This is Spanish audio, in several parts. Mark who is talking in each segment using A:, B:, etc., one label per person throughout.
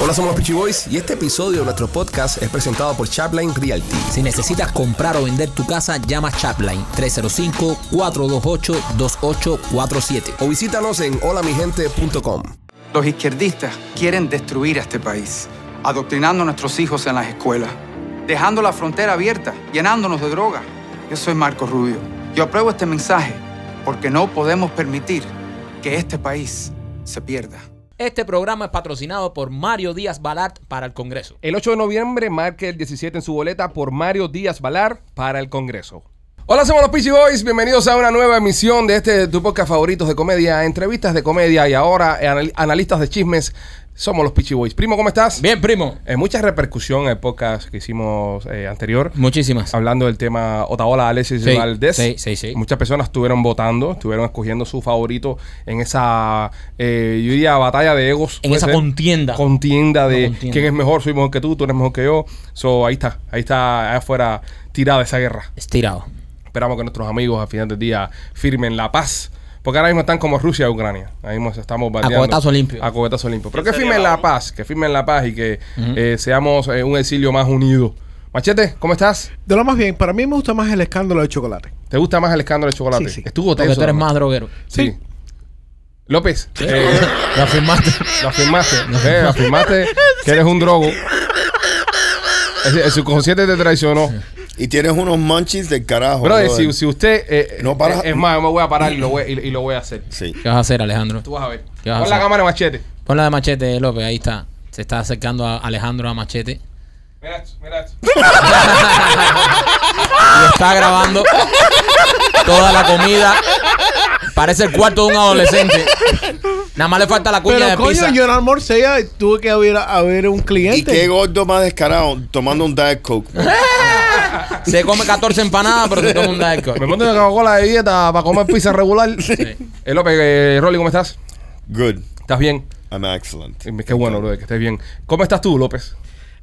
A: Hola, somos los Peachy Boys y este episodio de nuestro podcast es presentado por Chapline Realty.
B: Si necesitas comprar o vender tu casa, llama Chapline 305-428-2847.
A: O visítanos en holamigente.com.
C: Los izquierdistas quieren destruir a este país, adoctrinando a nuestros hijos en las escuelas, dejando la frontera abierta, llenándonos de droga. Yo soy Marco Rubio. Yo apruebo este mensaje porque no podemos permitir que este país se pierda.
B: Este programa es patrocinado por Mario Díaz Balart para el Congreso.
D: El 8 de noviembre marque el 17 en su boleta por Mario Díaz Valar para el Congreso. Hola, somos los Peachy Boys. Bienvenidos a una nueva emisión de este tu podcast favoritos de comedia, entrevistas de comedia y ahora eh, anal- analistas de chismes. Somos los Peachy Boys. Primo, ¿cómo estás?
B: Bien, primo.
D: Eh, mucha repercusión en el podcast que hicimos eh, anterior.
B: Muchísimas.
D: Hablando del tema Otaola Alexis
B: Sí,
D: Valdés.
B: sí, sí, sí.
D: Muchas personas estuvieron votando, estuvieron escogiendo su favorito en esa, eh, yo diría, batalla de egos.
B: En
D: ¿puede
B: esa
D: ser?
B: contienda.
D: Contienda de
B: Una contienda.
D: quién es mejor, soy mejor que tú, tú eres mejor que yo. So, ahí está, ahí está, allá afuera tirada esa guerra.
B: Estirado.
D: Esperamos que nuestros amigos al final del día firmen la paz. Porque ahora mismo están como Rusia y Ucrania. Ahí mismo estamos bateando.
B: cohetazo limpio.
D: A cohetazo limpio. Pero que firmen la paz, que firmen la paz y que eh, seamos eh, un exilio más unido. Machete, ¿cómo estás?
E: De lo más bien, para mí me gusta más el escándalo de chocolate.
D: ¿Te gusta más el escándalo de chocolate?
E: Sí, sí.
D: Estuvo
B: Porque
D: tenso.
B: tú eres
D: ¿no?
B: más droguero.
D: Sí.
E: Sí.
D: López, eh,
B: La firmaste.
D: la firmaste. eh, la firmaste que eres un drogo. El, el subconsciente te traicionó.
F: Y tienes unos munchies del carajo.
D: Brother,
F: brother.
D: si, si usted. eh,
F: No paras-
D: eh, es más, yo me voy a parar y lo voy, y, y lo voy a hacer.
F: Sí.
B: ¿Qué vas a hacer, Alejandro?
D: Tú vas a ver.
B: ¿Qué vas a
D: Pon la
B: hacer?
D: cámara, machete.
B: Pon la de Machete, López. Ahí está. Se está acercando a Alejandro a Machete.
D: Mira esto, mira esto.
B: Y está grabando toda la comida. Parece el cuarto de un adolescente. Nada más le falta la cuña
E: Pero
B: de
E: coño,
B: pizza.
E: yo en almorcea y tuve que haber a ver un
F: Y qué
E: cliente.
F: gordo más descarado tomando un Diet Coke.
B: Se come 14 empanadas, pero se toma un Diet Coke.
D: Me monto una Coca-Cola de dieta para comer pizza regular. Eh, López, eh, Rolly, ¿cómo estás?
F: Good.
D: ¿Estás bien?
F: I'm excellent.
D: Eh, Qué bueno, brother, que estés bien. ¿Cómo estás tú, López?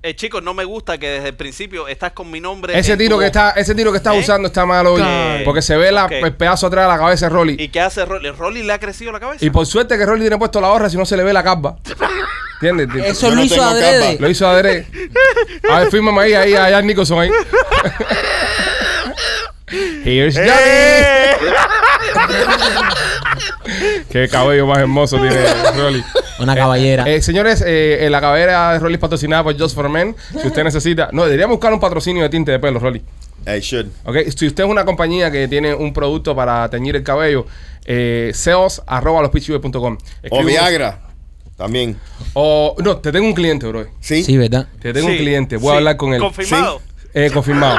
G: Eh, chicos, no me gusta que desde el principio estás con mi nombre.
D: Ese
G: en
D: tiro
G: tu
D: que
G: voz.
D: está, ese tiro que estás
G: ¿Eh?
D: usando está mal hoy.
G: Eh,
D: Porque se ve la-
G: ok.
D: el pedazo atrás de la cabeza de Rolly.
G: ¿Y qué hace Rolly? ¿Rolly le ha crecido la cabeza?
D: Y por suerte que Rolly tiene puesto la gorra si no se le ve la capa. ¿Entiendes?
B: Eso
F: Yo
B: lo
F: no
B: hizo
F: tengo
B: adrede.
D: Lo hizo Adere. A ver, fírmame ahí, ahí, allá Nicholson ahí. Here's Johnny. Qué cabello más hermoso tiene Rolly.
B: Una caballera.
D: Eh, señores, eh, eh, la cabera de Rolly es patrocinada por Just for Men. Si usted necesita. No, deberíamos buscar un patrocinio de tinte de pelo, Rolly.
F: I should.
D: Ok, si usted es una compañía que tiene un producto para teñir el cabello, eh, seos arroba lospitchyboy.com.
F: O
D: Escríbenos.
F: Viagra. También.
D: O, no, te tengo un cliente, bro.
F: Sí.
B: Sí, ¿verdad?
D: Te tengo un
G: Sí,
D: cliente. Voy
G: sí.
D: a hablar con él.
G: Confirmado.
D: Eh, confirmado.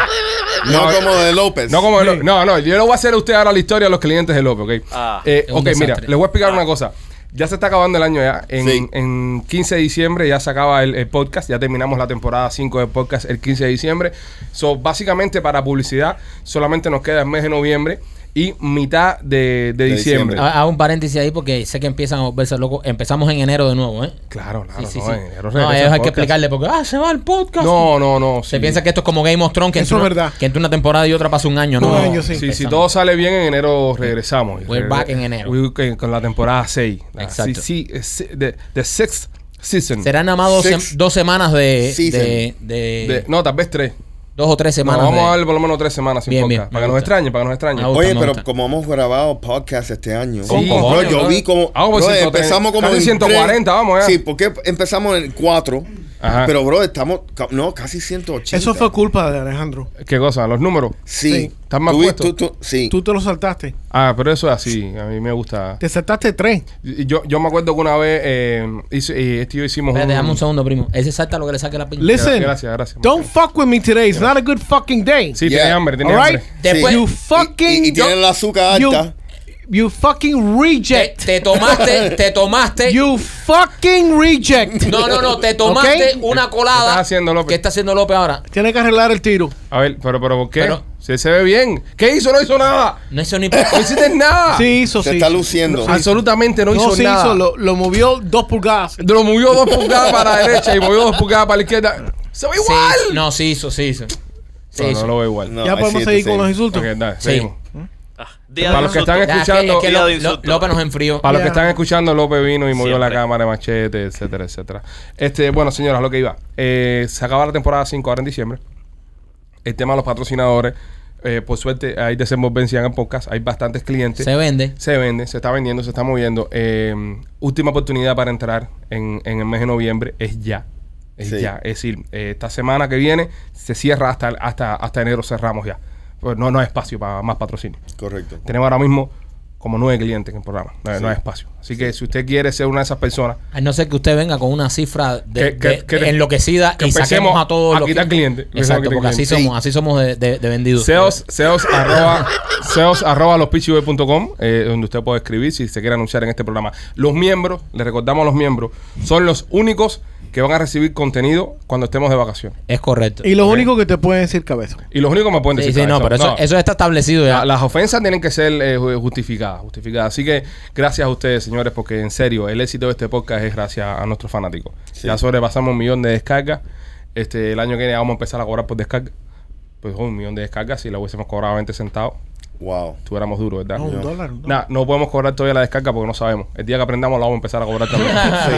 F: No, como de López.
D: No, como el- no, no, yo le voy a hacer a usted ahora la historia a los clientes de López, ¿ok?
G: Ah.
D: Eh,
B: Es un
D: ok, mira,
B: desastre.
D: les voy a explicar una cosa. Ya se está acabando el año ya. En,
F: Sí.
D: en 15 de diciembre ya se acaba el, el podcast. Ya terminamos la temporada 5 del podcast el 15 de diciembre. So, básicamente para publicidad solamente nos queda el mes de noviembre y mitad de, de diciembre.
F: diciembre.
B: Ha- Hago un paréntesis ahí porque sé que empiezan a volverse locos. Empezamos en enero de nuevo, ¿eh?
D: Claro, claro.
B: Sí, sí,
D: no,
B: sí.
D: eh,
B: No,
D: pero regresa
B: a ellos
D: el
B: hay que
D: podcast.
B: explicarle porque, ah, se va el podcast.
D: No, no, no.
B: Se
D: sí.
B: piensa que esto es como Game of Thrones, que
E: Eso
B: entre
E: es
B: una-
E: verdad.
B: que entre una temporada y otra pasa un año, ¿no?
E: Un año, sí.
D: Sí, si
B: Empezamos.
D: todo sale bien, en enero regresamos.
B: We're back en enero.
D: We're okay, con la temporada 6.
B: Exacto.
D: Sí, sí, eh, the, the sixth season.
B: Serán nada más dos,
F: Six
B: sem- dos semanas de,
F: season.
B: de, de-
D: De- no, tal vez tres.
B: Dos o tres
D: No,
B: semanas.
D: vamos
B: de-
D: a darle por lo menos tres semanas sin
B: Bien,
D: podcast,
B: bien, me
D: Para que nos
B: gusta.
D: extrañen, para que nos extrañen.
B: Me gusta,
F: Oye,
B: me
F: pero
B: gusta.
F: como hemos grabado podcast este año.
D: Con
F: Sí,
D: cojones,
F: yo
D: brother.
F: vi como.
D: Ah, pues,
F: brother,
D: 130,
F: empezamos como
D: casi
F: en
D: 140,
F: tres-
D: vamos ya.
F: Sí, porque empezamos en 4.
D: Ajá.
F: Pero, bro, estamos. ca- No, casi 180.
E: Eso fue culpa de Alejandro.
D: ¿Qué cosa? Los números.
F: Sí.
E: Sí.
D: ¿Estás mal
F: Tú-
D: puesto?
F: tú- tú- Sí.
E: Tú te lo saltaste.
D: Ah, pero eso es así. A mí me gusta.
E: Te saltaste tres.
D: Y Yo, yo me acuerdo que una vez eh, hice- eh, este y yo hicimos
B: Espérate, dame un segundo, primo. Ese salta lo que le saque la pinta.
E: Listen.
D: Gracias, gracias.
E: Don't fuck with me today. It's not a good fucking day.
D: Sí,
F: Yeah.
D: tenía hambre, tenía
E: All right.
D: hambre.
B: Después-
E: You
F: Pues, Y,
E: fucking.
F: y- y tienen el azúcar
E: you,
F: alta.
E: you fucking
B: Te,
E: reject.
B: te tomaste, te tomaste.
E: You fucking reject.
B: No, no, no, te tomaste
E: Ok.
B: una
D: ¿Qué
B: colada.
D: estás haciendo, López?
B: ¿Qué está haciendo López ahora?
E: Tiene que arreglar el tiro.
D: A ver, pero, pero ¿por qué?
B: Pero-
D: se, se ve bien. ¿Qué hizo? No hizo nada.
B: No hizo ni.
D: No hiciste nada.
E: Sí, hizo,
F: Se
E: sí.
F: está
E: hizo.
F: luciendo.
E: No, sí,
D: Absolutamente no,
E: no,
D: hizo
E: sí
D: nada.
E: hizo. Lo, lo movió dos pulgadas.
D: Lo movió dos pulgadas para la derecha y movió dos pulgadas para la izquierda. ¡Se ve
B: Sí,
D: igual!
B: no, sí hizo, sí hizo. Sí
D: no, no
B: hizo.
D: lo veo igual.
F: No,
E: ya
F: I see
E: podemos
F: it the
E: seguir con
F: same.
E: los insultos.
D: Ok, dale,
B: Sí.
D: seguimos.
G: Ah, Día
D: Para
G: de
D: los que
G: insulto.
D: están
B: Ya, es que-
D: escuchando-
B: es que, Lo-
G: Día de
B: Lo-
G: insulto.
B: López nos enfrió.
D: Para los que
E: Ya.
D: están escuchando, López vino y movió la
G: Siempre.
D: cámara, machete, etcétera, etcétera. Este, bueno, señoras, lo que iba. Eh, se acaba la temporada 5 ahora en diciembre. El tema de los patrocinadores. eh, por suerte, hay desenvolvencia en podcast. Hay bastantes clientes.
B: Se vende.
D: Se vende, se está vendiendo, se está moviendo. Eh, última oportunidad para entrar en, en el mes de noviembre es ya. Es
F: Sí.
D: ya. Es decir, eh, esta semana que viene se cierra hasta, hasta, hasta enero, cerramos ya. Pues no, no hay espacio para más patrocinio.
F: Correcto.
D: Tenemos ahora mismo como nueve clientes en el programa. No, hay- no hay espacio. Así que si usted quiere ser una de esas personas,
B: A no ser que usted venga con una cifra de,
D: Que- que-
B: de-
D: que-
B: de enloquecida
D: que
B: y saquemos
D: empecemos
B: a todos
D: a
B: los
D: quitar clientes. Empecemos a
B: Exacto,
D: quitar
B: porque así
D: clientes.
B: somos, así somos de, de- de vendidos.
D: seos, seos arroba, seos arroba lospitchyboy.com, eh, donde usted puede escribir si se quiere anunciar en este programa. Los miembros, le recordamos a los miembros, son los únicos que van a recibir contenido cuando estemos de vacaciones.
B: Es correcto.
E: Y los únicos que te pueden decir cabeza.
D: Y los únicos que me pueden
B: Sí,
D: decir.
B: sí,
D: "Ah,
B: no, pero eso, eso está establecido ya.
D: La- las ofensas tienen que ser eh, ju- justificadas, justificadas. Así que gracias a ustedes, señores, porque en serio, el éxito de este podcast es gracias a nuestros fanáticos. Ya sobrepasamos un millón de descargas. Este, el año que viene vamos a empezar a cobrar por descarga. Pues un millón de descargas, si la hubiésemos cobrado a 20 centavos,
F: Wow.
D: estuviéramos duros, ¿verdad?
E: No, un dólar. un dólar.
D: Nah, no podemos cobrar todavía la descarga porque no sabemos. El día que aprendamos la vamos a empezar a cobrar también.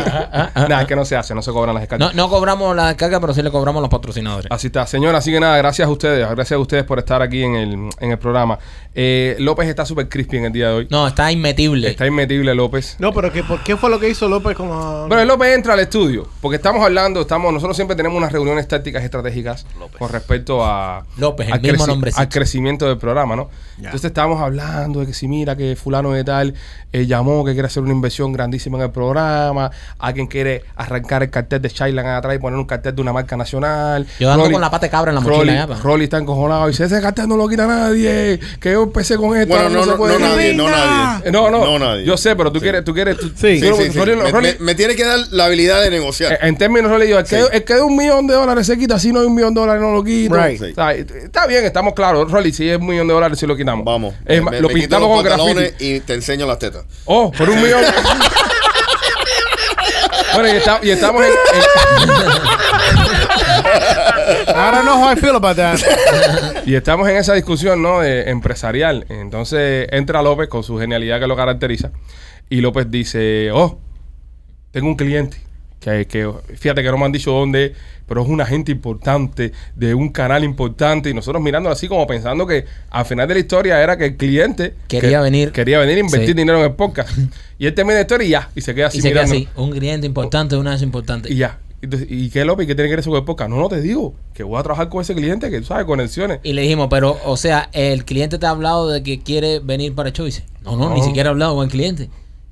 D: Nada, es que no se hace, no se cobran las descargas.
B: no, no cobramos la descarga, pero sí le cobramos a los patrocinadores.
D: Así está, señora. Así que nada, gracias a ustedes. Gracias a ustedes por estar aquí en el, en el programa. Eh, López está súper crispy en el día de hoy.
B: No, está inmetible.
D: Está inmetible López.
E: No, pero que, ¿por qué fue lo que hizo López con um, la...
D: Pero el López entra al estudio, porque estamos hablando, estamos, nosotros siempre tenemos unas reuniones tácticas y estratégicas
G: López.
D: con respecto a
B: López, el
D: al,
B: mismo
D: creci-
B: nombrecito.
D: al crecimiento del programa, ¿no? Entonces estábamos hablando de que si mira que fulano de tal eh, llamó que quiere hacer una inversión grandísima en el programa, alguien quiere arrancar el cartel de Shyland atrás y poner un cartel de una marca nacional.
B: Yo ando
D: Rolly-
B: con la pata de cabra en la mochila
D: Rolly,
B: ya, pa.
D: Rolly está encojonado y dice, ese cartel no lo quita nadie, que yo empecé con esto.
F: Bueno,
D: ahora
F: no,
D: se
F: no, no,
D: puede".
F: nadie, no nadie.
D: Eh, No, no,
F: nadie.
D: Yo sé, pero tú
F: Sí.
D: quieres, tú quieres, tú-
E: Sí.
F: Sí, sí, sí.
D: Rolly-
F: Me,
D: Rolly-
F: me- me tiene que dar la habilidad de negociar.
D: en en términos religiosos, el, que- el que, de un millón de dólares se quita, si no hay un millón de dólares no lo quito.
E: Right.
D: O sea, eh, está bien, estamos claros. Rolly, si es un millón de dólares, sí lo quitamos.
F: Vamos.
D: Es
F: Me-
D: más,
F: me-
D: lo
F: me quito
D: pintamos
F: los
D: con
F: pantalones
D: graffiti.
F: Y te enseño las tetas.
D: Oh, por un millón. bueno, y, está- y estamos en, en-
E: I don't know how I feel about that.
D: y estamos en esa discusión ¿no? de empresarial. Entonces entra López con su genialidad que lo caracteriza. Y López dice: Oh, tengo un cliente que, que fíjate que no me han dicho dónde, es, pero es una gente importante, de un canal importante, y nosotros mirándolo así como pensando que al final de la historia era que el cliente
B: Quería
D: que-
B: venir.
D: quería venir a invertir
B: Sí.
D: dinero en el podcast. y él termina la historia y ya, y se queda así
B: y se queda
D: mirando.
B: así. Un cliente importante, una vez importante.
D: Y ya. Entonces, ¿Y qué López? ¿Qué tiene que ver eso con el podcast? No, no te digo, que voy a trabajar con ese cliente que tú sabes, conexiones.
B: Y le dijimos, pero, o sea, el cliente te ha hablado de que quiere venir para el show. Y dice, no, no,
D: No.
B: ni siquiera ha hablado con el cliente.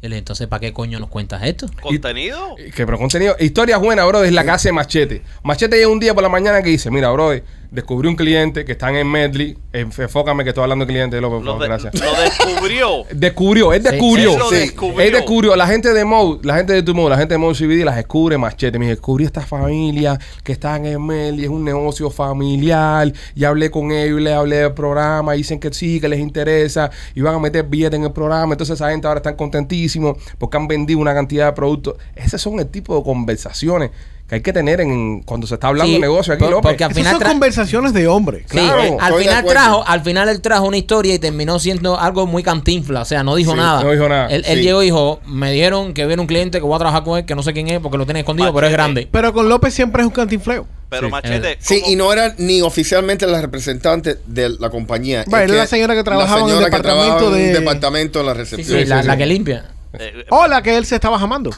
B: Y le dije, entonces, ¿para qué coño nos cuentas esto?
G: ¿Contenido?
D: Que pero contenido, historias buenas, bro, es la que hace Machete. Machete llega un día por la mañana que dice, mira, bro, descubrí un cliente que están en Medley, enf- enfócame que estoy hablando de cliente, López, por
G: Lo,
D: favor,
G: de-
D: gracias.
G: lo descubrió.
D: Descubrió, él descubrió.
G: Él lo
F: Sí.
G: descubrió.
D: Él descubrió, la gente de Mode, la gente de tu Mode, la gente de Mode CBD las descubre machete. Me dice, descubrí esta familia que están en Mel y es un negocio familiar. Y hablé con ellos, y les hablé del programa, y dicen que sí, que les interesa y van a meter billetes en el programa. Entonces esa gente ahora están contentísimos porque han vendido una cantidad de productos. Esos son el tipo de conversaciones que hay que tener en cuando se está hablando
B: Sí,
D: de negocio aquí,
B: por-
D: López.
B: porque al
E: Esas
B: final
E: son
B: tra-
E: conversaciones de hombre.
B: Sí,
D: Claro,
B: él- al
F: estoy de
B: final
F: acuerdo.
B: trajo, al final él trajo una historia y terminó siendo algo muy cantinfla, o sea, no dijo
F: Sí,
B: nada.
D: no dijo nada,
B: Él, él
F: sí.
B: llegó y dijo, me dieron que viene un cliente que voy a trabajar con él, que no sé quién es, porque lo tiene escondido, pero es grande.
E: Pero con López siempre es un cantinfleo.
G: Pero
D: Eh, Sí.
G: Machete.
F: Sí,
G: ¿cómo-
F: y no era ni oficialmente la representante de la compañía.
E: Bueno,
F: Es
E: era la señora que trabajaba en el
F: señora que
E: departamento
F: trabajaba en un
E: de-
F: departamento de la
B: Sí,
F: recepción.
B: la,
D: sí,
B: la
D: sí.
B: que limpia.
G: eh,
E: Hola, que él se estaba jamando.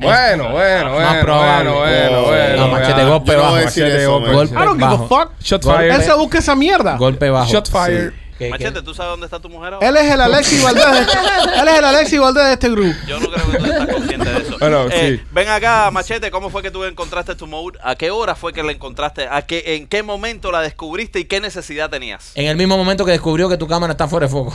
D: Bueno, bueno,
B: Más
D: bueno,
B: probable.
D: bueno, bueno,
F: Oh,
D: bueno.
B: no, machete,
D: ya.
B: golpe
F: Yo no
B: bajo.
F: voy a decir
D: machete,
F: eso,
D: golpe.
F: man.
E: I don't give a
B: bajo.
E: fuck.
D: Shot
B: Golpe-
E: Él
D: fire.
E: se busca esa mierda.
B: Golpe bajo.
D: Shot fire.
B: Que- que-
G: Machete, ¿tú sabes dónde está tu mujer ahora?
E: Él es el Alexi Valdés. de este- él es el Alexi Valdés de este grupo.
G: Yo no creo que tú estás consciente de eso.
D: Bueno,
G: Eh,
D: sí.
G: Ven acá, Machete, ¿cómo fue que tú encontraste tu mode? ¿A qué hora fue que la encontraste? ¿A qué, ¿En qué momento la descubriste y qué necesidad tenías?
B: En el mismo momento que descubrió que tu cámara está fuera de foco.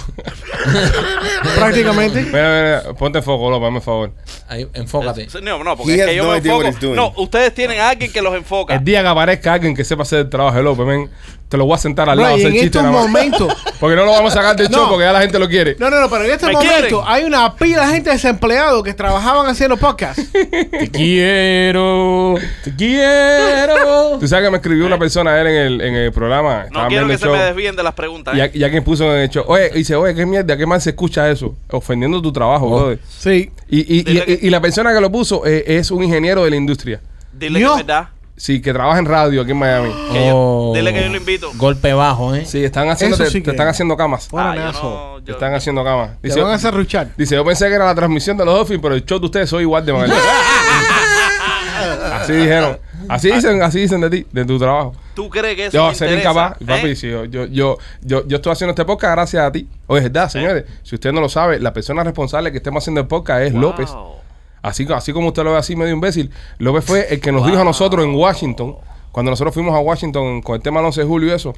E: Prácticamente.
D: Mira, mira, mira, ponte foco, López, hazme el favor.
B: Ahí, enfócate.
G: Sí, No, no, porque
F: He
G: es
F: has
G: que yo
F: no
G: me
F: idea what he's
G: enfoco.
F: doing.
G: No, ustedes tienen a alguien que los enfoca.
D: El día que aparezca alguien que sepa hacer el trabajo de López, men, Te lo voy a sentar al
E: Bro,
D: lado.
E: y
D: hacer
E: en
D: chiste
E: estos
D: nada más.
E: momentos.
D: Porque no lo vamos a sacar del
E: No.
D: show porque ya la gente lo quiere.
E: No, no, no, pero en este
G: ¿Me
E: momento
G: quieren?
E: hay una pila de gente desempleado que trabajaban haciendo podcast.
B: Te quiero, te quiero.
D: Tú sabes que me escribió una persona él en el, en el programa.
G: No
D: Estaban
G: quiero
D: viendo
G: que
D: el
G: se
D: show.
G: me desvíen de las preguntas.
D: Y
G: ¿eh?
D: a- y alguien puso en el show, oye, dice, oye, qué mierda, qué mal se escucha eso, ofendiendo tu trabajo, brother.
E: Sí.
D: Y, y- y-
G: Dile que-
D: y la persona que lo puso eh, es un ingeniero de la industria,
G: Dile que
E: Dios.
G: es verdad.
D: sí, que trabaja en radio aquí en Miami.
G: Que yo-
B: Oh.
G: dile que yo lo invito.
B: Golpe bajo, ¿eh?
D: Sí, están haciendo,
E: Eso
D: te,
E: sí
D: te
E: que-
D: están haciendo camas.
G: Ah, yo
E: Buenazo.
G: no- yo-
D: están haciendo camas.
E: Te van a serruchar.
D: dice, yo pensé que era la transmisión de los Dolphins, pero el show de ustedes soy igual de mal. así dijeron. Así dicen, así dicen de ti, de tu trabajo.
G: ¿Tú crees que eso
D: Yo
G: te
D: seré
G: interesa,
D: incapaz,
G: eh?
D: papi, si yo, yo, yo, yo, yo estoy haciendo este podcast gracias a ti. Oye, es
G: ¿Eh?
D: verdad, señores. Si usted no lo sabe, la persona responsable que estemos haciendo el podcast es
G: Wow.
D: López. Así, así como usted lo ve así medio imbécil, López fue el que nos dijo a nosotros en Washington, cuando nosotros fuimos a Washington con el tema del 11 de julio y eso,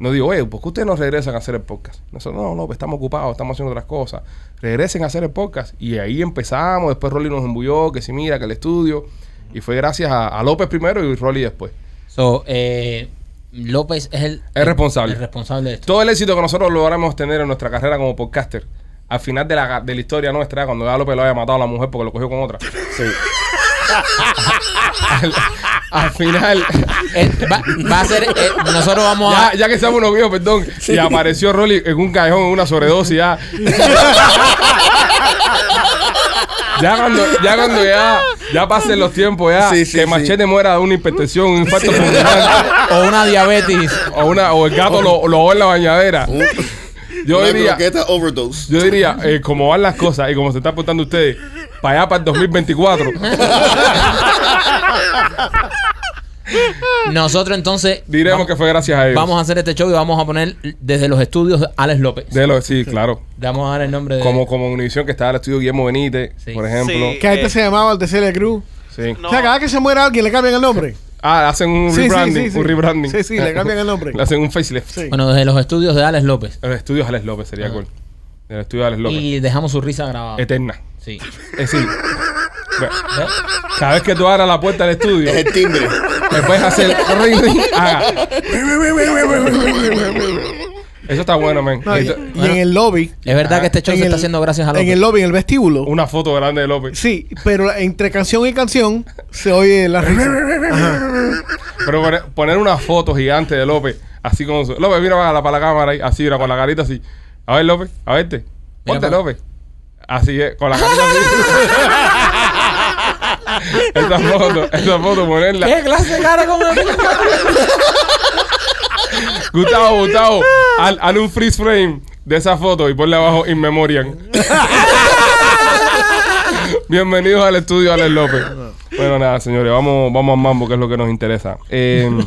D: nos dijo, oye, ¿por qué ustedes no regresan a hacer el podcast? Nosotros, no, López, estamos ocupados, estamos haciendo otras cosas. Regresen a hacer el podcast. Y ahí empezamos, después Rolly nos embulló, que si mira, que el estudio. Y fue gracias a, a López primero y Rolly después.
B: So, eh, López es el,
D: Es responsable.
B: el responsable de esto.
D: Todo el éxito que nosotros logramos tener en nuestra carrera como podcaster, al final de la, de la historia nuestra, cuando ya López lo había matado a la mujer porque lo cogió con otra.
F: Sí.
D: al, al final,
B: Él va, va a ser. eh, nosotros vamos
D: ya,
B: a.
D: ya que estamos unos viejos, perdón, y apareció Rolly en un cajón, en una sobredosis ya. Ya cuando, ya cuando ya, ya pasen los tiempos ya,
F: Sí, sí,
D: que
F: sí.
D: Machete muera de una hipertensión, un infarto pulmonar,
B: O una diabetes.
D: o, una, o el gato lo, lo ahogó en la bañadera.
F: Uh.
D: Yo
F: Una
D: diría,
F: croqueta overdose.
D: Yo diría, eh, como van las cosas y como se están portando ustedes, para allá para el 2024,
B: Nosotros entonces.
D: diremos que fue gracias a ellos.
B: Vamos a hacer este show y vamos a poner desde los estudios Alex López.
D: De lo, sí, claro.
B: Le vamos a dar el nombre de.
D: Como, como Univisión que estaba en el estudio Guillermo Benítez,
B: Sí.
D: por ejemplo.
G: Sí.
E: Que antes
G: Eh.
E: se llamaba el TCL Crew.
D: Sí.
G: No.
E: O sea, cada vez que se muera alguien le cambian el nombre.
D: Ah, hacen un
E: Sí, sí,
D: rebranding.
E: sí, sí.
D: Un rebranding.
E: Sí, sí, le cambian el nombre.
D: Le hacen un facelift.
E: Sí.
B: Bueno, desde los estudios de Alex López.
D: El estudio Alex López sería cool. El estudio Alex López. Este-
B: Y dejamos su risa grabada.
D: Eterna.
B: Sí.
D: Es decir, bueno, cada vez que tú abras la puerta del estudio,
F: Es el timbre.
D: me puedes hacer ring, ring, haga. Eso está bueno, man.
E: No, y,
D: Esto-
E: y en el lobby.
B: Es verdad que eh, este show
E: en
B: se está
E: el-
B: haciendo gracias a López.
E: En el lobby, en el vestíbulo.
D: Una foto grande de López.
E: Sí, pero entre canción y canción se oye la risa.
D: Pero poner, poner una foto gigante de López, así como su- López, mira para la, para la cámara ahí, así, mira, con la carita así. A ver, López, a verte. Ponte,
B: para-
D: López. Así es, con la carita así. esa foto, esa foto, ponerla.
B: ¿Qué clase de cara como
D: Gustavo, Gustavo, haz haz un freeze frame de esa foto y ponle abajo in memoriam. Bienvenidos al estudio, Alex López. Bueno, nada, señores, vamos, vamos al mambo, que es lo que nos interesa. Eh,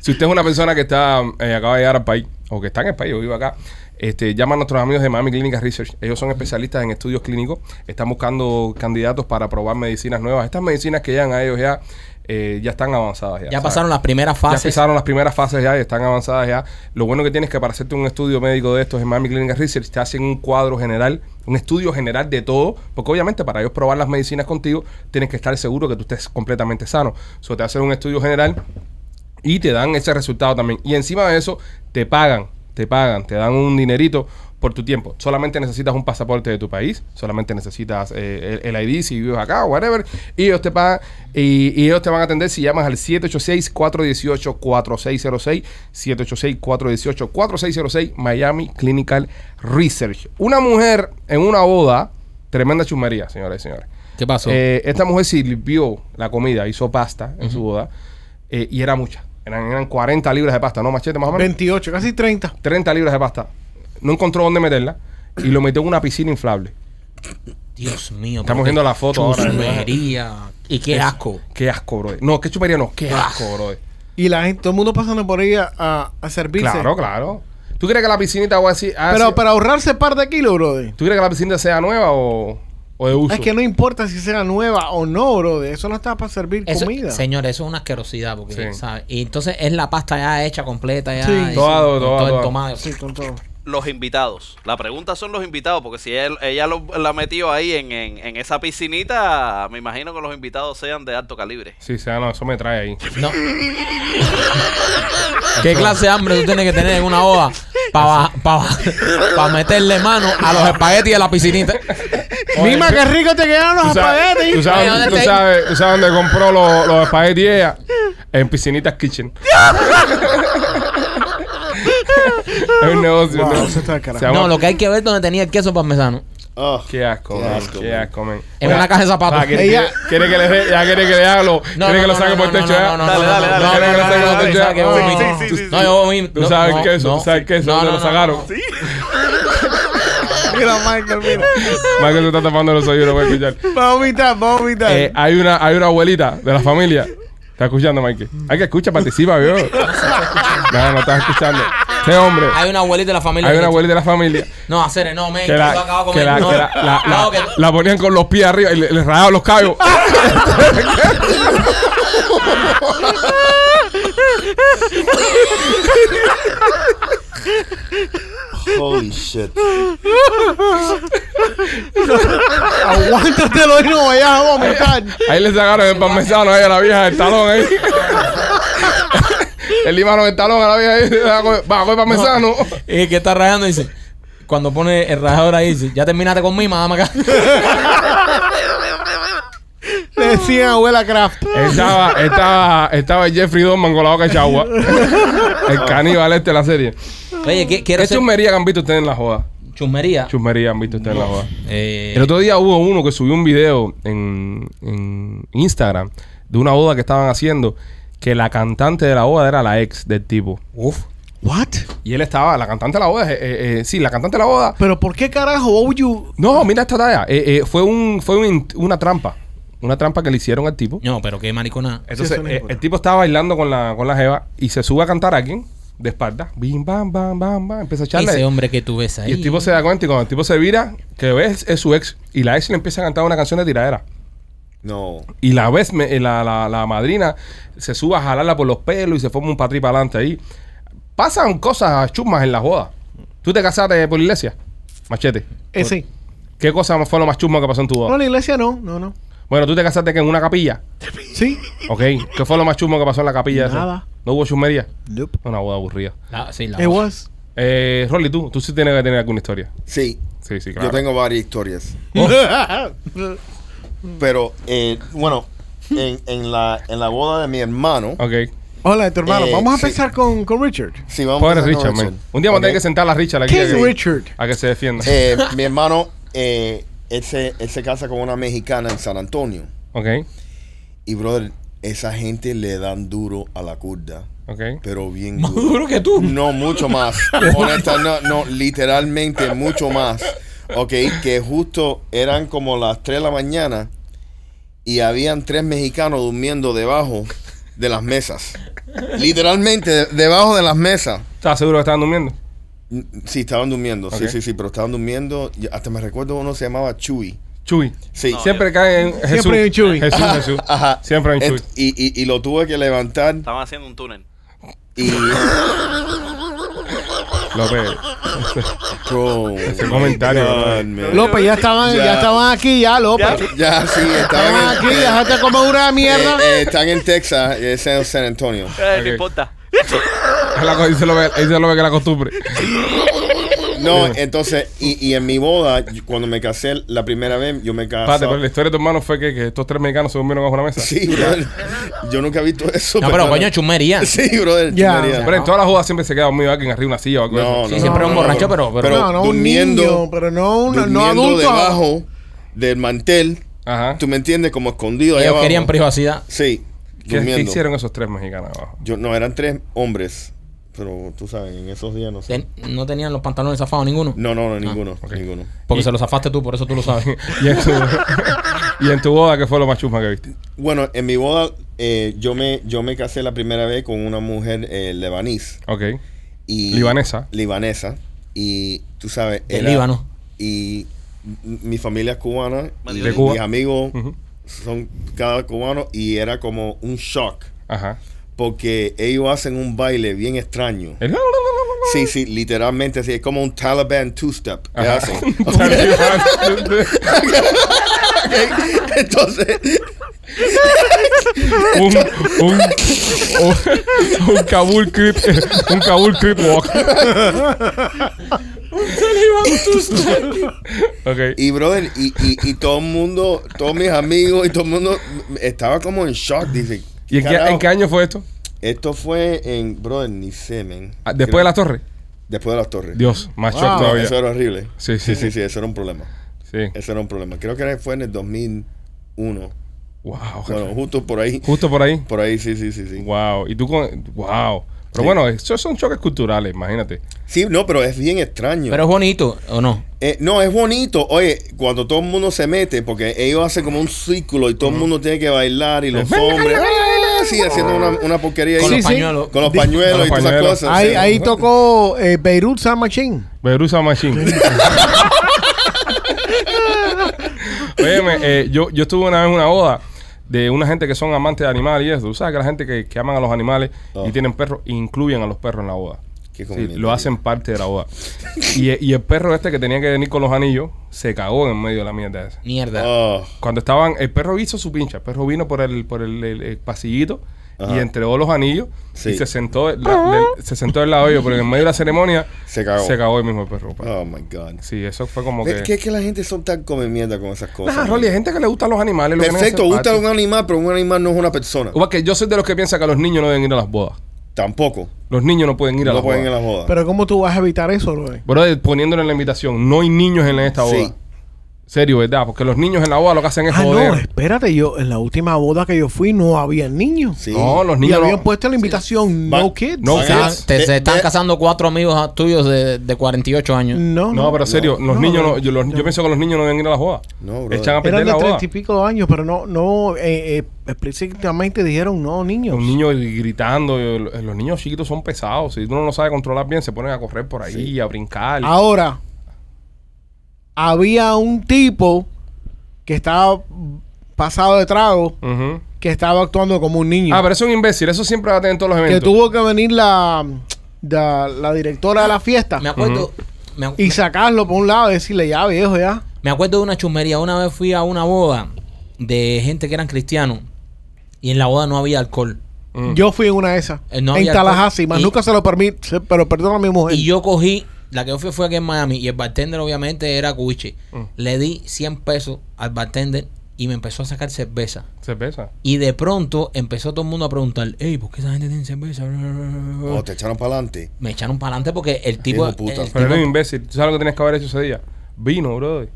D: si usted es una persona que está eh, acaba de llegar al país, o que está en el país, o vive acá, este, llama a nuestros amigos de Miami Clinical Research. Ellos son especialistas en estudios clínicos. Están buscando candidatos para probar medicinas nuevas. Estas medicinas que llegan a ellos ya, eh, ya están avanzadas.
B: Ya
D: ¿sabes?
B: pasaron las primeras
D: Ya
B: fases.
D: empezaron las primeras fases ya y están avanzadas ya. Lo bueno que tienes que para hacerte un estudio médico de estos en Miami Clinical Research te hacen un cuadro general, un estudio general de todo, porque obviamente para ellos probar las medicinas contigo tienes que estar seguro que tú estés completamente sano. So, te hacen un estudio general y te dan ese resultado también. Y encima de eso, te pagan, te pagan, te dan un dinerito por tu tiempo. Solamente necesitas un pasaporte de tu país, solamente necesitas eh, el, el ID si vives acá o whatever. Y ellos te pagan y, y ellos te van a atender si llamas al 786-418-4606, 786-418-4606, Miami Clinical Research. Una mujer en una boda, tremenda chumería, señores y señores.
B: ¿Qué pasó?
D: Eh, esta mujer sirvió la comida, hizo pasta en su boda eh, y era mucha. Eran, eran 40 libras de pasta, ¿no, machete más o menos?
E: 28, casi 30.
D: 30 libras de pasta. No encontró dónde meterla y lo metió en una piscina inflable.
B: Dios mío.
D: Estamos
B: pero
D: viendo
B: qué
D: la foto ahora.
B: Chumería. Y qué asco.
D: Qué asco, bro. No, qué chupería no. Qué
B: Ah.
D: asco, bro.
E: Y la gente, todo el mundo pasando por ahí a- a, a servirse.
D: Claro, claro. ¿Tú crees que la piscinita o así? ah,
E: Pero
D: sí-
E: para ahorrarse par de kilos, brother.
D: ¿Tú crees que la piscinita sea nueva o, o de uso?
E: Es que no importa si sea nueva o no, brother. Eso no está para servir
B: Eso,
E: comida.
B: Señores, eso es una asquerosidad. Porque,
D: Sí.
B: ¿sabes? Y entonces es la pasta ya hecha completa. Ya,
E: Sí.
B: y-
D: Toda,
B: con
D: toda,
B: todo el
D: toda.
B: tomate.
E: Sí, con todo.
G: los invitados. La pregunta son los invitados, porque si él- ella lo- la metió ahí en, en- en esa piscinita, me imagino que los invitados sean de alto calibre.
D: Sí, sea, no, eso me trae ahí.
B: No. ¿Qué clase de hambre tú tienes que tener en una hoja para meterle mano a los espaguetis de la piscinita?
E: Mima, qué rico te quedaron los
D: Tú sabes- tú
E: espaguetis.
D: sabes-
B: Ay, ¿dónde
D: tú
B: te-
D: sabes- tú sabes dónde compró los, los espaguetis ella? En Piscinitas Kitchen. es un negocio.
E: Wow,
D: ¿no?
E: eso está del carajo.
D: Se llama-
B: No, lo que hay que ver es donde tenía el queso parmesano.
F: Ah.
D: Qué asco,
F: Qué
D: man,
F: asco,
D: qué
F: man.
D: asco, man.
B: En una caja de zapatos.
D: Ah, quiere,
E: Ella-
D: quiere- quiere que le dé- ya quiere que le haga lo,
B: No,
D: quiere
B: no,
D: que lo
B: no,
D: saque
B: no,
D: por el
B: no,
D: techo.
B: no,
D: ya.
B: no, no,
G: Dale,
B: no,
G: dale,
B: no,
G: dale,
B: no,
G: dale,
B: no, no,
G: dale, dale,
B: no,
G: dale,
B: tú sabes que
G: dale,
B: vomito.
G: dale. Sí, sí, sí,
B: No, yo vomito.
D: Tú
B: No,
D: sabes
B: no,
D: que eso,
B: no.
D: tú sabes que eso,
B: No,
D: ¿dónde
B: no,
D: lo
B: no,
D: sacaron.
B: no.
E: Mira, Michael, mira.
D: Michael se está tapando los oídos, lo voy a escuchar.
E: Va a vomitar, va a vomitar.
D: Eh, hay, una, hay una abuelita de la familia. ¿Estás escuchando, Michael? Hay que escuchar, participa, vio. No, no estás escuchando. Ese hombre.
B: Hay una abuelita de la familia.
D: Hay una
B: que-
D: abuelita de la familia
B: No, hacer no, men.
D: que
B: Que
D: la,
B: tú acabas de
D: que
B: comer.
D: la,
B: No,
D: que la, la-
B: no,
D: la-
B: que-
D: la ponían con los pies arriba y le, le rajaban los cabos.
F: Holy shit.
E: Aguántate lo no vayas a vomitar.
D: Ahí le sacaron el parmesano ahí a la vieja del talón ahí. Le limaron el talón a la vieja ahí. Va a comer va a comer parmesano.
B: Y que está rayando dice, cuando pone el rajador ahí, dice, ya terminaste con mima, dame acá.
E: Le decían abuela Kraft.
D: Estaba, estaba, estaba Jeffrey Dorman con la boca hecha agua. El caníbal este de la serie.
B: Oye, ¿qué, quiero
D: ¿Qué
B: hacer
D: chusmería que han visto ustedes en la joda?
B: chusmería.
D: Chusmería han visto ustedes en la joda.
B: Eh,
D: El otro día hubo uno que subió un video en, en Instagram de una boda que estaban haciendo que la cantante de la boda era la ex del tipo.
B: uf.
E: What?
D: Y él estaba, la cantante de la boda, eh, eh, eh, sí, la cantante de la boda.
E: Pero ¿por qué carajo would you?
D: No, mira esta talla. eh, eh, fue un, fue un- una trampa. Una trampa que le hicieron al tipo.
B: No, pero qué maricona.
D: Entonces,
E: eso no
D: eh,
E: importa.
D: el tipo estaba bailando con la, con la jeva y se sube a cantar a alguien de espalda. Bim, bam, bam, bam, bam. Empieza a echarle.
B: Ese hombre que tú ves ahí.
D: Y el tipo se da cuenta y cuando el tipo se vira, que ves es su ex. Y la ex le empieza a cantar una canción de tiradera.
F: No.
D: Y la vez me- eh, la, la- la madrina se sube a jalarla por los pelos y se forma un patri para adelante ahí. Pasan cosas chumas en la boda. ¿Tú te casaste por iglesia? Machete.
E: Eh, sí.
D: ¿Qué cosa fue lo más chusma que pasó en tu
E: No,
D: boda?
E: la iglesia no, no, no.
D: Bueno, tú te casaste que en una capilla.
E: Sí.
D: Ok. ¿Qué fue lo más chusmo que pasó en la capilla? esa?
E: Nada.
D: ¿No hubo chusmería?
E: Nope.
D: Una boda aburrida.
B: La- sí, la
E: It was.
D: Eh, Rolly, tú, tú sí tienes que tener alguna historia.
F: Sí.
D: Sí, sí,
F: Yo
D: claro.
F: tengo varias historias. Pero, eh, bueno, en, en, la, en la boda de mi hermano.
D: Ok.
E: Hola, de tu hermano.
F: Eh,
E: Vamos a
F: sí.
E: empezar con, con Richard.
F: Sí, vamos
D: Pobre
F: a empezar
D: Richard,
F: con
D: man. Un día vamos a tener que sentar a la Richard aquí.
E: King
D: a que-
E: Richard.
D: A que se defienda.
F: Eh, mi hermano, eh, él, se, él se casa con una mexicana en San Antonio.
D: Ok.
F: Y, brother, esa gente le dan duro a la kurda.
D: Ok.
F: Pero bien
B: Más
F: duro.
B: duro que tú.
F: No, mucho más. Honesta, no, no, literalmente mucho más. Ok, que justo eran como las 3 de la mañana y habían tres mexicanos durmiendo debajo de las mesas. Literalmente, de- debajo de las mesas.
D: ¿Estás seguro que estaban durmiendo?
F: N- Sí, estaban durmiendo,
D: Ok.
F: sí, sí, sí, pero estaban durmiendo. y Hasta me recuerdo uno se llamaba Chuy.
D: Chuy.
F: Sí.
D: Siempre cae en Jesús.
E: hay un Chuy.
D: Jesús, Jesús.
F: Ajá.
D: Siempre hay un Chuy.
F: Et- y, y- y lo tuve que levantar
G: Estaban haciendo un túnel.
F: y...
D: López.
F: Bro,
D: Ese comentario,
F: God,
D: bro.
F: man.
E: López, ya estaban, ya.
F: Ya.
E: estaban aquí, ya, López.
G: Ya.
F: Ya, sí,
E: Estaban
F: estaban... en-
E: aquí, déjate comer una mierda.
F: Eh, eh, están en Texas, es en San Antonio.
G: Eh,
D: Ok.
G: No importa.
D: Es la co- Ahí se lo ve, ahí se lo ve que es la costumbre.
F: No, entonces, y, y en mi boda, yo- cuando me casé la primera vez, yo me
D: Espérate,
F: casé.
D: pero la historia de tu hermano fue que, que estos tres mexicanos se durmieron bajo una mesa.
F: Sí, brother. Yo nunca he visto eso.
B: No, pero
F: perdona.
B: coño, chumería.
F: Sí, brother.
E: Ya.
F: chulería.
D: Pero en todas las bodas siempre se queda dormido alguien arriba de una silla o algo de
F: No,
D: eso.
F: no,
B: pues, Sí,
F: no,
B: siempre
F: no,
B: un
F: no,
B: borracho,
F: no.
B: pero- pero-
E: No, no, un niño, pero no un- no
F: durmiendo
E: adulto.
F: debajo del mantel,
D: Ajá.
F: tú me entiendes, como escondido ahí
B: Ah. Ellos
F: abajo.
B: querían privacidad.
F: Sí,
D: ¿Qué, qué
F: durmiendo.
D: hicieron esos tres mexicanos abajo?
F: Yo, no, eran tres hombres, pero tú sabes, en esos días no sé.
B: Ten- no tenían los pantalones zafados ninguno.
F: No, no, no, ninguno, ninguno.
B: Porque se los zafaste tú, por eso tú lo sabes.
D: Y en tu, y en tu boda, ¿qué fue lo más chusma que viste?
F: Bueno, en mi boda, eh, yo, me, yo me casé la primera vez con una mujer eh, lebanís.
D: Ok.
F: y
D: Libanesa.
F: libanesa y tú sabes
B: Del
F: era-
B: Líbano.
F: y m- mi familia es cubana y
G: De
D: Cuba.
F: mis amigos
D: Ujú.
F: son cada cubano y era como un shock
D: Ajá. Eh.
F: porque ellos hacen un baile bien extraño
D: El-
F: Sí, sí, literalmente sí. Es como un Taliban two-step. que hacen. Ok, Entonces,
D: un, un, un, un Kabul Creep, un Kabul Creep Walk. ok.
F: y brother, y, y, y todo el mundo, todos mis amigos y todo el mundo estaba como en shock. Dice,
D: ¿Y en qué,
F: "Carajo".
D: en qué año fue esto?
F: Esto fue en, brother, ni sé, man.
D: Ah, ¿Después de la torre?
F: Después de las torres.
D: Dios, más
E: Wow.
D: shock
F: No,
D: todavía.
F: eso era horrible.
D: Sí, sí.
F: sí, sí, sí, eso era un problema.
D: Sí.
F: Ese era un problema. Creo que era- fue en el 2001.
D: Wow. jefe.
F: Bueno, justo por ahí.
D: Justo por ahí.
F: Por ahí, sí, sí, sí, sí.
D: Wow. Y tú con. Wow. Pero
F: Sí.
D: bueno, esos son choques culturales, imagínate.
F: Sí, no, pero es bien extraño.
B: Pero es bonito, ¿o no?
F: Eh, no, es bonito. Oye, cuando todo el mundo se mete, porque ellos hacen como un círculo y todo el mundo tiene que bailar y los hombres. ah, Sí, haciendo una, una porquería ahí.
B: Con los
E: sí.
B: pañuelos.
F: Con los pañuelos
D: Con los
F: y todas esas
D: pañuelos.
F: cosas.
E: Ahí,
F: sí.
E: ahí tocó eh, Beirut Sound Machine.
D: Berusa Machine. Óyeme, eh, yo, yo estuve una vez en una boda de una gente que son amantes de animales y eso. Tú sabes que la gente que, que aman a los animales y
F: Oh.
D: tienen perros incluyen a los perros en la boda.
F: Qué
D: Sí,
F: comunitario.
D: lo hacen parte de la boda. Y, y el perro este que tenía que venir con los anillos se cagó en medio de la mierda esa.
B: Mierda.
F: Oh,
D: Cuando estaban, el perro hizo su pincha, el perro vino por el, por el, el- el pasillito y
F: Ajá.
D: entregó los anillos y
F: Sí.
D: se sentó, la- del- se sentó del lado de ellos, pero en medio de la ceremonia
F: Se cagó.
D: se cagó el mismo perro. pues. pa.
F: oh my God.
D: Sí, eso fue como
F: ¿Ves
D: que.
F: que es que la gente son tan come mierda con esas cosas?
D: Nah, Ah,
F: man?
D: Rolly, hay gente que le gustan los animales. lo que no es
F: Perfecto,
D: hacer
F: gusta
D: parte.
F: un animal, pero un animal no es una persona.
D: Igual que yo soy de los que piensa que los niños no deben ir a las bodas.
F: Tampoco.
D: Los niños no pueden ir a
F: No
D: las
F: pueden ir a
D: bodas.
F: las bodas.
E: Pero ¿cómo tú vas a evitar eso, bro?
D: Brother, poniéndole en la invitación, no hay niños en esta boda.
F: Sí.
D: Serio, ¿verdad? Porque los niños en la boda lo que hacen es
E: Ah, no,
D: joder.
E: espérate, yo en la última boda que yo fui no había niños.
F: Sí.
D: No, los
E: Y
D: niños.
E: habían
D: no-
E: puesto en la invitación
F: Va-
E: no kids.
D: No
B: O sea,
F: kids.
B: te,
F: De-
B: se están
F: de-
B: casando cuatro amigos ah, tuyos de, de 48 años.
E: No,
D: No, pero serio, los
E: no,
D: niños
E: no,
D: no, yo, los- yo
E: no.
D: pienso que los niños no deben ir a las bodas.
F: No, brother.
D: Echan a perder
E: Eran de
D: la boda.
E: treinta y pico años, pero no, no, eh, eh, explícitamente dijeron no, niños.
D: Un niño gritando, eh, los niños chiquitos son pesados. Si uno no sabe controlar bien, se ponen a correr por ahí, a brincar.
E: Ahora, había un tipo que estaba pasado de trago,
D: Ujú.
E: que estaba actuando como un niño.
D: Ah, pero eso es un imbécil, eso siempre va a tener en todos los
E: que
D: eventos.
E: tuvo que venir la, la, la directora de la fiesta
B: Me acuerdo. me acu-
E: y sacarlo por un lado y decirle, ya viejo, ya.
B: Me acuerdo de una chumería. Una vez fui a una boda de gente que eran cristianos y en la boda no había alcohol.
D: Mm.
E: Yo fui en una de esas.
B: Eh, no
E: en
B: había
E: Tallahassee,
B: alcohol.
E: más
B: Y-
E: nunca se lo permite, pero perdona a mi mujer.
B: Y yo cogí, la que yo fui fue aquí en Miami y el bartender obviamente era cuiche.
F: Mm.
B: Le di 100 pesos al bartender y me empezó a sacar cerveza.
D: Se pesa.
B: Y de pronto empezó todo el mundo a preguntar, hey, ¿por qué esa gente tiene cerveza?
F: Oh, te echaron para adelante.
B: Me echaron para adelante porque el tipo...
F: Hijo puta.
B: el
D: Pero
B: tipo-
D: eres un imbécil. ¿Tú sabes lo que tenías que haber hecho ese día? Vino, brother.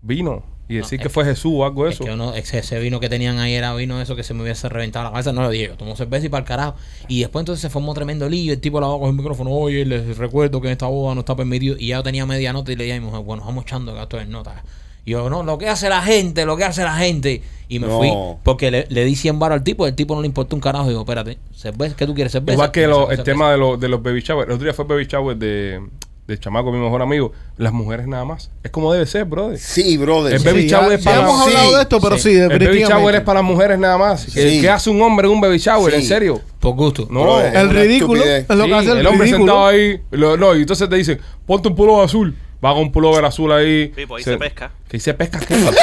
D: Vino. Y decir
B: No,
D: que
B: es-
D: fue Jesús o algo de
B: Es
D: eso.
B: que yo no- ese, ese vino que tenían ahí era vino eso que se me hubiese reventado la cabeza. No lo dije, yo tomo cerveza y para el carajo. Y después entonces se formó tremendo lío. El tipo la va a coger el micrófono. Oye, les recuerdo que en esta boda no está permitido. Y ya yo tenía media nota y le dije a mi mujer, bueno, vamos echando el gasto en nota. Y yo, no, lo que hace la gente, lo que hace la gente. Y me
F: No.
B: fui porque le, le di 100 baros al tipo. El tipo no le importó un carajo. Y digo, espérate, cerveza, ¿qué tú quieres? Cerveza.
D: Igual que
B: Me
D: lo-
B: sacó
D: el
B: cerveza.
D: tema de, los de los baby shower. El otro día fue baby shower de, de chamaco, mi mejor amigo. Las mujeres nada más. Es como debe ser, brother.
F: Sí, brother.
D: El baby
E: Sí,
D: shower
E: ya,
D: es
E: ya
D: para-
E: hemos
F: Sí,
E: hablado de esto, pero
B: sí.
E: sí,
D: El baby shower
E: definitivamente.
D: es para las mujeres nada más. ¿Qué-
F: Sí.
D: ¿Qué hace un hombre en un baby shower? ¿En
F: Sí.
D: serio?
B: Por gusto.
D: No.
F: Brother, es
E: El
F: una
E: ridículo
F: estupidez.
E: es lo
D: Sí,
E: que hace el,
D: el hombre
E: ridículo.
D: sentado ahí, lo- no, y entonces te dicen, ponte un pullover azul, va con un pullover azul ahí.
G: Sí, pues ahí se pesca.
D: Que ahí se pesca, ¿qué? papá?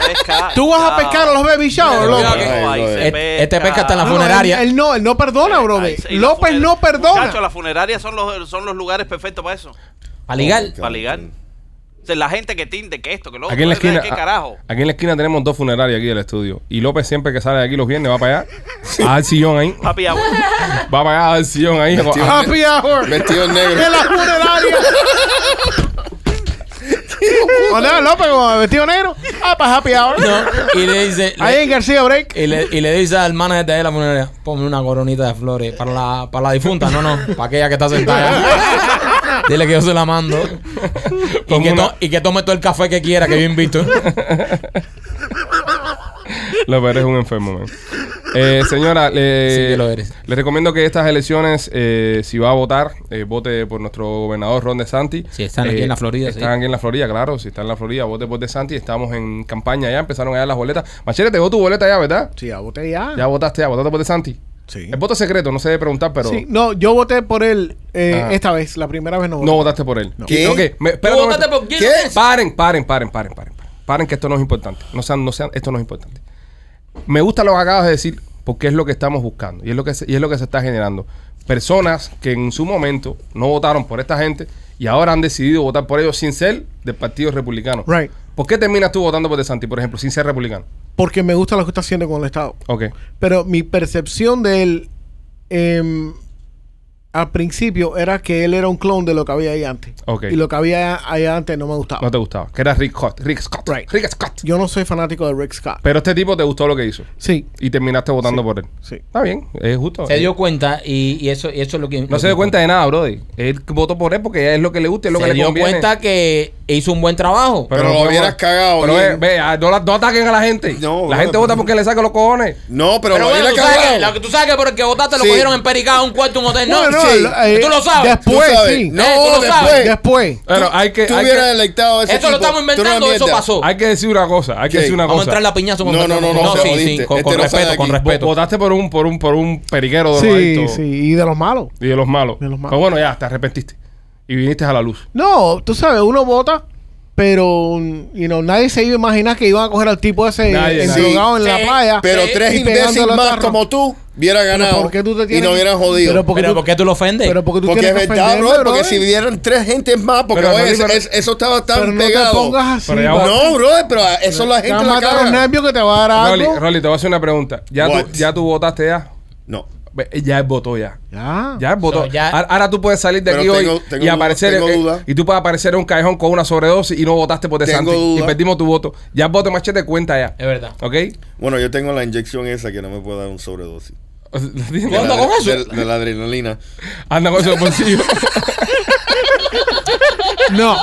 G: Se pesca,
E: Tú vas a
G: ya.
E: pescar a los baby shower,
B: Pero
E: loco.
B: cuidado que-
F: Ay,
G: Ahí
F: brother.
G: se
B: Este- este pesca hasta la
E: No, no,
B: funeraria.
E: Él, él no, él no perdona, bro.
G: Ahí se- y la
E: López
G: funer-
E: no perdona.
G: Muchacho, las funerarias son los, son los lugares perfectos para eso.
B: Para ligar.
F: Claro,
G: Para ligar.
F: sí.
G: O sea, la gente que tinde, que esto, que lo otro.
D: Aquí en la esquina, ah.
G: ¿Qué
D: a-
G: carajo?
D: aquí en la esquina tenemos dos funerarias aquí del estudio. Y López siempre que sale de aquí los viernes va para allá, a dar sillón ahí,
G: Papi, abu-
D: va para allá a dar sillón ahí.
F: Vestido-
D: Ah,
E: Happy hour.
F: Vestido en negro.
E: de la funeraria. Hola, López, con el vestido negro. Ah, para happy hour.
B: No, y le dice...
E: Ahí en García Break.
B: Y le, y le dice al manager de ahí de la funeraria, ponme una coronita de flores para la, para la difunta. No, no, para aquella que está sentada. Dile que yo se la mando. Y
D: Ponme
B: que, to-
D: una-
B: y que tome todo el café que quiera, que yo invito.
D: López eres un enfermo, man. Eh, señora, le,
B: Sí que lo eres.
D: le recomiendo que estas elecciones, eh, si va a votar, eh, vote por nuestro gobernador Ron DeSantis.
B: Si están aquí
D: Eh,
B: en la Florida, sí.
D: Están aquí en la Florida, claro. Si están en la Florida, vote por DeSantis. Estamos en campaña ya, empezaron a dar las boletas. Machete, te dio tu boleta ya, ¿verdad?
E: Sí, a bote ya.
D: Ya votaste, ya votaste por DeSantis.
E: Sí.
D: El voto es secreto, no se debe preguntar, pero
E: Sí, no, yo voté por él eh,
D: Ajá.
E: esta vez, la primera vez no voté.
D: no votaste por él.
F: ¿Qué?
D: Ok, me- espera
B: Tú
D: un
B: votaste por
D: momento.
B: Gil
F: ¿Qué?
B: López.
D: Paren, paren, paren, paren, paren. Paren que esto no es importante. No sean, no sean, esto no es importante. Me gusta lo que acabas de decir porque es lo que estamos buscando y es lo que se, y es lo que se está generando. Personas que en su momento no votaron por esta gente y ahora han decidido votar por ellos sin ser del Partido Republicano.
E: Right.
D: ¿Por qué terminas tú votando por DeSantis, por ejemplo, sin ser republicano?
E: Porque me gusta lo que está haciendo con el Estado.
D: Ok.
E: Pero mi percepción de él em, al principio era que él era un clon de lo que había ahí antes.
D: Ok.
E: Y lo que había ahí antes no me gustaba.
D: No te gustaba. Que era Rick Scott. Rick Scott.
E: Right.
D: Rick Scott.
E: Yo no soy fanático de Rick Scott.
D: Pero este tipo te gustó lo que hizo
E: sí,
D: y terminaste votando por él.
E: sí.
F: Eh.
D: Está bien, es justo.
B: Se dio cuenta y, y eso, y eso es lo que.
D: No se dio cuenta de nada, Brody. Él votó por él porque es lo que le gusta, es lo que
B: Se
D: le
B: dio
D: conviene.
B: cuenta que hizo un buen trabajo.
F: Pero lo
D: fue
F: hubieras
D: por-
F: cagado
D: Pero
F: bien.
D: ve, ve, ah, no, la- no ataquen a la gente.
F: No, pues.
D: la
F: brother,
D: gente vota
F: pero-
D: porque le saca los cojones.
F: No, pero,
B: Pero
F: lo
B: bueno,
F: hubiera
B: tú sabes, que,
F: cagado.
B: la que tú sabes que porque votaste lo
F: Sí.
B: cogieron empericado en un cuarto, un hotel. No,
E: Bueno, no,
F: sí.
E: lo- eh,
B: Tú lo sabes.
E: Después,
F: Tú sabes.
E: sí.
F: No,
B: Eh, tú lo
F: después.
B: sabes.
E: Después.
D: Pero hay que,
F: Tú
D: hay
F: hubieras
D: que,
F: electado a ese
B: Eso lo
F: tipo,
B: estamos
F: tú eres
B: inventando,
F: una
B: eso
F: mierda.
B: pasó.
D: hay que decir una cosa. Hay que
F: Sí.
D: decir una
B: Vamos a
D: cosa.
B: entrar la piñazo con
F: No, no, no, no, te
B: sí, sí,
F: jodiste.
B: con,
F: Este
B: con
F: no sale
B: respeto,
F: de
B: con
F: aquí.
B: respeto.
D: Votaste por un, por un, por un periquero
E: Sí,
D: drogadicto
E: sí. Y de los malos.
D: y de los malos.
E: De los malos.
D: Pero bueno, ya, te arrepentiste. Y viniste a la luz.
E: No, tú sabes, uno vota, pero you know, nadie se iba a imaginar que iban a coger al tipo ese
D: Nadie,
F: nadie.
E: endrogado en
B: Sí,
E: la playa.
F: Pero
B: Sí.
F: tres
E: Y pegándole
F: imbéciles
E: a
F: más
E: otro.
F: como tú hubieran ganado
E: ¿por qué tú te
F: y
E: tienes-
F: no hubieran jodido.
E: Pero por-
B: Pero ¿por qué tú lo ofendes?
E: Pero porque tú
F: porque es
E: tienes que
F: verdad,
E: ofenderme,
F: bro, porque
E: brother.
F: si vieran tres gentes más, porque
D: Pero,
F: oye,
D: Rodrigo,
F: es- es- eso estaba
E: pero
F: tan
E: no te
F: pegado.
E: pongas así.
D: Pero ya
E: va.
F: No, bro, pero a- eso la
E: Te va a
F: gente la
E: matar em- los
F: caga.
E: nervios que te va a dar
D: Rolly,
E: algo.
D: Rolly, te voy a hacer una pregunta. ¿Ya,
F: What?
D: tú, ya tú votaste ya?
F: No.
D: Ve, Ya él votó ya.
E: Ya.
D: Ya él votó.
B: So, ya-
D: Ahora- Ahora tú puedes salir de
F: Pero
D: aquí
F: tengo-
D: hoy
F: tengo
D: y
F: duda-
D: aparecer.
F: tengo
D: eh,
F: duda.
D: y tú puedes aparecer en un callejón con una sobredosis y no votaste por
F: Tengo
D: DeSantis. Y
F: duda.
D: perdimos tu voto. Ya el voto machete cuenta ya.
B: Es verdad.
D: ¿Ok?
F: Bueno, yo tengo la inyección esa que no me puede dar un sobredosis. De
B: ¿Cuándo
F: la-
B: con eso?
F: De, de la adrenalina.
D: Anda con esos bolsillos.
E: No.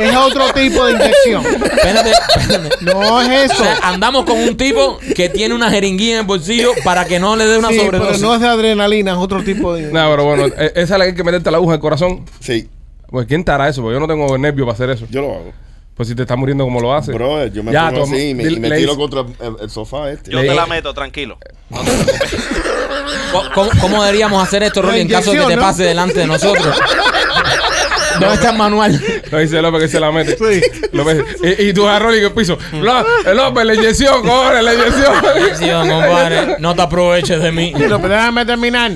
E: es otro tipo de inyección.
B: Espérate, espérate.
E: No es
B: O
E: eso.
B: sea, andamos con un tipo que tiene una jeringuilla en el bolsillo para que no le dé una
E: Sí, pero
B: sobredosis.
E: no es de adrenalina, es otro tipo de.
D: no, pero bueno, eh, esa es la que hay que meterte la aguja en el corazón.
F: Sí,
D: Pues quién te hará eso, porque yo no tengo nervio para hacer eso.
F: yo lo hago.
D: Pues si te estás muriendo como lo haces.
F: Bro, yo me
D: Ya,
F: pongo
D: toma-
F: así y me, y me
D: le-
F: tiro
D: le-
F: contra el, el sofá este.
G: Yo
D: Eh,
G: te la meto, tranquilo.
B: Co- ¿Cómo, cómo deberíamos hacer esto, Rolly, en caso de que te
E: inyección, ¿no?
B: pase delante de nosotros? ¿Dónde está el manual?
D: Lo dice López que se la mete.
E: Sí.
D: López, y, y tú a Rolly en el piso. Ló- López, la inyección, cobre, la inyección.
B: Sí, don compadre, no te aproveches de mí.
E: Pero déjame terminar.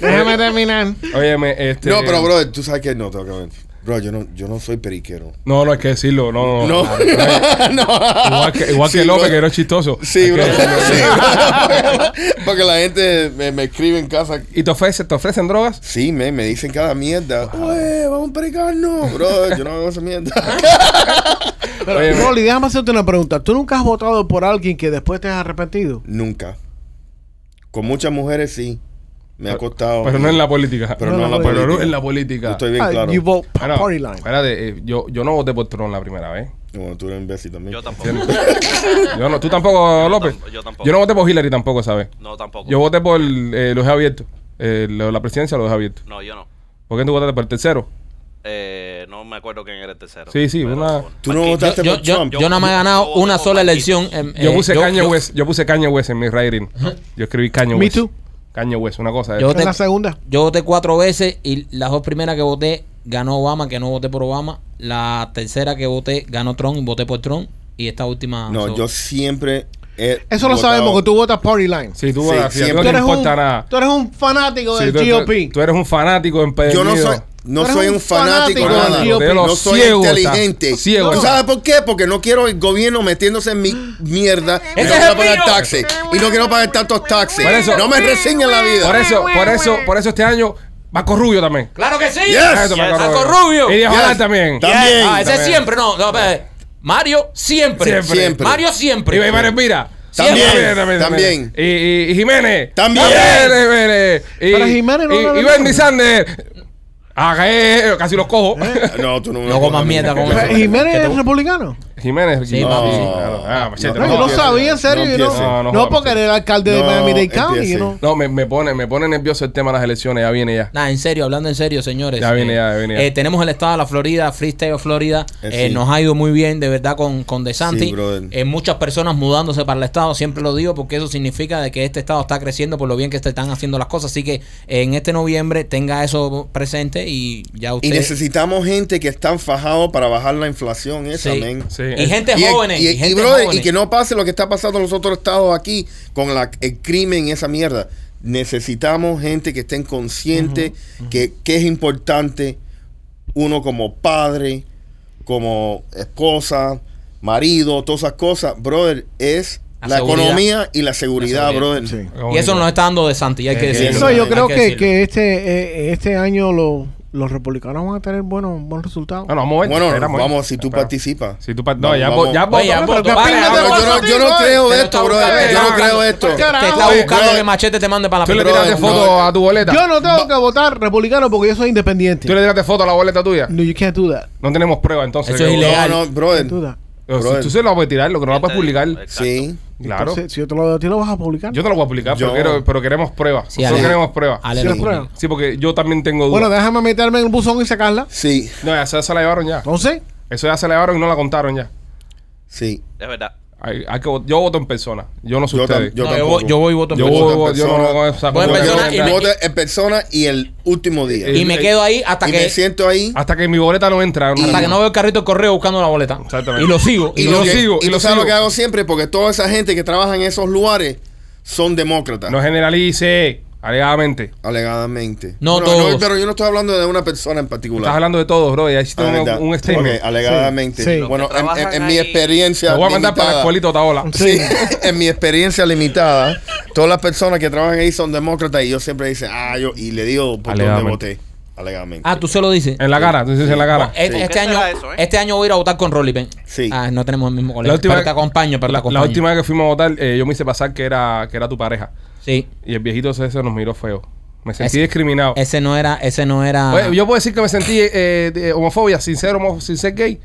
E: Déjame terminar.
D: Óyeme, este.
F: No, pero bro, tú sabes que no, tengo que ver. Bro, yo no, yo no soy periquero.
D: No, no hay que decirlo, no.
F: No, no.
D: Igual que, igual que
F: Sí,
D: López,
F: bro.
D: que no es chistoso.
F: Sí,
D: Hay
F: bro.
D: que decirlo.
F: Sí, bro. Porque la gente me, me escribe en casa.
D: ¿Y te, ofrece- te ofrecen drogas?
F: Sí, me, me dicen cada mierda. Ué, vamos a pericarnos. Bro, yo no hago esa mierda.
D: Oye,
E: Pero, Rolly, déjame hacerte una pregunta. ¿Tú nunca has votado por alguien que después te has arrepentido?
F: Nunca. Con muchas mujeres sí. Me ha costado.
D: Pero no en la política.
F: Pero
E: no en la
D: Pero no
F: política.
D: en la política.
F: Yo estoy bien
E: Ah,
F: claro.
E: You vote pa-
D: Bueno,
E: party line.
D: espérate, eh, yo, yo no voté por Tron la primera vez.
F: Bueno, tú eres imbécil también.
G: Yo tampoco.
D: Yo no, tú tampoco, López.
G: tampo- yo tampoco.
D: Yo no voté por Hillary tampoco, ¿sabes?
G: No, tampoco.
D: Yo voté por eh, los abiertos. Eh, lo- la presidencia los abiertos.
G: No, yo no.
D: ¿Por qué tú votaste por el tercero?
G: Eh, no me acuerdo quién era el tercero.
D: Sí, sí,
G: Pero
D: una-
G: bueno.
F: Tú no
G: Aquí-
B: Yo,
F: votaste
B: yo,
F: por
B: yo,
F: Trump.
B: yo nada más he ganado
G: yo voté
B: una
G: por
B: sola
G: Marquis.
B: elección. em,
D: Yo
B: eh,
D: puse
B: yo-
D: Caña
B: yo-
D: West. Yo puse Caña West en mi writing. Yo escribí Caña
E: Me
D: West.
E: too.
D: Caña West, una cosa. de
B: Yo
E: ¿Esa
B: te-
E: es la segunda?
B: Yo voté cuatro veces y las dos primeras que voté ganó Obama, que no voté por Obama. La tercera que voté ganó Trump y voté por Trump. Y esta última.
F: No,
B: so-
F: yo siempre. he
E: Eso lo
F: votado-
E: sabemos, que tú votas party line.
D: Sí, tú
F: Sí,
D: votas así, a ti no te
F: siempre.
E: Tú eres, un,
D: importa nada.
E: tú eres un fanático
D: Sí,
E: del
D: tú, tú-
E: GOP.
D: tú eres un fanático
F: Yo
D: empedernido.
F: no soy, no
E: Tú eres
F: soy
E: un
F: un fanático de
E: fanático
F: nada.
E: del GOP.
F: No soy
D: Ciego está.
F: inteligente.
D: Ciego
F: ¿Tú
D: está.
F: sabes por qué? Porque no quiero el gobierno metiéndose en mi mierda. Y
B: ¡Ese
F: no
B: es
F: quiero
B: el mío!
F: pagar taxes. Y no quiero pagar tantos taxes.
D: Por eso-
F: no me resignen la vida.
D: Por eso, por eso, por eso este año Marco Rubio también.
B: ¡Claro que sí!
F: Yes.
D: Eso, Marco
B: Marco
D: Rubio.
B: Rubio.
D: Y Diego
F: Yes.
D: Adal también.
F: Ta- También.
B: Ah, ese
D: También.
B: siempre. No, no, espérate. Mario siempre.
D: Siempre.
F: Siempre.
B: Mario
D: Y
B: siempre.
D: Iván Espira.
F: También, también.
D: Y, y- y Jiménez.
F: También.
D: Jiménez. Y,
E: Pero Jiménez no
D: y,
E: la
D: y
E: verdad.
D: Bernie Sanders. Ah, eh, eh, casi los cojo.
F: No, tú no me
B: No comas mierda con
E: Pero
B: eso.
E: Eh, Jiménez
B: Que te-
E: es republicano.
D: Jiménez.
B: Sí,
D: No,
B: papi, sí.
D: claro. Ah, machete,
E: No, yo
D: no.
E: no sabía, en serio.
F: No
E: yo No,
F: empiece.
D: No, no
E: no,
D: jodas.
E: porque era el alcalde de
F: No
E: Miami-Dade County.
F: empiece.
E: yo no.
D: No, me, me pone, me pone nervioso el tema de las elecciones. Ya viene ya.
B: Nah, en serio, hablando en serio, señores.
D: Ya viene
B: eh,
D: ya, ya viene ya.
B: eh, tenemos el estado de la Florida, Free State of Florida.
F: Eh,
B: eh,
F: sí.
B: Nos ha ido muy bien, de verdad, con, con DeSantis.
F: Sí, brother.
B: Eh, muchas personas mudándose para el estado, siempre lo digo, porque eso significa de que este estado está creciendo por lo bien que se están haciendo las cosas. Así que eh, en este noviembre tenga eso presente y ya usted...
F: Y necesitamos gente que están fajados para bajar la inflación esa,
B: Sí.
F: men.
D: Sí,
B: Y
D: es-
B: gente
F: y,
B: joven.
F: y-
B: Y,
F: y,
B: gente
F: brother,
B: jóvenes.
F: y que no pase lo que está pasando en los otros estados aquí con la, el crimen y esa mierda. Necesitamos gente que estén consciente que, que es importante uno como padre, como esposa, marido, todas esas cosas. Brother, es
B: La
F: la,
B: seguridad.
F: economía y la seguridad,
B: La seguridad.
F: brother.
E: Sí.
B: Y eso nos está dando de Santi, hay que
F: Eh,
B: decirlo.
F: Sí,
E: No,
F: hay
E: yo creo
B: hay
E: que,
B: decirlo.
E: que este, eh, este año lo- los republicanos van a tener buenos, buenos resultados.
D: Ah, No, no, vamos a ver.
F: Bueno,
D: Esperamos,
F: vamos,
D: eh.
F: si tú
D: Espera.
F: participas.
D: Si tú par- No,
F: Vamos,
D: ya,
F: vamos.
D: vo- ya
B: Oye,
D: voto,
B: ya
D: pero
B: voto,
D: ¿qué
B: vale,
D: opinas
F: No,
D: de
B: vamos,
D: voto?
F: yo, no, yo no creo
B: Pero
F: esto,
B: está
F: brother.
B: buscando-
F: Yo no creo esto.
B: Te está
F: Oye,
B: buscando
F: brother,
B: que Machete te mande para la
D: Tú le
B: pelota.
D: tiraste
F: Brother,
D: foto
F: no.
D: a tu boleta.
E: Yo no tengo que votar republicano porque yo soy independiente.
D: Tú le tiraste foto a la boleta tuya.
E: No, you can't do that.
D: No tenemos prueba entonces.
B: Eso es
D: que-
B: ilegal.
F: No, no,
E: Do
F: brother.
E: that.
D: Pero si
F: Brother.
D: Tú se lo vas a tirar, lo que no lo puedes publicar.
G: Exacto.
F: Sí.
D: Claro.
E: Entonces, si yo te lo doy a ti, lo vas a publicar.
D: Yo te lo voy a publicar, pero,
F: Yo-
D: quiero- pero queremos pruebas.
B: Sí,
D: Solo
B: Ale.
D: queremos pruebas.
B: Ale,
E: Sí,
B: lo
E: la prueba.
B: publica.
D: Sí, porque yo también tengo dudas.
E: Bueno, déjame meterme en el buzón y sacarla.
F: Sí,
D: no, ya esa se la llevaron ya.
E: Entonces,
D: Eso ya se la llevaron y no la contaron ya.
F: sí.
G: Es verdad.
D: Hay- hay que vot- yo voto en persona. Yo no sé
F: Yo
D: ustedes.
F: tam- yo
B: No,
F: tampoco.
B: voy- yo voy y voto en
D: Yo
B: persona.
D: voy- yo no hago esa-
B: Voy en
F: Yo
B: persona
F: voto-
B: y me-
F: voto en persona y el último día.
D: yo-
B: Y me quedo ahí hasta
F: y
B: que
F: me siento ahí.
D: Hasta que mi boleta no entra. no-
B: hasta que no veo el carrito del correo buscando la boleta.
D: Exactamente.
B: Y lo sigo. Y,
D: y
B: lo,
D: lo
F: que-
D: sigo,
F: Y,
D: y
F: tú
D: lo
F: sabes
D: sigo.
F: lo que hago siempre, porque toda esa gente que trabaja en esos lugares son demócratas.
D: No generalice, alegadamente.
F: Alegadamente.
B: No
F: Bueno,
B: todos.
F: pero yo no estoy hablando de una persona en
D: Estás
F: particular.
D: hablando de todos, bro. Ya hiciste
F: Ah,
D: un,
F: ¿verdad?
D: un statement.
F: Ok, alegadamente.
E: Sí. Sí.
F: Bueno,
G: Los que
F: en, en-
G: trabajan
F: en mi
G: ahí-
F: experiencia.
D: Te voy a mandar para el
F: limitada-
D: colito Taola.
F: Sí, en mi experiencia limitada, todas las personas que trabajan ahí son demócratas y yo siempre dice, ah, yo, y le digo por dónde
D: Alegadamente.
F: voté. Alegadamente.
B: ah, tú se lo dices.
D: En la cara, tú dices en la cara.
B: Este,
G: Sí.
B: este
G: ¿Qué
B: año,
G: será eso, eh?
B: este año voy a ir a votar con Rolly Pen.
F: Sí.
B: Ah, no tenemos el mismo colegio.
D: La última,
B: pero te acompaño, pero te
D: la, la
B: acompaño.
D: última vez que fuimos a votar, eh, yo me hice pasar que era, que era tu pareja.
B: Sí.
D: Y el viejito ese, ese nos miró feo. Me sentí
B: Ese-
D: discriminado.
B: Ese ah. no era, ese no era.
D: Oye, yo puedo decir que me sentí eh, de- homofobia, sin ser, homo- sin ser gay.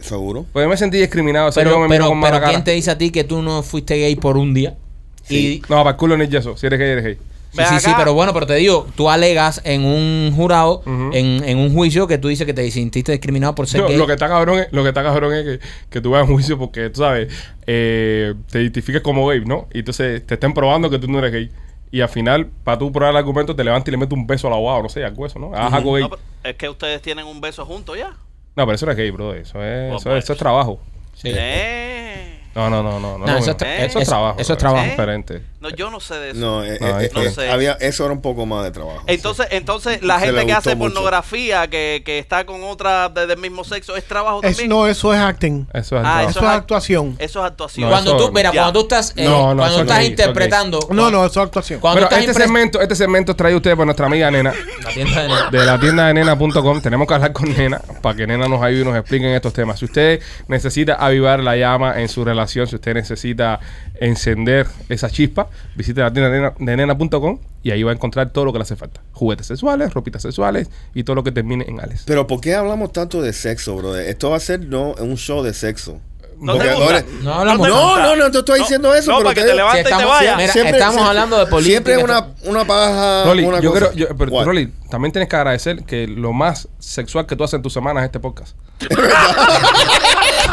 F: ¿Seguro?
D: Pues yo me sentí discriminado. ese
B: pero,
D: viejo me miró
B: pero,
D: con mala
B: pero ¿quién
D: cara.
B: te dice a ti que tú no fuiste gay por un día?
F: Sí.
B: Y-
D: No, para el culo ni yeso. Si eres gay, eres gay.
B: Sí, sí,
G: Ven
B: sí,
G: acá.
B: pero bueno, pero te digo, tú alegas en un jurado,
D: Ujú.
B: en, en un juicio, que tú dices que te sentiste discriminado por ser
D: No,
B: gay.
D: lo que está cabrón es, lo que está cabrón es que, que tú vas a un juicio porque, tú sabes, eh, te identifiques como gay, ¿no? Y entonces te estén probando que tú no eres gay. Y al final, para tú probar el argumento, te levantas y le metes un beso al abogado, no sé, algo eso, ¿no? Haz algo gay.
G: No, pero es que ustedes tienen un beso juntos ya.
D: No, pero eso no es gay, bro. Eso es,
G: Pues,
D: eso,
G: pues.
D: es- eso es trabajo.
B: Sí.
G: Eh.
D: No, no, no, no. no,
B: No,
D: es
B: eso
D: lo
B: es tra-
D: mismo.
G: eh,
D: eso es
B: eso-
D: trabajo.
B: eso es
D: bro,
B: trabajo.
D: diferente.
G: No, yo no sé de eso.
F: No, eh,
D: No,
F: eh,
D: es que-
F: eh, había, eso era un poco más de trabajo.
G: Entonces, entonces la
F: Se le
G: gente que
F: gustó
G: hace
F: mucho.
G: pornografía, que, que está con otra de- del mismo sexo, ¿es trabajo
E: es-
G: también?
E: no, eso es acting.
D: Eso es
G: Ah,
D: trabajo.
E: Eso es actuación.
G: Eso es actuación.
D: No,
B: cuando
D: eso-
B: tú, mira,
G: ya.
B: cuando tú estás, eh,
D: No, no,
B: cuando
D: eso
B: estás
D: es gay, eso es
B: interpretando.
E: No, no, eso es actuación.
B: Cuando
D: Bueno,
B: estás
D: este
B: impres-
D: segmento, este segmento es traído ustedes por nuestra amiga Nena.
B: La tienda de nena.
D: de la tienda de nena.com. Tenemos que hablar con Nena para que Nena nos ayude y nos expliquen estos temas. Si usted necesita avivar la llama en su relación, si usted necesita encender esa chispa, visite la tienda de nena- de nena.com y ahí va a encontrar todo lo que le hace falta. Juguetes sexuales, ropitas sexuales y todo lo que termine en ales.
F: Pero ¿por qué hablamos tanto de sexo, brother? Esto va a ser no un show de sexo.
G: No
F: Porque eh,
G: te gusta.
F: ahora-
B: No hablamos
G: te
B: tanto.
G: gusta.
F: No, no, no, te estoy diciendo eso,
G: No,
F: pero
G: para
F: te
G: que te
F: digo-
B: Si
G: levantes y te
B: estamos-
G: vayas.
B: Mira, estamos hablando de política,
F: Siempre es una,
B: estamos-
F: una paja.
D: Rolly,
F: Ah, una
D: yo
F: cosa.
D: creo, yo- pero tú,
F: ¿Cuál?
D: Rolly, también tienes que agradecer que lo más sexual que tú haces en tus semanas es este podcast.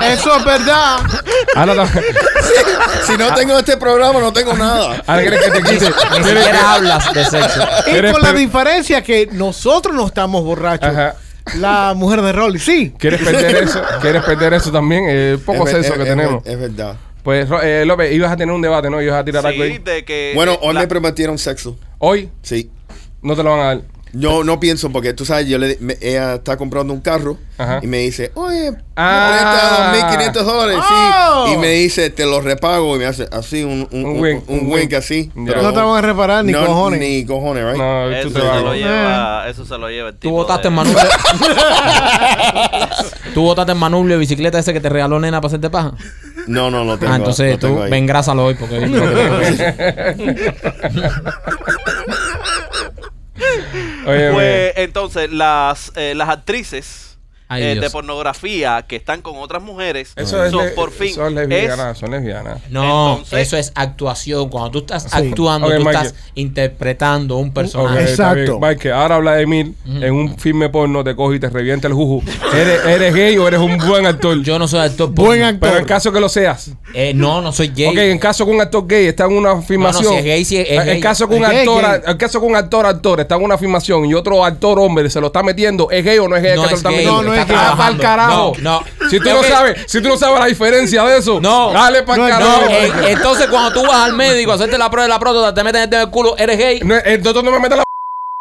E: Eso es verdad.
D: Ahora, ahora
F: Si no tengo este programa, no tengo nada.
D: Ah, quieres que te quite.
B: Ni
D: Quieres que-
B: siquiera hablas de sexo.
E: Y
D: Eres
E: con la
D: per-
E: diferencia que nosotros no estamos borrachos.
D: Ajá.
E: La mujer de Rolly, sí.
D: ¿Quieres perder eso? ¿Quieres perder eso también? Eh, poco
F: Es ver-
D: sexo
F: es-
D: que
F: es ver-
D: tenemos.
F: Es verdad.
D: Pues Ro- eh, López, ibas a tener un debate, ¿no? Ibas a tirar algo
G: Sí,
D: ahí.
G: de que.
F: Bueno, hoy
G: Eh, la-
F: me prometieron sexo.
D: Hoy
F: Sí.
D: no te lo van a dar.
F: Yo no pienso porque tú sabes, yo le, me- ella está comprando un carro
D: Ajá.
F: y me dice, oye,
D: Ah.
F: me presta 2.500 dólares,
E: Oh.
F: sí. Y me dice, te lo repago y me hace así, un,
D: Un
F: un, un-
D: wink,
F: un
D: un
F: wink
D: wink.
F: así.
D: Ya.
F: pero
E: No te van a reparar ni
F: no,
E: cojones.
F: Ni cojones, right?
D: No,
G: Eso
D: tú te
G: se,
D: vas.
G: lo lleva, eso se lo lleva el tipo.
B: Tú votaste
G: de- Pues,
B: en Manubrio. Tú votaste en Manubrio de bicicleta ese que te regaló nena para hacerte paja.
F: No, no, lo tengo.
B: ah, entonces
F: lo
B: tú
F: tengo ahí.
B: vengrásalo hoy porque hoy no lo creo.
D: Oye,
G: Pues entonces, las, eh, las actrices
B: Ay,
G: eh,
B: Dios.
G: de pornografía que están con otras mujeres.
D: Eso es,
G: So,
D: le-
G: por fin,
D: son lesbianas, son lesbianas.
B: No,
G: Entonces-
B: eso es actuación. Cuando tú estás
E: Sí.
B: actuando,
D: Ok,
B: tú
D: Michael.
B: estás interpretando un
D: Ok,
B: personaje.
D: está
E: Exacto.
D: bien. Mike, ahora habla de Emil en un filme porno, te coge y te revienta el juju. ¿Eres, eres gay o eres un buen actor?
B: Yo no soy actor. porno.
E: Buen actor.
D: Pero en caso que lo seas.
B: Eh, no, no soy gay.
D: Ok, en caso que un actor gay está en una afirmación.
B: si es gay, si es- es
D: en
B: gay.
D: caso que un
E: Es gay,
D: actor,
E: gay.
D: en caso que un actor actor está en una afirmación y otro actor hombre se lo está metiendo, ¿es gay o no es gay?
B: No
D: el que se
B: es
D: lo está
B: gay,
D: metiendo?
E: No, no es
D: Está
E: gay.
D: pa'l carajo.
B: No, no.
D: Si tú no
B: Ok.
D: sabes, si tú no sabes la diferencia de eso,
B: No.
D: dale para
E: No es
D: carajo.
B: No, eh, entonces cuando tú vas al médico a hacerte la prueba de la próstata, te meten el dedo en el culo, eres gay.
D: No, eh, no, no me metas la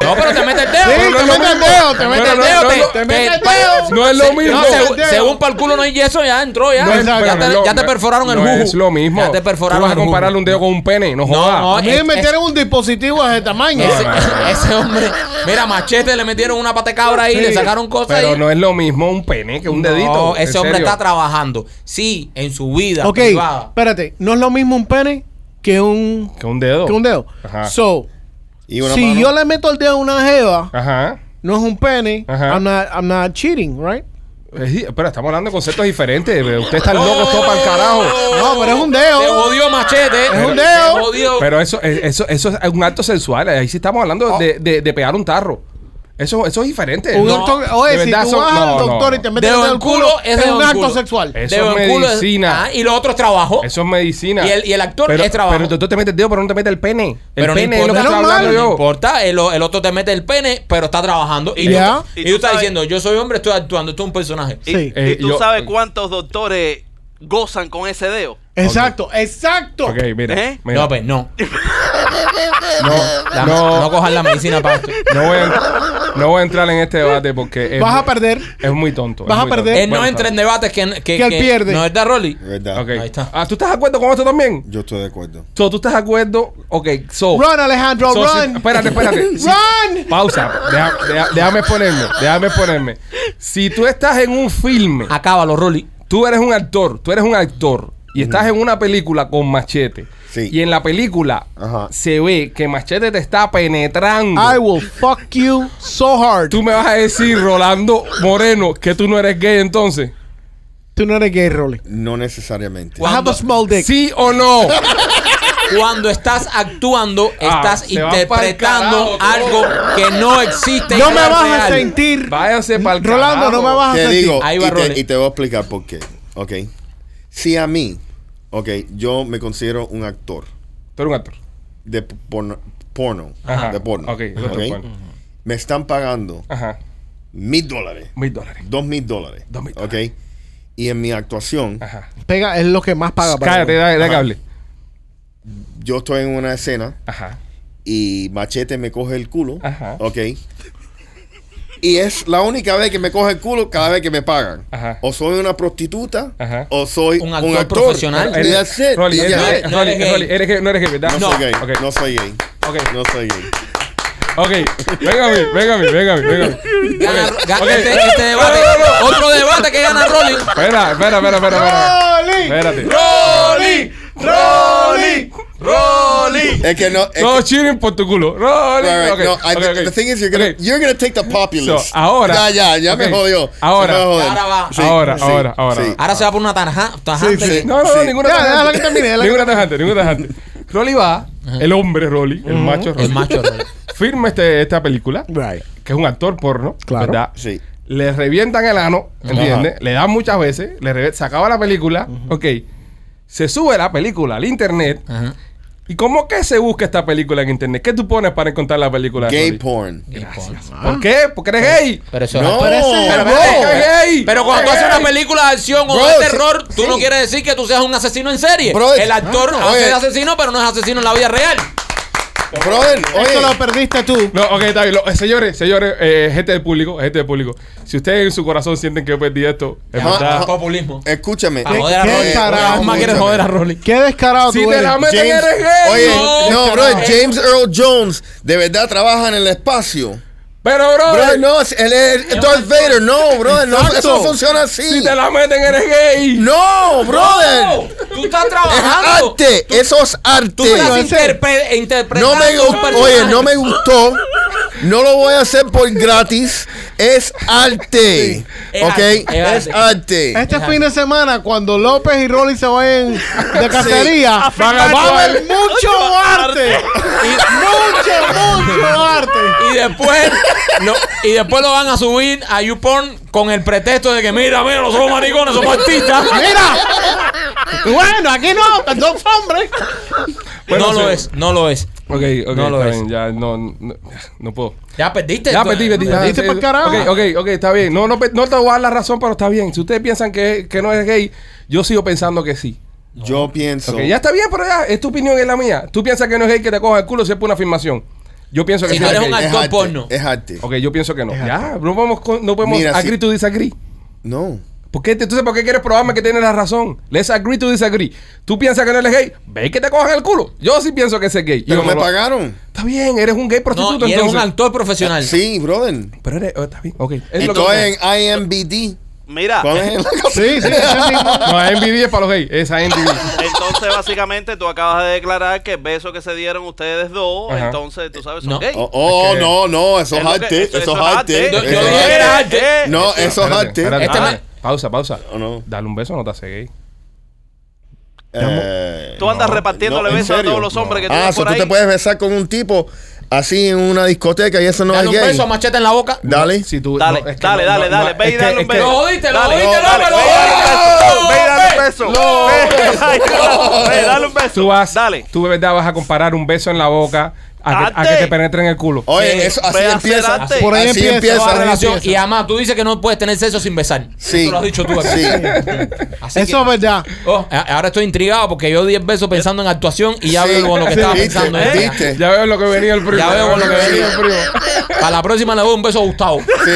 B: No, pero te meten el
E: Sí,
B: dedo.
D: no
E: te
D: es lo
E: mete el
D: mismo.
E: dedo, te
D: No,
E: mete el
D: no, no,
E: dedo,
D: no,
E: te
B: no.
E: mete el
B: Te-
E: dedo.
D: No es lo mismo.
B: No,
E: No,
B: seg-
E: el dedo.
B: según para el culo no hay yeso, ya entró, ya.
D: No es-
E: Exacto.
B: ya,
D: pero
B: te,
D: no-
B: ya te perforaron el
D: no
B: jugo.
D: Es lo mismo.
B: Ya te perforaron
D: Tú vas a
B: el jugo.
D: comparar un dedo con un pene, no jodas.
B: no,
E: A mí
B: es-
E: me metieron un dispositivo de ese tamaño.
B: Ese, ese hombre, mira, machete le metieron una pata de cabra ahí,
D: Sí,
B: le sacaron cosas
D: Pero
B: ahí.
D: no es lo mismo un pene que un
B: No,
D: dedito. en
B: ese hombre
D: serio.
B: está trabajando. Sí, en su vida
E: ok,
B: privada.
E: espérate. No es lo mismo un pene que un,
D: Que un dedo.
E: que un dedo.
D: Ajá.
E: So,
F: Y una
E: si
F: mano.
E: yo le meto el dedo a una jeva,
D: Ajá.
E: no es un pene.
D: Ajá.
E: I'm not, I'm not cheating, right?
D: Eh, sí, Pero estamos hablando de conceptos diferentes. Usted está loco, todo para el carajo.
E: No, pero es un
B: Te
E: dedo.
B: jodió machete.
E: Es un
B: Te
E: dedo.
B: jodió.
D: Pero eso, eh, eso, eso es un acto sensual. Ahí sí estamos hablando de, de- de pegar un tarro. Eso, eso es diferente.
E: Un
D: Eh, No,
E: doctor- oye,
D: de
E: si
D: verdad
E: tú
D: son-
E: vas
D: no,
E: al
D: no,
E: doctor
D: no.
E: y te metes
B: Dedo
E: el dedo
B: en
E: al
B: culo
E: culo,
B: es
E: es,
B: dedo
E: un
B: en
E: acto
B: culo.
E: sexual.
D: Eso
B: Dedo
D: es
B: en culo es-
D: medicina.
B: Ah, y lo otro es trabajo.
D: Eso es medicina.
B: Y el- y el actor
D: pero,
B: es trabajo.
D: Pero el doctor te mete el dedo, pero no te mete el pene. El
B: pero
D: pene
B: no
D: es lo
B: importa,
D: que estoy
E: Menos mal,
D: hablando
B: no
D: yo.
B: importa, el, el otro te mete el pene, pero está trabajando. Y, tú-
E: Ya.
B: y
G: Y
B: tú,
G: tú
B: estás
G: sabes-
B: diciendo, yo soy hombre, estoy actuando, esto es un personaje.
G: Y,
E: Sí.
G: y
D: Eh,
G: tú
D: yo-
G: sabes cuántos doctores gozan con ese dedo.
E: Exacto, exacto.
D: Ok, mira.
G: ¿Eh?
D: mira.
B: No, pues no.
D: no,
B: La-
D: no,
B: no. cojas la medicina para esto. Eh,
D: No voy, a, no voy a entrar en este debate porque es,
E: Vas a perder.
D: es muy tonto.
E: Vas
D: es
E: a
D: muy
E: perder.
D: tonto.
B: Él no
D: Bueno,
B: entra en debates que, que,
E: Que él pierde.
B: ¿No es de Rolly?
F: ¿Verdad?
D: Ok.
B: Ahí está.
D: Ah, ¿tú estás de acuerdo con esto también?
F: Yo estoy de acuerdo.
D: So, ¿Tú estás de acuerdo? Ok, so.
E: Run, Alejandro,
D: Oh. so, si-
E: run.
D: espérate, espérate. Si-
E: Run.
D: pausa. deja- deja- déjame ponerme. Déjame ponerme. Si tú estás en un filme,
B: Acábalo, Rolly.
D: tú eres un actor, tú eres un actor y estás en una película con machete.
F: Sí.
D: Y en la película
F: Ajá.
D: se ve que machete te está penetrando.
E: I will fuck you so hard.
D: Tú me vas a decir, Rolando Moreno, que tú no eres gay entonces.
E: Tú no eres gay, Rolly.
F: No necesariamente.
E: I have a small dick.
D: ¿Sí o no?
B: Cuando estás actuando,
D: Ah,
B: estás
D: se va
B: interpretando
D: pa'l carajo,
B: algo que no existe. en
E: No me
B: la
E: vas a
B: real.
E: sentir.
D: Váyase para el
E: Rolando, no me vas a
F: Te
E: sentir.
F: digo,
B: Ahí
F: y
B: va
F: te,
B: Rolly.
F: y te voy a explicar por qué. Ok. Si a mí, ok, yo me considero un actor
D: Tú eres un actor.
F: de p- porno. porno
D: Ajá.
F: De porno.
D: Ok, de porno.
F: Me están pagando
D: Ajá.
F: mil dólares.
D: Mil dólares.
F: Dos mil dólares.
D: Dos mil
F: Ok. Y en mi actuación,
D: Ajá.
E: Pega, es lo que más paga. para
D: Cállate,
E: mí.
D: da, da
F: Ah, Ajá.
D: cable.
F: yo estoy en una escena
D: Ajá.
F: y Machete me coge el culo.
D: Ajá.
F: Ok. Y es la única vez que me coge el culo cada vez que me pagan.
D: Ajá.
F: O soy una prostituta
D: Ajá.
F: o soy
B: Un
F: un
B: actor
F: actor,
B: profesional.
F: Y that's it.
D: Rolly,
F: Y
D: eres,
F: ya.
B: eres-
D: Rolly,
B: no eres gay.
D: Rolly, eres gay, no eres gay, ¿verdad?
F: No, soy gay.
D: Ok.
F: No soy gay.
D: Ok.
F: No soy gay.
D: Ok. Venga a mí, venga a mí, venga a mí, venga a mí.
B: Gana-
D: Ok.
B: gana
D: Ok.
B: este, este debate. Otro debate que gana Rolly.
D: Espera, espera, espera, espera, espera.
E: Rolly.
D: Espérate.
B: Rolly,
E: Rolly.
B: Rolly.
F: Es que no. Es
D: No
F: que,
D: cheating por tu culo. Rolly.
F: All right,
D: Ok,
F: no, I,
D: ok, ok.
F: the thing is, you're gonna,
D: Ok.
F: you're gonna take the
D: So,
F: populace.
D: ahora.
F: Ya, ya, ya
D: ok.
F: me jodió.
D: Ahora.
F: Se me va a joder.
B: Ahora va.
F: Sí,
D: ahora,
F: sí,
D: ahora, ahora.
F: sí.
B: Ahora se va por una tarja, tajante.
F: sí.
D: No, no, no,
F: Sí.
D: ninguna
E: Ya,
D: tajante.
E: déjala que termine, déjala que
D: Ninguna tajante, ninguna tajante. Rolly va, el hombre Rolly, el macho Rolly.
B: El macho Rolly.
D: Firma este, esta película,
E: Right.
D: que es un actor porno,
E: Claro.
D: ¿verdad?
F: Sí.
D: Le revientan el ano, ¿entiendes?
F: Ajá.
D: Le dan muchas veces, le revi- se acaba la película, ok. Se sube la película al internet.
B: Ajá.
D: ¿Y cómo que se busca esta película en internet? ¿Qué tú pones para encontrar la película? de
F: Gay
D: Rolly?
F: porn.
B: Gracias.
D: ¿Por qué? Porque eres gay.
B: Pero eso
F: No,
B: es
E: Pero-
F: no.
D: ¡Eres gay!
B: Pero cuando tú haces una película de acción o
F: Bro,
B: de
F: sí,
B: terror, tú
F: sí.
B: no quieres decir que tú seas un asesino en serie.
F: Bro,
B: el actor
F: no, no,
B: hace
F: oye.
B: de asesino, pero no es asesino en la vida real.
F: Brother,
E: Esto lo
F: oye.
E: perdiste tú.
D: No, ok, está bien. Lo- eh, señores, señores, eh, gente del público, gente del público. Si ustedes en su corazón sienten que yo perdí esto, es
F: Ajá,
D: verdad.
F: ajá.
B: Populismo.
F: Escúchame.
B: Para joder a
E: qué
B: Rolly.
E: carajo,
B: Nada más quieres
F: escúchame.
B: joder a Rolly.
E: Qué descarado
D: Si
E: tú
D: te
E: eres.
D: la meten,
F: James-
D: eres gay.
F: Oye,
B: No,
F: no, bro,
B: carajo.
F: James Earl Jones de verdad trabaja en el espacio.
D: Pero, bro,
F: Bro, no, es- él es Darth Vader, no, bro, no, eso no funciona
D: si
F: así.
D: te la meten, eres gay.
B: No,
F: No, brother.
B: Tú estás
F: Es
B: trabajando.
F: arte, eso es
B: Tú estás
F: arte.
B: interpre- interpretando.
F: No me
B: un
F: gustó,
B: personaje.
F: oye, no me gustó. No lo voy a hacer por gratis. Es arte.
B: Es
F: ¿Ok?
B: arte, es
F: Es arte.
E: Este fin de semana, cuando López y Rolly se vayan de cacería, van a-
F: A filmar
E: va a haber
F: arte.
E: mucho arte. mucho, mucho arte.
B: Y después, lo, y después lo van a subir a YouPorn con el pretexto de que mira, mira, no somos maricones, somos artistas.
E: Mira. Bueno, aquí no, no fue hombre.
D: Bueno,
B: no lo
D: sí.
B: es, no lo es.
D: Ok, ok,
B: No lo
D: está
B: es.
D: bien, ya no, no, no puedo.
B: Ya perdiste.
D: Ya
B: tú-
D: perdí, perdí. ya,
E: Perdiste
D: sí,
E: pa'l carajo.
D: Ok, ok, ok, está bien. No, no, pe- no te voy a dar la razón, pero está bien. Si ustedes piensan que, que no es gay, yo sigo pensando que sí.
F: Yo pienso.
D: Ok, ya está bien, pero ya, es tu opinión y es la mía. Tú piensas que no es gay que te coja el culo si es por una afirmación. Yo pienso que
B: Si
D: sí
B: tú
D: es
B: eres un
D: gay.
F: es
B: actor
F: arte,
B: porno.
F: Es arte.
D: Ok, yo pienso que no. Ya, no podemos, con- no podemos
F: Mira,
D: agree
F: si-
D: to disagree.
F: No.
D: ¿Por qué, te- entonces, ¿por qué quieres probarme que tienes la razón? Let's agree to disagree. Tú piensas que no eres gay, ve que te cojan el culo. Yo sí pienso que ese es gay.
F: Pero
D: Yo no
F: me
D: lo-
F: pagaron.
D: Está bien, eres un gay prostituto
B: No, y eres
D: entonces.
B: un actor profesional.
F: Sí, brother.
D: Pero eres, oh, está bien, ok. Es
F: Y
D: lo que-
F: todo en IMBD.
B: Ah.
G: Mira,
F: ¿Cuál es la cosa?
E: Sí, sí,
D: No, NBD es para los gays, es NBD.
G: entonces básicamente tú acabas de declarar que el beso que se dieron ustedes dos,
D: Ajá.
G: entonces tú sabes, son
B: No.
G: gay.
F: Oh, oh,
D: que-
F: no, no, eso
G: Es
F: es
G: lo que-
F: arte. Eso, es arte.
B: Yo-
F: Eso
B: yo
F: es
B: dije
F: arte.
B: era
G: Eh, eh,
F: No, eso es
D: Espérate,
F: arte.
D: espérate,
B: Este
D: espérate.
B: ma-
D: Pausa, pausa.
F: Oh, no.
D: Dale un beso, no te hace gay.
F: Eh,
G: Tú andas
F: no, no,
G: repartiéndole
F: ¿en
G: besos a
F: serio?
G: todos los hombres que tú
F: Ah,
G: ves
F: eso
G: por
F: tú
G: ahí.
F: te puedes besar con un tipo así en una discoteca y eso no
B: Dale
F: es
B: un
F: gay.
B: beso a machete en la boca.
F: Dale.
D: Si tú,
G: Dale,
D: no, es que
G: dale,
D: no,
G: dale,
D: no,
G: dale,
D: no,
G: ve y
D: es que-
G: dale un
D: es que-
G: beso.
B: Lo jodiste, lo
G: Dale,
B: jodiste,
G: dale,
B: López, lo
G: ve y dale un
B: jodiste.
G: beso. Ve y dale un beso. Ve y dale un
D: Tú
G: beso.
D: vas,
G: Dale.
D: tú de verdad vas a comparar un beso en la boca a que, a
G: Arte.
D: que te penetren el culo.
G: Sí,
F: Oye, eso, así
G: ve a hacer
F: empieza.
G: arte. Por
E: ahí
F: así
E: empieza.
B: Toda
E: Esa
B: relación.
E: empieza.
B: Y además, tú dices que no puedes tener sexo sin besar.
F: Sí.
B: Eso lo has dicho tú. aquí.
F: Sí.
B: Así
E: Eso es
B: que-
E: verdad.
B: Oh, a- ahora estoy intrigado porque yo di el beso pensando en actuación y ya
F: Sí.
B: veo con lo que
F: Sí,
B: estaba
F: viste,
B: pensando.
F: ¿eh?
B: Ya.
F: Viste.
D: Ya veo lo que venía el primo.
B: Ya veo con lo que venía el
D: primo.
B: Para la próxima le doy un beso a Gustavo.
F: Sí.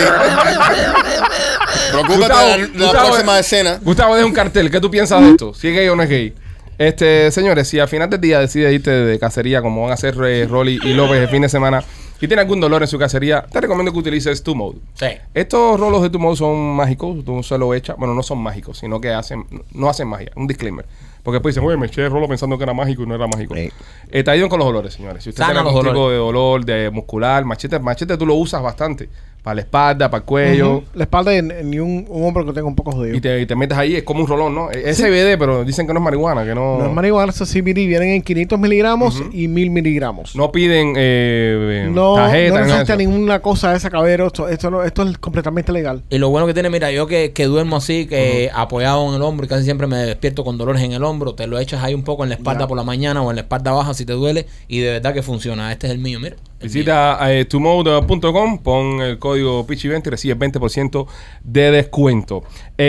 F: Preocúpate
D: Gustavo,
F: de la, la
D: Gustavo,
F: próxima escena.
D: Gustavo, deja un cartel. ¿Qué tú piensas de esto? ¿Si es gay o no es gay? Este, señores, si al final del día decides irte de cacería, como van a hacer eh, Rolly y López el fin de semana, y tiene algún dolor en su cacería, te recomiendo que utilices tu mode.
B: Sí.
D: Estos rolos de tu modo son mágicos, tú solo echas. Bueno, no son mágicos, sino que hacen, no hacen magia. Un disclaimer. Porque después dicen, oye, me eché el rolo pensando que era mágico y no era mágico.
A: Sí.
D: Eh, te ayudan con los olores, señores. Si usted
B: Sana
D: tiene
B: los
D: algún tipo
B: olores.
D: de dolor, de muscular, machete, machete tú lo usas bastante. Para la espalda, para el cuello.
E: Ujú. La espalda de ni un, un hombre que tenga un poco jodido.
D: Y te, y te metes ahí, es como un rolón, ¿no? E, Es CBD, pero dicen que no es marihuana, que no.
E: No es marihuana, esos CBD vienen en 500 miligramos y 1000 miligramos.
D: no piden eh, eh,
E: No,
D: tarjeta,
E: no
D: nada de
E: necesita
D: eso.
E: ninguna cosa de esa cabero. Esto, esto, no- esto es completamente legal.
B: Y lo bueno que tiene, mira, yo que, que duermo así, que apoyado en el hombro y casi siempre me despierto con dolores en el hombro, te lo echas ahí un poco en la espalda por la mañana o en la espalda baja si te duele y de verdad que funciona. Este es el mío, mira. el mío.
D: Visita eh, tumode.com, pon el código Pichi20 y recibes 20% de descuento.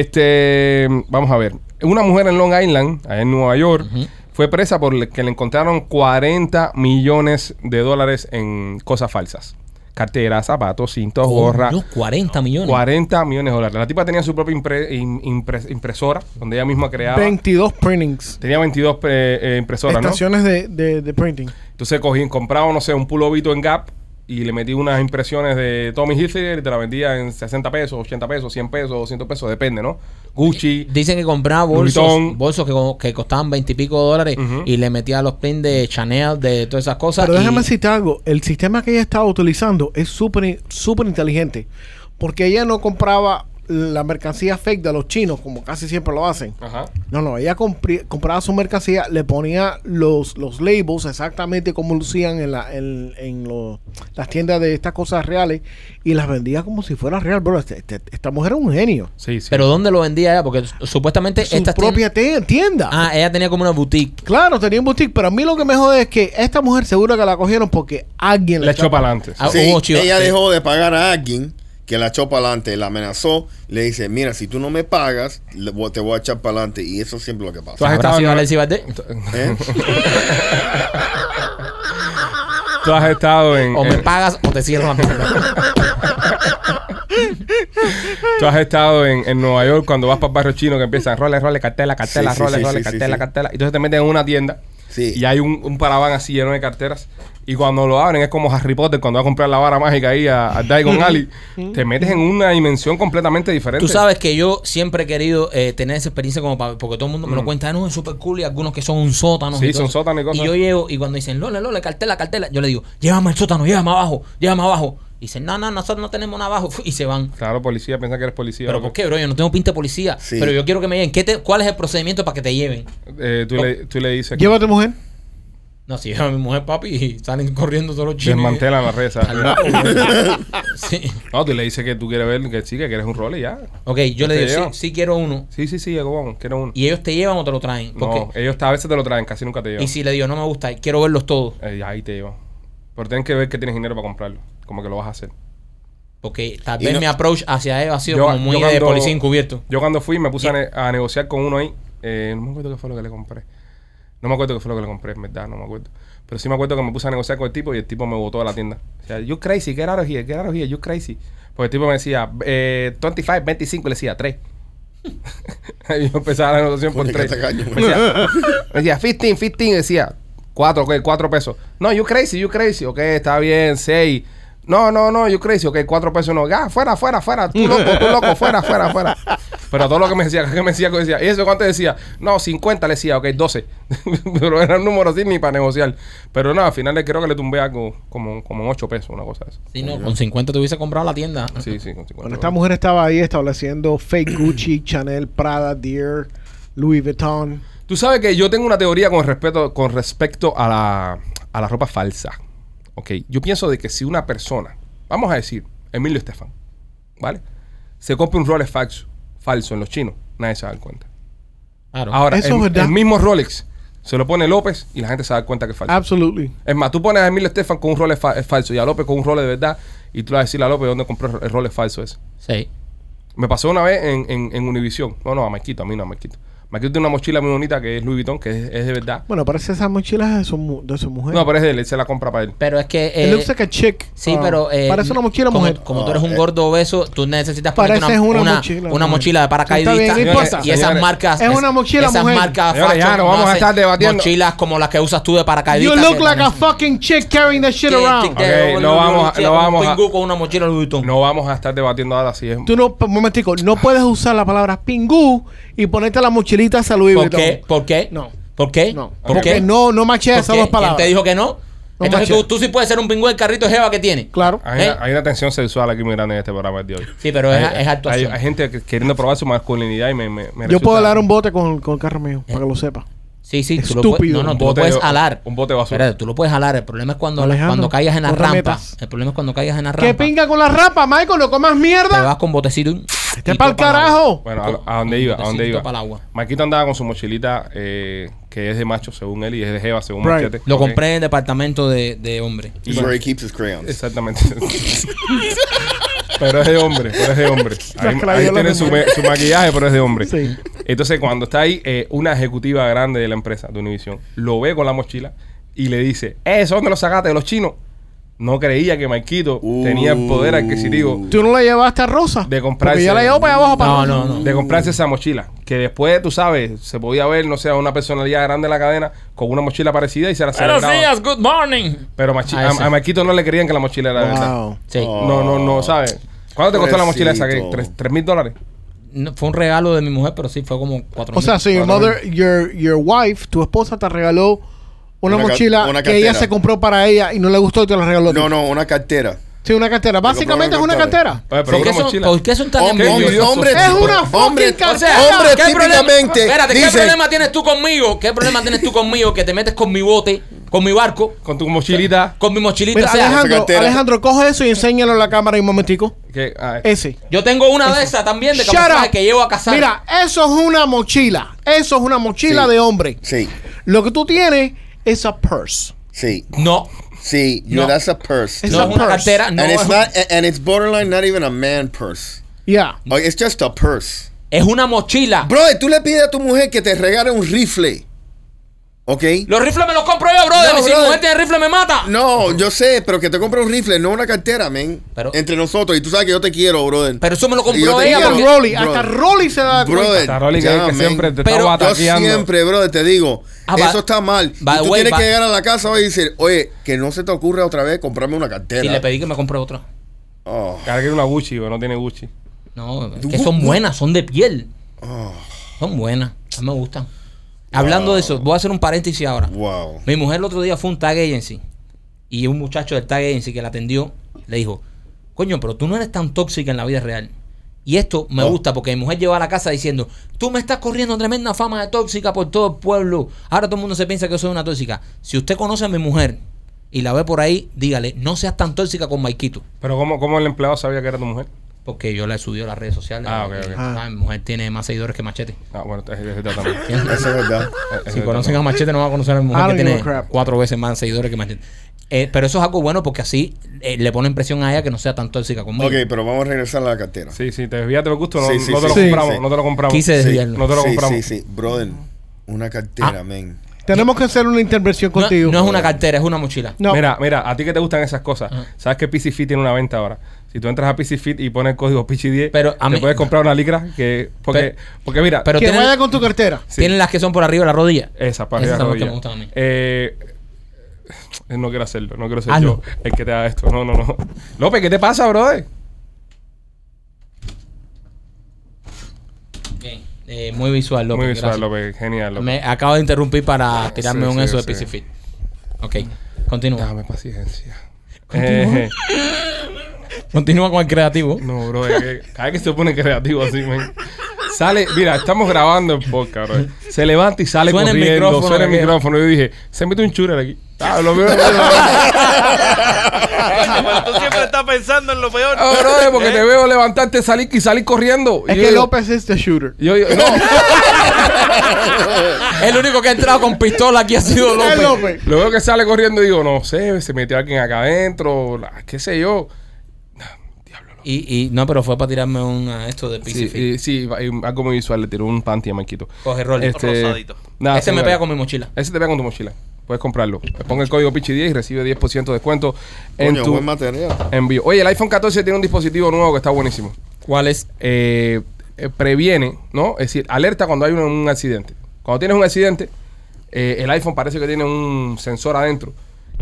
D: Este, vamos a ver. Una mujer en Long Island, allá en Nueva York, fue presa por le- que le encontraron 40 millones de dólares en cosas falsas. Carteras, zapatos, cintos, gorras.
B: Coño, 40 millones.
D: 40 millones de dólares. La tipa tenía su propia impre- im- impre- impresora, donde ella misma creaba.
E: 22 printings.
D: Tenía 22 pre- eh, impresoras, ¿no?
E: Estaciones de, de, de printing.
D: Entonces cogí, compraba, no sé, un pulovito en Gap y le metí unas impresiones de Tommy Hilfiger y te la vendía en 60 pesos, 80 pesos, 100 pesos, 200 pesos, depende, ¿no? Gucci.
B: Dicen que compraba bolsos,
D: Vuitton.
B: bolsos que, co- que costaban 20 y pico de dólares y le metía los pins de Chanel, de todas esas cosas.
E: Pero
B: y-
E: déjame citar algo. El sistema que ella estaba utilizando es súper súper inteligente. Porque ella no compraba la mercancía fake de los chinos, como casi siempre lo hacen.
D: Ajá.
E: No, no, ella compri- compraba su mercancía, le ponía los, los labels exactamente como lucían en, la, en, en los- las tiendas de estas cosas reales y las vendía como si fuera real, bro. Este- este- esta mujer era un genio.
D: Sí, sí.
B: Pero ¿dónde lo vendía ella? Porque supuestamente
E: Su
B: estas
E: propia te- tienda.
B: tiendas- Ah, ella tenía como una boutique.
E: Claro, tenía un boutique, pero a mí lo que me jode es que esta mujer seguro que la cogieron porque alguien
D: la echó
E: está-
D: para adelante.
B: Ah,
F: Sí,
B: hubo chiva-
F: ella
B: sí.
F: dejó de pagar a alguien que la echó para adelante, la amenazó, le dice, mira, si tú no me pagas, le voy- te voy a echar para adelante. Y eso es siempre lo que
D: Tú
F: pasa.
D: has,
B: ¿Habrá
D: estado en
B: sido
D: Nueva-
B: Alexis Valdés?
F: ¿eh?
D: tú has estado en...
B: O me
D: en-
B: pagas o te cierro la puerta.
D: Tú has estado en, en Nueva York cuando vas para el barrio chino que empiezan roles, roles, cartela, cartela,
F: Sí, sí,
D: roles,
F: sí,
D: roles,
F: sí, sí,
D: cartela,
F: sí.
D: cartela. Y Entonces te meten en una tienda
F: Sí.
D: y hay un, un paraván así lleno de carteras Y cuando lo abren es como Harry Potter cuando va a comprar la vara mágica ahí a, a Diagon Alley. Te metes en una dimensión completamente diferente.
B: Tú sabes que yo siempre he querido eh, tener esa experiencia como para, porque todo el mundo me lo cuenta, no, es súper cool y algunos que son un sótano.
D: Mm. Sí,
B: y todo
D: son
B: eso.
D: sótano y cosas.
B: yo llego y cuando dicen, Lola, Lola, cartela, cartela, yo le digo, llévame al sótano, llévame abajo, llévame abajo. Y dicen, no, no, nosotros no tenemos nada abajo y se van.
D: Claro, policía, piensa que eres policía.
B: Pero
D: loco.
B: ¿por qué, bro? Yo no tengo pinta de policía,
F: Sí.
B: pero yo quiero que me lleven. ¿Qué te- ¿Cuál es el procedimiento para que te lleven?
D: Eh, tú, le, tú le dices que
E: Llévate, mujer.
B: No, si lleva a mi mujer, papi, y salen corriendo todos los chinos.
D: desmantelan las redes. ¿sabes?
B: Sí.
D: No, tú le dices que tú quieres ver que sí, que quieres un rol y ya.
B: Ok, yo le
D: Te
B: digo, sí,
D: llevan.
B: sí quiero uno.
D: Sí, sí, sí, Jacobón, quiero uno.
B: ¿Y ellos te llevan o te lo traen?
D: No,
B: Porque,
D: ellos a veces te lo traen, casi nunca te llevan.
B: y si le digo, no me gusta, quiero verlos todos.
D: Eh, ahí te llevan. Pero tienes que ver que tienes dinero para comprarlo. Como que lo vas a hacer.
B: Porque tal
F: Y
B: vez
F: no-
B: mi approach hacia ellos ha sido
D: Yo-
B: como muy
D: yo
B: de
D: cuando-
B: policía encubierto.
D: Yo cuando fui me puse a, ne- a negociar con uno ahí. Eh, no me acuerdo qué fue lo que le compré. No me acuerdo qué fue lo que le compré, en verdad, no me acuerdo. Pero sí me acuerdo que me puse a negociar con el tipo y el tipo me botó de la tienda. O sea, you crazy, get out of here, get out of here, you crazy. Porque el tipo me decía, eh, 25, 25, y le decía 3. y yo empezaba la negociación por
F: Coño, qué
D: 3.
F: tacaño,
D: Me decía, me decía 15, 15, y decía 4, 4 pesos. No, you crazy, you crazy, ok, está bien, 6. No, no, no, you crazy, ok, 4 pesos no. Ya, fuera, fuera, fuera, tú loco, tú loco, fuera, fuera, fuera. Pero todo lo que me decía, que me decía, que decía, ¿y eso cuánto decía? No, 50 le decía, ok, 12. Pero era un número así ni para negociar. Pero no, al final le creo que le tumbé algo como, como 8 pesos, una cosa así.
B: Si no, con 50 te hubiese comprado la tienda.
D: Sí, sí, con 50.
E: Cuando esta mujer estaba ahí estableciendo fake Gucci, Chanel, Prada, Deer, Louis Vuitton.
D: Tú sabes que yo tengo una teoría con respecto, con respecto a, la, a la ropa falsa. Ok, yo pienso de que si una persona, vamos a decir, Emilio Estefan, ¿vale? Se compra un Rolex falso, falso en los chinos, nadie se da cuenta.
B: Claro.
D: Ahora,
E: Eso es
D: el,
E: verdad.
D: el mismo Rolex se lo pone López y la gente se da cuenta que es
E: Ah.
D: falso.
E: Absolutely.
D: es más, tú pones a Emilio Estefan con un Rolex fa- eh, falso y a López con un Rolex de verdad y tú le vas a decir a López dónde compró el Rolex falso ese.
B: Sí.
D: Me pasó una vez en, en, en Univision. No, no, a Marquito, a mí no, a Marquito. Marquito tiene una mochila muy bonita que es Louis Vuitton, que es, es de verdad.
E: Bueno, parece esas mochilas de su, mu- de su mujer.
D: No, pero es de él, él se la compra para él.
B: Pero es que.
E: It
B: eh,
E: looks like a chick.
B: Sí,
E: Ah,
B: pero. eh,
E: parece una mochila,
B: como,
E: mujer.
B: Como tú eres
D: eh.
B: un
F: Ah,
B: gordo obeso, tú necesitas
E: Parece
B: ponerte
E: una
B: una, una,
E: mochila,
B: una
E: mujer.
B: mochila de paracaidista.
E: Está bien,
D: no importa.
B: y esas
D: Señores,
B: marcas.
E: es una mochila,
B: Esas
E: mujer.
B: marcas.
D: Señores, ya
B: fashion
D: no vamos a
B: hacen
D: estar debatiendo.
B: Mochilas como las que usas tú de paracaidista.
E: You look
B: que-
E: like a fucking chick carrying that shit
B: que-
E: around.
B: que-
D: Ok,
B: un-
D: no
B: un-
D: vamos a-
B: un-
D: no
B: un
D: vamos a-
B: pingú con una mochila Louis Vuitton.
D: No vamos a estar debatiendo ahora si es.
E: Tú no, un momentico, no puedes usar la palabra pingú y ponerte la mochilita a Louis
B: ¿Por
E: Vuitton.
B: qué? ¿Por qué?
E: No.
B: ¿Por qué?
E: No.
B: ¿Por
E: Porque
B: qué?
E: no, no machea esas
B: ¿Por
E: dos
B: qué? ¿Quién
E: palabras.
B: te dijo que no?
E: No
B: Entonces
E: machea.
B: tú, tú sí puedes ser un pingüe del carrito de jeva que tiene.
E: Claro.
D: Hay,
B: ¿Eh?
D: una, hay una tensión sexual aquí muy grande en este programa de hoy.
B: Sí, pero es-
D: Hay-
B: es actuación.
D: Hay, hay gente que- queriendo probar su masculinidad y me. me, me
E: Yo
D: resulta-
E: puedo alar un bote con, con el carro mío, para que lo sepa.
B: Sí, sí, tú lo puedes,
E: Estúpido.
B: no, no,
E: Un
B: tú lo
D: bote
B: puedes
D: de-
B: alar.
D: un bote de basura.
B: Espérate, tú lo puedes alar. El problema es cuando,
E: Alejandro,
B: cuando caigas en la
E: no te
B: rampa.
E: metas.
B: El problema es cuando caigas en la rampa.
E: ¿Qué pinga con la rapa, Michael? ¿No comas
B: Te
E: mierda?
B: vas con botecito y.
E: ¡Este
B: y
E: pa'l
B: topa el agua.
E: carajo!
D: Bueno, a, a dónde iba, a dónde
B: Necesito
D: iba.
B: para el agua.
D: Marquito andaba con su mochilita eh, que es de macho según él y es de Jeva según
E: Right.
D: Machete.
B: Lo
D: Ok.
B: compré en el departamento de, de hombre.
F: This is where he keeps his crayons.
D: Exactamente. pero es de hombre, pero es de hombre. Ahí,
E: Las
D: ahí
E: claviolas
D: tiene
E: de
D: su,
E: hombre.
D: me- su maquillaje, pero es de hombre.
E: Sí.
D: Entonces, cuando está ahí, eh, una ejecutiva grande de la empresa de Univision lo ve con la mochila y le dice: "Eh, ¿Eso dónde lo sacaste de los chinos? No creía que Marquito
F: Uh.
D: tenía el poder adquisitivo
E: ¿Tú no la llevaste a Rosa?
D: De comprarse-
E: Porque yo la llevo para allá abajo para
B: No,
E: Rosa.
B: no, no.
D: de comprarse esa mochila. Que después, tú sabes, se podía ver, no sé, a una personalidad grande de la cadena con una mochila parecida y se la
B: Buenos
D: celebraba.
B: días, good morning.
D: Pero Machi-
B: Ah,
D: a,
B: esa.
D: a Marquito no le creían que la mochila era de verdad.
E: Wow.
B: Sí.
D: No, no, no, ¿sabes? ¿Cuánto te costó la mochila esa? ¿Qué?
F: Oh,
D: ¿Tres
F: Pobrecito.
D: tres mil dólares?
B: No, fue un regalo de mi mujer, pero sí fue como cuatro
E: O sea,
B: mil.
E: si your mother, your, your wife, tu esposa te regaló una,
F: Una ca-
E: mochila
F: una
E: que ella
F: cartera.
E: se compró para ella y no le gustó y te la regaló. a ti.
F: No, no, una cartera.
E: Sí, una cartera. Básicamente es
F: compraron
E: una cartera.
F: cartera.
D: Oye, pero
B: ¿Por, qué
D: una
B: son,
D: mochila.
B: ¿Por qué son tan
F: Hombre,
B: envidiosos?
F: hombre, hombre,
E: Es una fucking
F: hombre,
E: cartera.
B: O sea,
F: hombre,
B: ¿qué problema,
F: típicamente
B: espérate, ¿qué
F: dicen-
B: problema tienes tú conmigo? ¿Qué problema tienes tú conmigo que te metes con mi bote, con mi barco,
D: Con tu mochilita.
B: con mi mochilita?
E: Mira,
B: O sea,
E: Alejandro,
F: cartera.
E: Alejandro, coge eso y enséñalo a la cámara en un momentico.
D: que- ah,
E: Ese.
B: yo tengo una de esas también de
E: Shut
B: camuflaje
E: up.
B: que llevo a cazar.
E: Mira, eso es una mochila. Eso es una mochila
F: Sí.
E: de hombre.
F: Sí,
E: Lo que tú tienes es a purse.
F: sí,
B: no,
F: sí. You
B: No.
F: that's a purse.
E: Es
B: no
E: a
B: es una
E: purse.
B: cartera, no
F: and it's
B: es,
F: not, and it's borderline not even a man purse.
E: Ya.
F: Oh, It's just a purse.
B: es una mochila.
F: Brother, tú le pides a tu mujer que te regale un rifle. ¿Ok?
B: Los rifles me los compro yo, brother.
F: No,
B: y si
F: brother.
B: muerte de rifle me mata.
F: No, yo sé, pero que te compre un rifle, no una cartera, men.
B: Pero-
F: Entre nosotros. Y tú sabes que yo te quiero, brother.
B: Pero eso me lo
F: Y yo
B: compró
F: te
B: ella
F: quiero.
B: porque-
E: Rolly,
F: Brother.
E: hasta Rolly se da cuenta.
F: brother,
D: Está Rolly, que-
F: ya,
D: que
F: men.
D: siempre te
B: Pero-
D: estaba
F: Yo
D: ataqueando.
F: siempre, brother, te digo,
B: Ah,
F: eso
B: va-
F: está mal.
B: by
F: y tú
B: the way,
F: tienes que
B: va-
F: llegar a la casa hoy y decir, oye, que no se te ocurra otra vez comprarme una cartera.
B: Y le pedí que me compre otra.
F: Oh,
D: Cara que era una Gucci, pero no tiene Gucci.
B: No, es que son buenas, son de piel.
F: Ah.
B: Son buenas, a mí me gustan. Hablando de eso, voy a hacer un paréntesis ahora.
F: wow.
B: Mi mujer el otro día fue a un tag agency y un muchacho del tag agency que la atendió le dijo, coño, pero tú no eres tan tóxica en la vida real. Y esto me
F: Oh.
B: gusta porque mi mujer lleva a la casa diciendo, tú me estás corriendo tremenda fama de tóxica por todo el pueblo. Ahora todo el mundo se piensa que yo soy una tóxica. Si usted conoce a mi mujer y la ve por ahí, dígale, no seas tan tóxica con Maikito.
D: Pero ¿cómo, cómo el empleado sabía que era tu mujer?
B: Porque yo la he subido a las redes sociales.
D: Ah, ok, ok.
B: Ah, Mi mujer tiene más seguidores que Machete.
D: Ah, bueno, es es verdad también.
F: Eso es verdad.
D: Es
B: Si
D: verdad
B: conocen a
D: también.
B: Machete, no van a conocer a mi
E: I
B: mujer
E: don't
B: que
E: give a
B: tiene
E: crap.
B: cuatro veces más seguidores que Machete. Eh, pero eso es algo bueno porque así eh, le ponen presión a ella que no sea tan tóxica conmigo.
F: Ok, pero vamos a regresar a la cartera.
D: Sí, sí, te desviaste por gusto, no,
F: Sí, sí,
D: no te lo
F: sí.
D: compramos,
F: Sí.
D: no te lo compramos.
B: Quise desviarlo.
D: No te lo
F: sí,
D: compramos.
F: Sí, sí, brother. Una cartera,
B: Ah.
F: men.
E: Tenemos que hacer una intervención
B: No,
E: contigo.
B: no es una cartera, es una mochila.
E: No.
D: Mira, mira, a ti que te gustan esas cosas,
B: Ajá.
D: ¿sabes que PC Fit tiene una venta ahora? Si tú entras a PC Fit y pones el código PC10,
B: Pero a
D: te
B: mí-
D: puedes comprar una licra que
B: Pero-
D: porque porque mira,
B: pero
E: que
B: tienen-
E: vaya con tu cartera.
D: sí.
B: Tienen las que son por arriba de la rodilla.
D: esa para
B: Esas son
D: arriba
B: las que
D: rodilla.
B: me gustan a mí.
D: Eh, no quiero hacerlo, no
E: Ah,
D: quiero ser
B: Hazlo.
D: yo el que te haga esto. No, no, no. López, ¿qué te pasa, brother?
B: Bien. Eh, muy visual, López.
D: Muy visual,
B: gracias.
D: López, genial, López.
B: Me acabo de interrumpir para tirarme
D: sí,
B: un
D: sí,
B: eso de
D: sí.
B: PC Fit. Ok, continúa.
D: Dame paciencia. Eh,
B: Continúa con el creativo.
D: No, bro, es que cada vez que se pone creativo así, man. Sale, mira, estamos grabando el podcast, bro. Se levanta y sale
B: Suena el
D: corriendo,
B: micrófono,
D: suena el
B: que-
D: micrófono. Yo dije, se mete un churro aquí. Ah, lo veo.
G: Pero tú siempre estás pensando en lo peor.
D: Ah, bro, porque
G: ¿Eh?
D: te veo levantarte, salir y salir corriendo.
E: Es
D: Y yo
E: que
D: digo-
E: López es the shooter.
D: Yo, yo, no.
B: El único que ha entrado con pistola aquí ha sido
E: Es
B: López.
E: López.
D: Lo veo que sale corriendo y digo, no sé, se metió alguien acá adentro, la- qué sé yo.
B: Y, y no, pero fue para tirarme un ah, esto de PC
D: Sí,
B: Fit.
D: y- sí, y algo muy visual, le tiró un panty a Maquito.
B: Coge rol.
G: Rosadito.
D: nada,
B: Ese Este me
D: señores.
B: pega con mi mochila.
D: Ese te pega con tu mochila. Puedes comprarlo. Pon el código Pichi10 y recibe 10% de descuento en
F: Coño,
D: tu
F: buen material.
D: envío. Oye, el iPhone 14 tiene un dispositivo nuevo que está buenísimo.
B: ¿Cuál es?
D: Eh, eh, previene, ¿no? Es decir, alerta cuando hay un, un accidente. Cuando tienes un accidente, eh, el iPhone parece que tiene un sensor adentro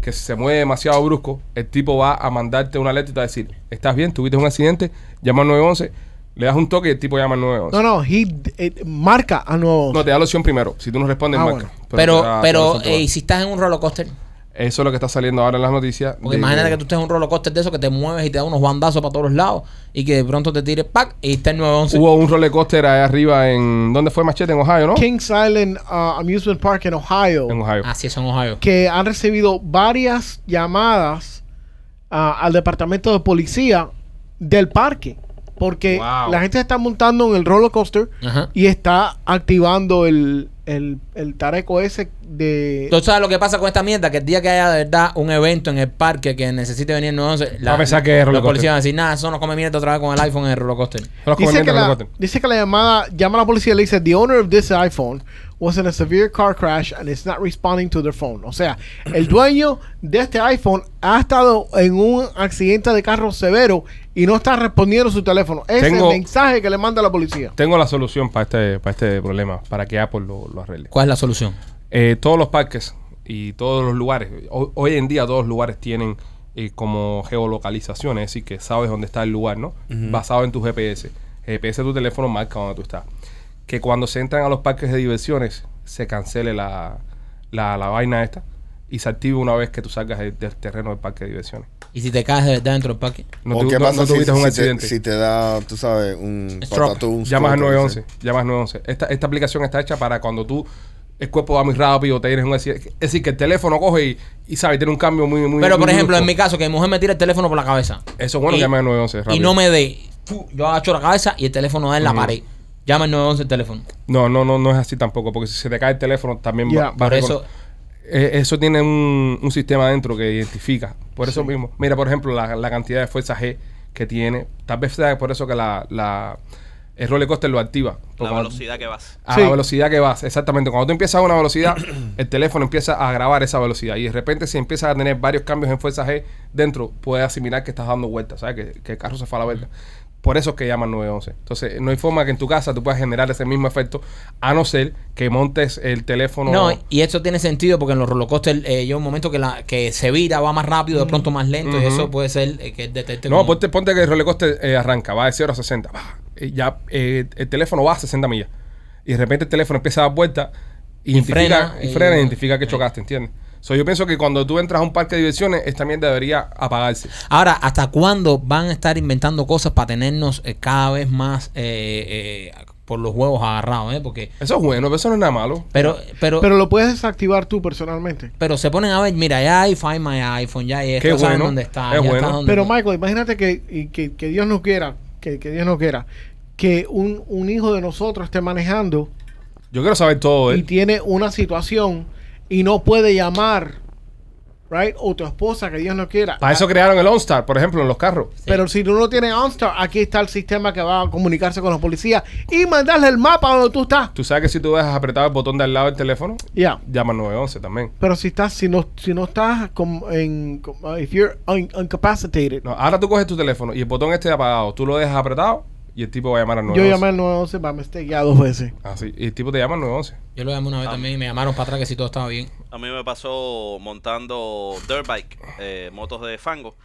D: que si se mueve demasiado brusco, el tipo va a mandarte una alerta y te va a decir, ¿estás bien? ¿Tuviste un accidente? Llama al 911, le das un toque y el tipo llama al 911.
E: No, no, he eh, marca a nuevo.
D: No, te da la opción primero. Si tú no respondes,
E: Ah,
D: marca.
E: bueno.
D: te
B: Pero,
D: da- te da la
B: pero,
D: opción primero.
B: eh, ¿y si estás en un roller coaster?
D: Eso es lo que está saliendo ahora en las noticias.
B: Porque
D: de-
B: imagínate que tú estés en un roller coaster de eso que te mueves y te da unos bandazos para todos lados y que de pronto te tire pack y está el 911.
D: Hubo un roller coaster ahí arriba en... ¿Dónde fue Machete? En Ohio, ¿no?
E: Kings Island ah, Amusement Park en Ohio.
D: En Ohio.
B: Así es en Ohio.
E: que han recibido varias llamadas ah, al departamento de policía del parque. Porque
D: Wow.
E: la gente se está montando en el roller coaster
B: Ajá.
E: y está activando el, el, el tareco ese de...
B: Tú sabes lo que pasa con esta mierda, que el día que haya de verdad un evento en el parque que necesite venir el 911,
D: Va a pensar que es roller
B: los
D: coaster.
B: policías van a decir, nada, eso no come mierda otra vez con el iPhone en el roller coaster.
D: Los
E: Dice que,
D: comandantes del
E: la,
D: roller coaster.
E: dice que la llamada llama a la policía y le dice, The owner of this iPhone was in a severe car crash and is not responding to their phone. O sea, el dueño de este iPhone ha estado en un accidente de carro severo y no está respondiendo su teléfono. Ese es el
D: Tengo-
E: mensaje que le manda la policía.
D: Tengo la solución para este, para este problema, para que Apple lo, lo arregle.
B: ¿Cuál es la solución?
D: Eh, todos los parques y todos los lugares, ho- hoy en día todos los lugares tienen eh, como geolocalización, es decir, que sabes dónde está el lugar, ¿no? Basado en tu GPS. GPS de tu teléfono marca dónde tú estás. Que cuando se entran a los parques de diversiones, se cancele la, la, la vaina esta y se active una vez que tú salgas del, del terreno del parque de diversiones.
B: ¿Y si te caes de verdad dentro del parque?
D: No,
F: ¿O
D: tu-
F: qué
D: no-
F: pasa
D: no
F: si,
D: tuviste
F: si
D: un
F: te,
D: accidente.
F: si te da, tú sabes, un
B: Stroke.
F: patatús?
D: Llamas al
F: stroke,
D: 911.
F: sí.
D: Llamas al 911. Esta, esta aplicación está hecha para cuando tú. El cuerpo va muy rápido, te tienes un accidente. Es decir, que el teléfono coge y, y sabe, tiene un cambio muy. muy
B: Pero,
D: muy
B: por ejemplo,
D: brusco.
B: en mi caso, que mi mujer me tira el teléfono por la cabeza.
D: Eso es bueno,
B: Y-
D: llama al 911.
B: y
D: rápido.
B: no me dé. Fu, Yo agacho la cabeza y el teléfono da en la pared. Llama al 911 el teléfono.
D: no, no, no, no es así tampoco, porque si se te cae el teléfono también va-
E: Ya,
D: va,
B: Por
D: a
B: eso,
D: recono- Eh, eso tiene un, un sistema adentro que identifica. Por eso mismo. Mira, por ejemplo, la, la cantidad de fuerza G que tiene. Tal vez sea por eso que la, la- El roller coaster lo activa.
G: La
D: Porque cuando-
G: velocidad que vas.
D: A
E: Sí.
D: la velocidad que vas, exactamente. Cuando tú empiezas a una velocidad, el teléfono empieza a grabar esa velocidad. Y de repente, si empiezas a tener varios cambios en fuerza G dentro, puedes asimilar que estás dando vueltas, ¿sabes? Que, que el carro se fue a la vuelta. Por eso es que llaman 911. Entonces, no hay forma que en tu casa tú puedas generar ese mismo efecto, a no ser que montes el teléfono.
B: No, y esto tiene sentido porque en los roller coasters eh, llega un momento que la que se vira, va más rápido, de pronto más lento, y
D: Ujú.
B: eso puede ser eh, que él detecte.
D: No, pues
B: como-
D: ponte, ponte que el roller coaster eh, arranca, va de 0 a 60. va, y ya eh, el teléfono va a 60 millas. Y de repente el teléfono empieza a dar vueltas y, frena,
B: frena,
D: y
B: y-
D: frena, identifica que chocaste, ¿entiendes? So, yo pienso que cuando tú entras a un parque de diversiones, esta mierda debería apagarse.
B: Ahora, ¿hasta cuándo van a estar inventando cosas para tenernos eh, cada vez más eh, eh, por los huevos agarrados? Eh? Porque,
D: Eso es bueno, pero eso no es nada malo.
B: pero, pero, pero,
E: Pero lo puedes desactivar tú personalmente.
B: se ponen a ver, mira, ya hay Find My iPhone, ya hay esto,
D: Qué
B: saben
D: bueno,
B: dónde está,
D: es
B: ya está
D: bueno.
B: dónde-
E: Pero Michael, imagínate que, y que, que Dios no quiera, que, que Dios no quiera, que un, un hijo de nosotros esté manejando
D: Yo quiero saber todo,
E: y
D: ¿eh?
E: tiene una situación y no puede llamar, right? O tu esposa, que Dios no quiera. Ah,
D: Para eso crearon el OnStar, por ejemplo, en los carros.
E: Pero si tú no tienes OnStar, aquí está el sistema que va a comunicarse con los policías y mandarle el mapa donde tú estás.
D: Tú sabes que si tú dejas apretado el botón de al lado del teléfono,
E: Ya.
D: llama al 911 también.
E: Pero si estás, si no, si no estás como en, como- if you're un- incapacitated,
D: No, ahora tú coges tu teléfono y el botón esté apagado, tú lo dejas apretado y el tipo va a llamar al
E: yo
D: 911.
E: llamé al 911 para mistake ya dos veces.
D: Así, y el tipo te llama al 911.
B: Yo lo llamé una vez
D: Ah.
B: también y me llamaron para atrás que si todo estaba bien.
D: Eh,
G: A mí me pasó montando dirt bike, eh, motos de fango.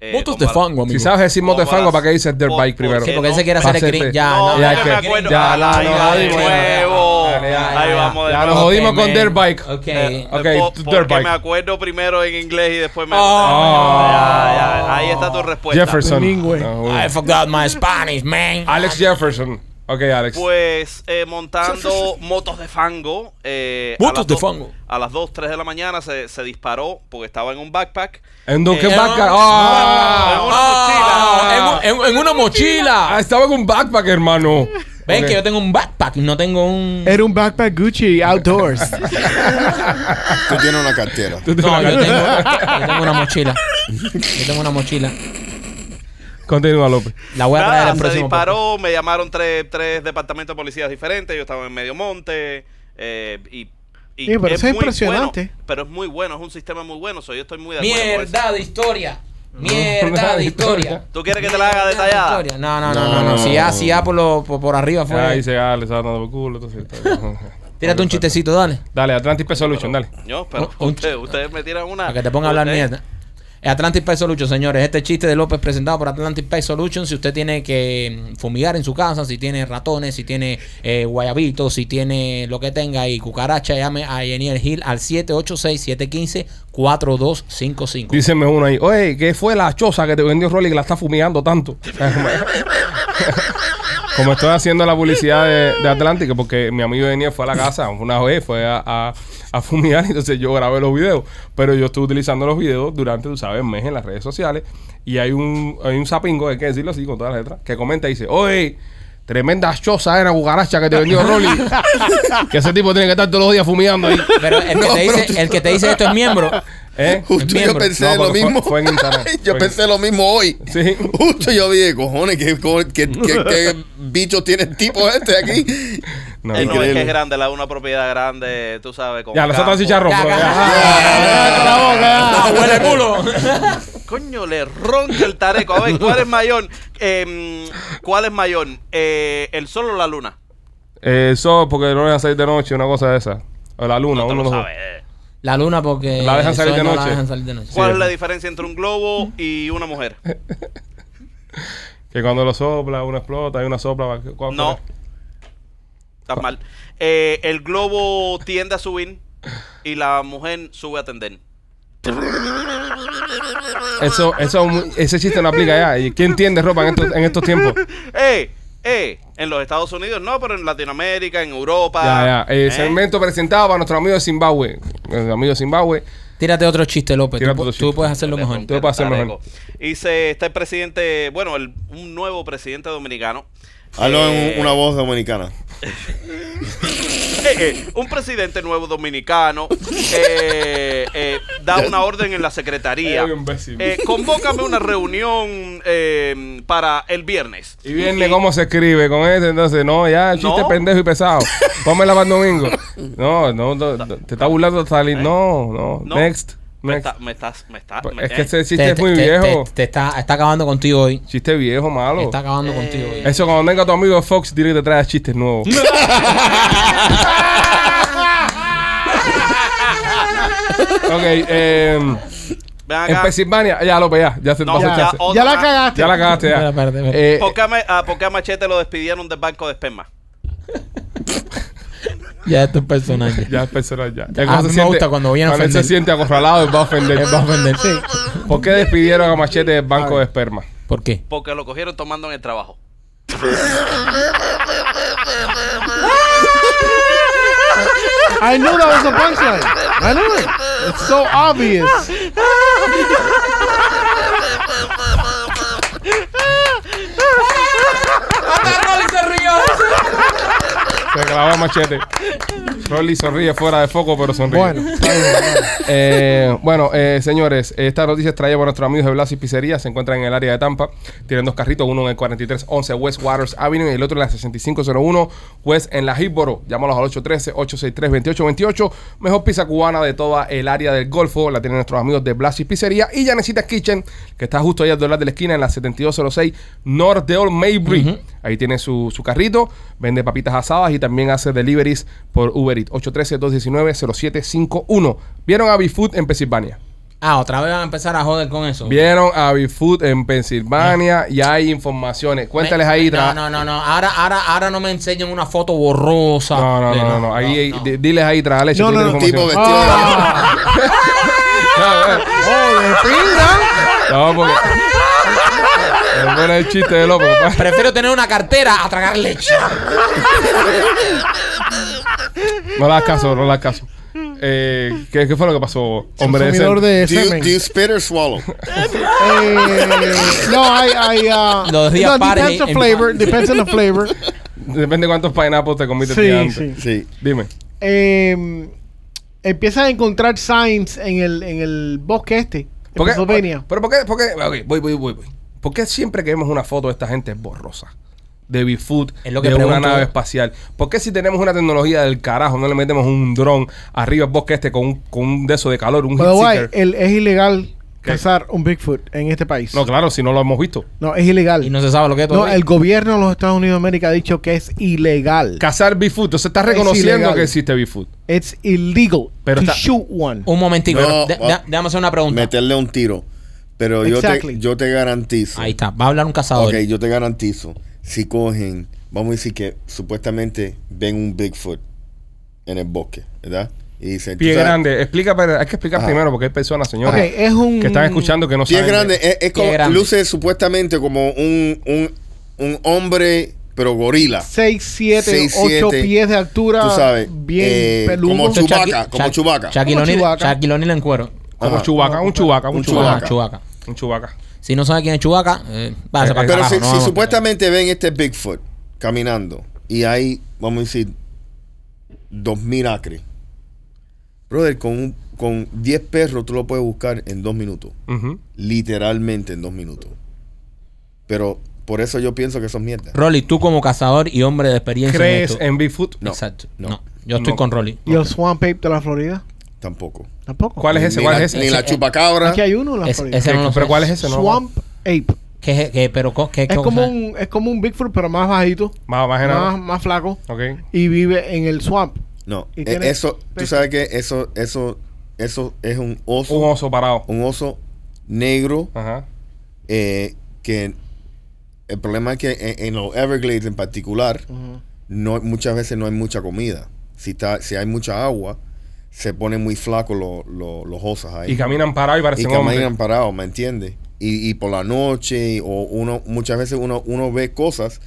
G: eh,
B: Votos
G: como a-
D: Si sabes decir moto de
G: Como
D: fango,
G: las-
D: ¿para qué dices dirt
G: por-
D: bike primero?
B: Sí, porque él se quiere
D: Para
B: hacer el
D: hacerte-
B: green. Ya,
G: No,
B: no,
G: ya,
D: hay
G: me
D: que-
G: acuerdo.
D: ya, la-
G: Ay,
D: no,
G: va de
D: ahí
G: nuevo.
D: Dale, ya,
G: Ahí
D: ya.
G: vamos de
D: Ya nos
G: nuevo.
D: jodimos
B: Ok,
D: con
B: man.
D: dirt bike.
B: Ok. Ah.
G: Eh,
D: Ok,
G: po-
D: dirt
G: porque
D: bike.
G: me acuerdo primero en inglés y después me.
D: Oh.
G: Ya, ya, ahí está tu respuesta.
D: Jefferson.
E: Bilingüe.
D: No, güey.
B: I forgot my Spanish, man.
D: Alex Jefferson. Ok, Alex.
G: Pues eh, montando motos de fango. eh, a
B: Motos
G: las
B: de
G: dos-
B: fango.
G: A las 2, 3 de la mañana se, se disparó porque estaba en un backpack.
D: en Dunkin'
B: eh,
D: Backpack.
B: no,
D: ¡Ah!
G: no, no, no,
B: Ah,
D: Ah.
B: en, un- en- en una mochila.
D: Ah, estaba en un backpack, hermano.
B: Ven
D: Ok.
B: que yo tengo un backpack, no tengo un.
E: Era un backpack Gucci outdoors.
F: Tú tienes una cartera.
D: Tú te
B: No,
D: la
B: yo
D: cantas.
B: tengo, yo tengo una mochila. Yo tengo una mochila.
D: Continúa, López.
B: La voy a traer
G: Nada,
B: al
G: se
B: próximo.
G: disparó, me llamaron tres, tres departamentos de policías diferentes, yo estaba en medio monte eh, y, y
E: Sí, pero eso es
G: muy
E: impresionante.
G: bueno, pero es muy bueno, es un sistema muy bueno, soy yo estoy muy de acuerdo. con eso.
B: Mierda de historia. Mierda de historia.
G: ¿Tú quieres que te la haga detallada?
B: Historia. No, no, no, no,
F: No,
B: no.
F: no,
B: Si ya,
F: no.
B: si ya por, lo, por, por arriba fue.
D: Ahí se ah, le está dando por culo. Entonces,
B: Tírate un chistecito, dale.
D: Dale, Atlantic Pest Solution, dale.
G: No, pero
B: Un- un-
G: ustedes, ustedes me tiran una.
B: Para que te ponga a hablar
G: ustedes-
B: mierda. Atlantic Pest Solution, señores. Este chiste de López presentado por Atlantic Pest Solution. Si usted tiene que mm, fumigar en su casa, si tiene ratones, si tiene eh, guayabitos, si tiene lo que tenga y cucaracha, llame a Geniel Hill al 786-715-4255.
D: Díceme uno ahí, oye, ¿qué fue la choza que te vendió Rolly que la está fumigando tanto? Como estoy haciendo la publicidad de, de Atlántico, porque mi amigo Daniel fue a la casa una vez, fue a, a, a fumigar, entonces yo grabé los videos, pero yo estuve utilizando los videos durante, tú sabes, el mes en las redes sociales, y hay un, hay un sapingo, hay que decirlo así con todas las letras, que comenta y dice, oye, tremenda choza era cucaracha que te vendió Rolly, que ese tipo tiene que estar todos los días fumigando ahí.
B: Pero el que,
F: No,
B: te
F: pero-
B: dice, el que te dice esto es miembro.
D: ¿Eh?
F: Justo yo
B: Miembro.
F: pensé
D: No,
F: lo
D: porque fue-
F: mismo.
D: fue en internet.
F: yo
D: Fue en-
F: pensé lo mismo hoy.
D: Sí.
F: Justo yo dije, cojones, ¿qué, co- qué, qué- qué bicho tiene el tipo este aquí?
D: No, no.
G: Eh, no, es que es
F: Increíble.
G: grande, la una propiedad grande, tú sabes. Con
D: Ah, Ya, nosotros
G: campo.
D: sí charro,
B: Ya,
D: bro.
B: ya.
D: ah,
E: Ah,
B: ¡Huele culo!
G: Coño, le ronca el tareco. A ver, ¿cuál es mayor? Eh, ¿Cuál es mayor? Eh, ¿El sol o la luna?
D: Eh, eso porque no dejan salir de noche, una cosa de esa. O la luna,
G: No, te
D: uno
G: lo
D: de los dos.
G: sabes.
B: La luna porque.
D: La dejan
B: el
D: salir
B: sol
D: de
B: no
D: noche.
B: La dejan salir de noche.
G: ¿Cuál
D: Sí,
G: es la
D: es. Eh,
G: diferencia entre un globo y una mujer?
D: Que cuando lo sopla, uno explota y una sopla. va- ¿cuál- cuál
G: No.
D: es?
G: Está mal. Eh, el globo tiende a subir y la mujer sube a tender.
D: Eso, eso, es un- ese chiste no aplica ya. ¿Y ¿Quién tiende ropa en estos, en estos tiempos?
G: ¡Eh! ¡Eh! En los Estados Unidos no, pero en Latinoamérica, en Europa.
D: Ya, ya. Eh,
G: ¿eh?
D: Segmento presentado para nuestro amigo de Zimbabue. El amigo de Zimbabue.
B: Tírate otro chiste, López. Tú,
D: Tírate
B: pu-
D: otro
B: tú
D: chiste. Este
B: puedes hacerlo
G: Lejos,
B: mejor.
D: Tú puedes hacer
G: Tareco.
D: mejor.
G: Y se está el presidente, bueno, el- un nuevo presidente dominicano.
F: Hazlo en
G: Eh,
F: una voz dominicana.
G: eh, eh, un presidente nuevo dominicano eh, eh, da una orden en la secretaría.
D: Ay, imbécil.
G: Eh, convócame una reunión eh, para el viernes.
D: Y viene cómo se escribe con este, entonces, no, ya, el chiste
G: No.
D: pendejo y pesado. Pónmela para el domingo. No, no, no, te está burlando hasta el... No, no,
G: No.
D: next,
G: Me,
D: next.
G: está- me estás, me estás. me-
D: pues, Es que
G: eh,
D: ese
B: Te-
D: chiste es
B: te-
D: muy
B: te-
D: viejo.
B: Te, te está, está acabando contigo hoy.
D: Chiste viejo, malo.
B: Está acabando contigo hoy.
D: Eso cuando venga tu amigo de Fox, dile que te trae chistes nuevos. ok, eh,
G: ven
D: en
G: acá.
D: Pensilvania, ya López, ya, ya se
G: No,
D: vas a
G: ya,
D: echarse.
G: otra
E: Ya la
G: más.
E: cagaste.
D: Ya la cagaste, ya.
B: Espera, espera, espera.
D: Eh,
G: ¿Por qué a Me- a- por qué a Machete lo despidieron del banco de esperma?
B: Ya este es personaje.
D: ya es personal, ya.
B: A mí me gusta cuando viene a
D: cuando él se
B: ofender.
D: siente acorralado, él va a ofender.
B: Él va a ofender.
D: ¿Por qué despidieron a Machete del banco de esperma?
B: ¿Por qué?
G: Porque lo cogieron tomando en el trabajo.
E: I knew that was a punchline. I knew it. It's so obvious.
D: Se clavó a Machete. Rolly sonríe fuera de foco, pero sonríe.
E: Bueno, está bien,
D: Eh, bueno, eh, señores, esta noticia es traída por nuestros amigos de Blas y Pizzería. Se encuentran en el área de Tampa. Tienen dos carritos, uno en el 4311 West Waters Avenue y el otro en la 6501 West en la Hillboro. Llámalos al 813-863-2828. Mejor pizza cubana de toda el área del Golfo. La tienen nuestros amigos de Blas y Pizzería. Y Yanecita Kitchen, que está justo ahí al lado de la esquina en la 7206 North de Old Maybury. Ahí tiene su, su carrito, vende papitas asadas y también hace deliveries por Uber Eats. 813-219-0751. ¿Vieron a Bifood en Pensilvania?
B: Ah, otra vez van a empezar a joder con eso.
D: Vieron a Bifood en Pensilvania y hay informaciones. Cuéntales ahí.
B: No,
D: tra-
B: no, no, no. Ahora, ahora, ahora no me enseñen una foto borrosa.
D: no, no,
B: de-
D: no, no, no. Ahí, di- Diles ahí, tras
E: No, no, no.
F: Tipo vestido
E: Ah. Oh, de pinga.
D: Eh, No, porque... Es bueno el chiste de López. papá.
B: Prefiero tener una cartera a tragar leche.
D: No le hagas caso, no le hagas caso. Eh, ¿qué, qué fue lo que pasó, hombre?
E: Consumidor
D: decente?
E: de
F: Do you,
E: semen.
F: do you spit or swallow?
E: Eh, no, hay, hay, uh,
B: Los días
E: no,
B: pares
E: depends
B: en-
E: on flavor, depends on the flavor.
D: Depende de cuántos pineapples te comiste
E: Sí,
D: antes.
E: sí.
F: Sí.
D: Dime.
E: Eh, empiezas a encontrar signs en el, en el bosque este, de
D: ¿Por qué-
E: Pennsylvania.
D: ¿Pero por qué? Por qué ok, voy, voy, voy, voy. ¿Por qué siempre que vemos una foto de esta gente es borrosa? De Bifood,
B: Es lo que
D: de una
B: pregunto.
D: nave espacial. ¿Por qué si tenemos una tecnología del carajo no le metemos un dron arriba al bosque este con un, con un deso de calor, un
E: By the
D: heat
E: way,
D: seeker?
E: el- es ilegal
D: ¿Qué?
E: cazar un Bigfoot en este país.
D: No, claro, si no lo hemos visto.
E: No, es ilegal.
B: Y no se sabe lo que es
E: No,
B: todo.
E: el gobierno de los Estados Unidos de América ha dicho que es ilegal.
D: Cazar Bifood, entonces estás
E: Es
D: reconociendo
E: ilegal.
D: que existe Bifood.
E: It's illegal
D: Pero
E: to
D: está-
E: shoot one.
B: Un momentico.
F: No,
B: De-
F: va-
B: de- déjame hacer una pregunta.
F: Meterle un tiro. Pero yo
E: Exactly.
F: te, yo te garantizo.
B: Ahí está. Va a hablar un cazador.
F: Ok, yo te garantizo. Si cogen, vamos a decir que supuestamente ven un Bigfoot en el bosque, ¿verdad? Y dicen.
D: Pie
F: tú sabes,
D: grande. Explica, pero hay que explicar
F: Ajá.
D: primero porque hay personas, señores,
E: Ok, es un-
D: que están escuchando que no
F: Pie
D: saben.
F: grande es, es como-
B: grande.
F: luce supuestamente como un, un, un hombre, pero gorila.
E: 6, 7,
F: Seis,
E: 8
F: siete.
E: pies de altura.
F: Tú sabes,
E: Bien
F: eh, como
E: peludo.
B: Esto es Chucky-
F: Chewbacca, como
B: Chucky-
F: Chewbacca.
B: Shaquille
E: Como
B: O'Neal-
E: Chewbacca.
B: Shaquille O'Neal en cuero.
D: Como
F: Ajá.
D: Chubaca, un Chubaca, un
F: Un
D: Chubaca.
B: Ajá, Chubaca.
D: Un Chubaca.
B: Si no sabe quién es Chubaca, eh, váyase
D: Eh,
B: para
D: eh,
F: Pero
B: carajo,
F: si,
B: no
F: si
B: vamos a-
F: supuestamente ven este Bigfoot caminando y hay, vamos a decir, 2000 acres. Brother, con, un- con 10 perros tú lo puedes buscar en dos minutos.
D: Ujú.
F: Literalmente en dos minutos. Pero por eso yo pienso que son mierdas.
B: Rolly, tú como cazador y hombre de experiencia.
D: ¿Crees
B: esto-
D: en Bigfoot?
F: No,
B: Exacto. No.
F: no,
B: Yo estoy
D: no.
B: con Rolly.
E: ¿Y el Swamp Ape de la Florida?
F: Tampoco.
E: Tampoco.
D: ¿Cuál es ese?
F: Ni
D: ¿Cuál
F: la,
D: es
F: ni
D: ese?
F: la chupacabra.
E: Aquí hay uno en la
B: Es-
E: Florida.
B: ese no lo
D: ¿Pero
B: sé.
D: cuál es ese? No,
E: Swamp Ape.
B: ¿Qué, qué, pero, co- qué,
E: Es
B: cosa?
E: como, un, es como un Bigfoot, pero más bajito.
D: Más, más, nada.
E: Más, más flaco.
D: Ok.
E: Y vive en el swamp.
F: No,
E: Y
F: eh,
E: tiene
F: eso, tú
E: pecho.
F: sabes que eso, eso, eso es un oso,
D: Un oso parado.
F: un oso negro
D: Ajá.
F: eh, que el problema es que en, en los Everglades en particular no muchas veces no hay mucha comida. Si está, si hay mucha agua se ponen muy flacos lo- lo- los osos ahí.
D: Y caminan parados y
F: Y
D: parecen hombres.
F: caminan parados, ¿me entiendes? Y, y por la noche, o uno, muchas veces uno, uno ve cosas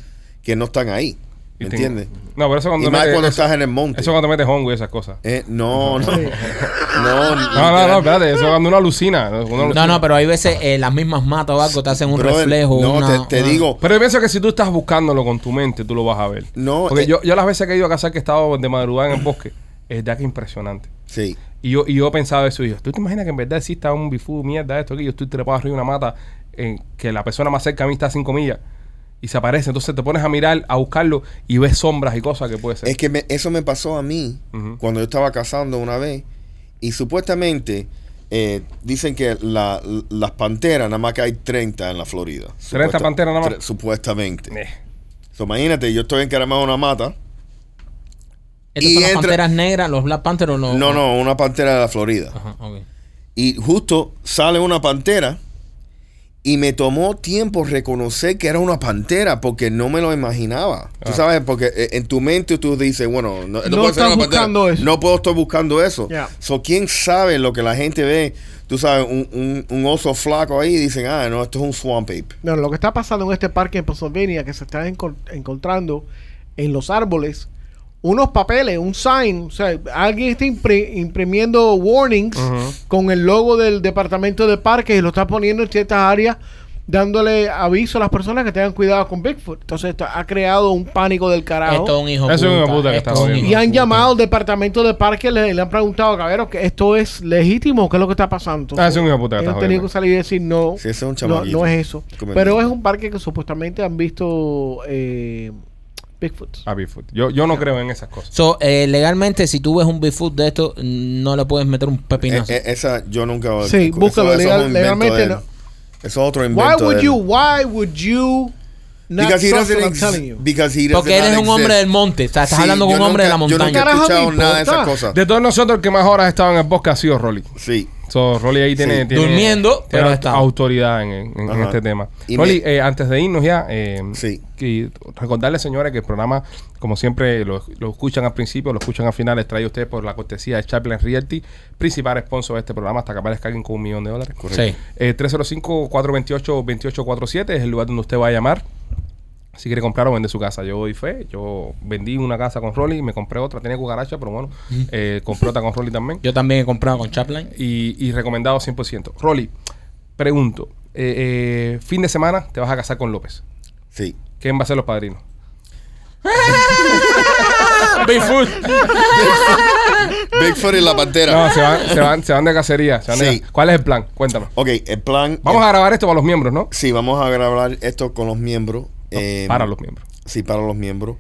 F: que no están ahí.
D: Y
F: ¿Me
D: tengo-
F: entiendes?
D: No, pero eso cuando
F: Y más
D: metes-
F: cuando
D: eso-
F: estás en el monte.
D: Eso cuando metes hongo y esas cosas.
F: Eh, no, no. No,
E: Ah,
D: No, no, no, espérate, eso cuando uno alucina. uno alucina.
B: No, no, pero hay veces eh, las mismas matas o algo te hacen un
F: Brother,
B: reflejo.
F: No,
B: una-
F: te, te
B: una-
F: digo.
D: Pero yo pienso que si tú estás buscándolo con tu mente, tú lo vas a ver.
F: No,
D: Porque
F: eh.
D: yo, yo las veces que he ido a cazar que he estado de madrugada en el bosque, es de que impresionante.
F: Sí.
D: Y yo, y yo pensaba eso, y yo, ¿tú te imaginas que en verdad exista un bifú, mierda, esto que yo estoy trepado arriba de una mata, en que la persona más cerca a mí está a 5 millas, y se aparece? Entonces te pones a mirar, a buscarlo, y ves sombras y cosas que puede ser.
F: Es que me- eso me pasó a mí
D: Ujú.
F: cuando yo estaba cazando una vez. Y supuestamente eh, dicen que la- las panteras, nada más que hay 30 en la Florida.
D: 30 panteras nada más.
F: tre- Supuestamente.
D: Eh,
F: So, imagínate, yo estoy encaramado en una mata.
B: Estas
F: y
B: son las
F: entra-
B: panteras negras, los Black Panther o los.
F: No, no, una pantera de la Florida.
B: Ajá, ok.
F: Y justo sale una pantera. Y me tomó tiempo reconocer que era una pantera porque no me lo imaginaba. Tú
D: Ah.
F: sabes, porque eh, en tu mente tú dices, bueno, no,
E: No
F: puedo
E: estás
F: ser una pantera.
E: buscando eso.
F: No puedo estar buscando eso.
E: Ya.
F: So, ¿Quién sabe lo que la gente ve? Tú sabes, un, un- un oso flaco ahí y dicen, ah, no, esto es un swamp ape.
E: No, lo que está pasando en este parque en Pennsylvania que se está encon- encontrando en los árboles unos papeles, un sign, o sea, alguien está impri- imprimiendo warnings
D: Ujú.
E: con el logo del departamento de parques y lo está poniendo en ciertas áreas, dándole aviso a las personas que tengan cuidado con Bigfoot. Entonces esto ha creado un pánico del carajo.
B: Esto es un hijo
D: Eso es un hijo puta que
B: esto es
D: está
B: un
D: jodiendo.
B: hijo
E: Y han
B: puta.
E: llamado al departamento de parques, le, le han preguntado, cabrero, que esto es legítimo, ¿qué es lo que está pasando?
D: Ah, es un hijo de puta que
E: Ellos
D: está
E: tenían
D: jodiendo.
E: que salir y decir no.
F: Sí, ese es un
E: no,
F: chamaquito.
E: no es eso.
F: Como
E: Pero
F: el-
E: es un parque que supuestamente han visto eh, Bigfoot.
F: Ah,
D: a Bigfoot. Yo, yo no creo en esas cosas.
B: So, eh, legalmente, si tú ves un Bigfoot de esto, no le puedes meter un pepinazo.
F: Eh, eh, esa yo nunca voy a
E: Sí, búscalo,
F: es
E: legal-
F: un invento
E: legalmente
F: de él.
E: no.
F: Eso es otro invento.
E: Why
F: de
E: would
F: él.
E: you? Why would you? Not
F: Because he
E: trust
F: doesn't
E: what I'm
F: ex-
E: telling you?
F: because he
B: Porque él es
F: doesn't
B: un
F: exist.
B: hombre del monte. O sea, estás
F: Sí,
B: hablando con
F: yo
B: un hombre de la
F: nunca- Yo
B: montaña.
F: nunca he
E: Carajo,
F: escuchado
E: me
F: nada de esas
E: importa.
F: cosas.
D: De todos nosotros, el que más horas ha estado en el bosque ha sido Rolly.
F: Sí.
D: So, Rolly ahí tiene, tiene-
B: Durmiendo,
D: tiene
B: pero
D: au-
B: está.
D: autoridad en, en- en
F: Ajá.
D: este tema.
F: Y
D: Rolly,
F: me-
D: eh, antes de irnos ya, eh,
F: Sí.
D: que- recordarles, señores, que el programa, como siempre, lo, lo escuchan al principio, lo escuchan al final, es traído a ustedes por la cortesía de Chaplin Realty, principal sponsor de este programa, hasta que aparezca alguien con un millón de dólares.
B: Sí.
D: Eh, 305-428-2847 es el lugar donde usted va a llamar. Si quiere comprar o vender su casa. Yo doy fe. Yo vendí una casa con Rolly, me compré otra. Tenía cucaracha, pero bueno, eh, compré otra con Rolly también.
B: Mm. Yo también he comprado con Chaplin.
D: Y, y recomendado 100%. Rolly, pregunto. eh, eh, fin de semana te vas a casar con López.
F: Sí.
D: ¿Quién va a ser los padrinos?
B: Bigfoot.
F: Bigfoot y la pantera.
D: No, se van, se van, se van de cacería. se van de-
F: Sí.
D: ¿Cuál es el plan? Cuéntanos.
F: Ok, el plan.
D: Vamos a grabar esto para los miembros, ¿no?
F: Sí, vamos a grabar esto con los miembros.
D: No,
F: eh,
D: para los miembros.
F: Sí, para los miembros.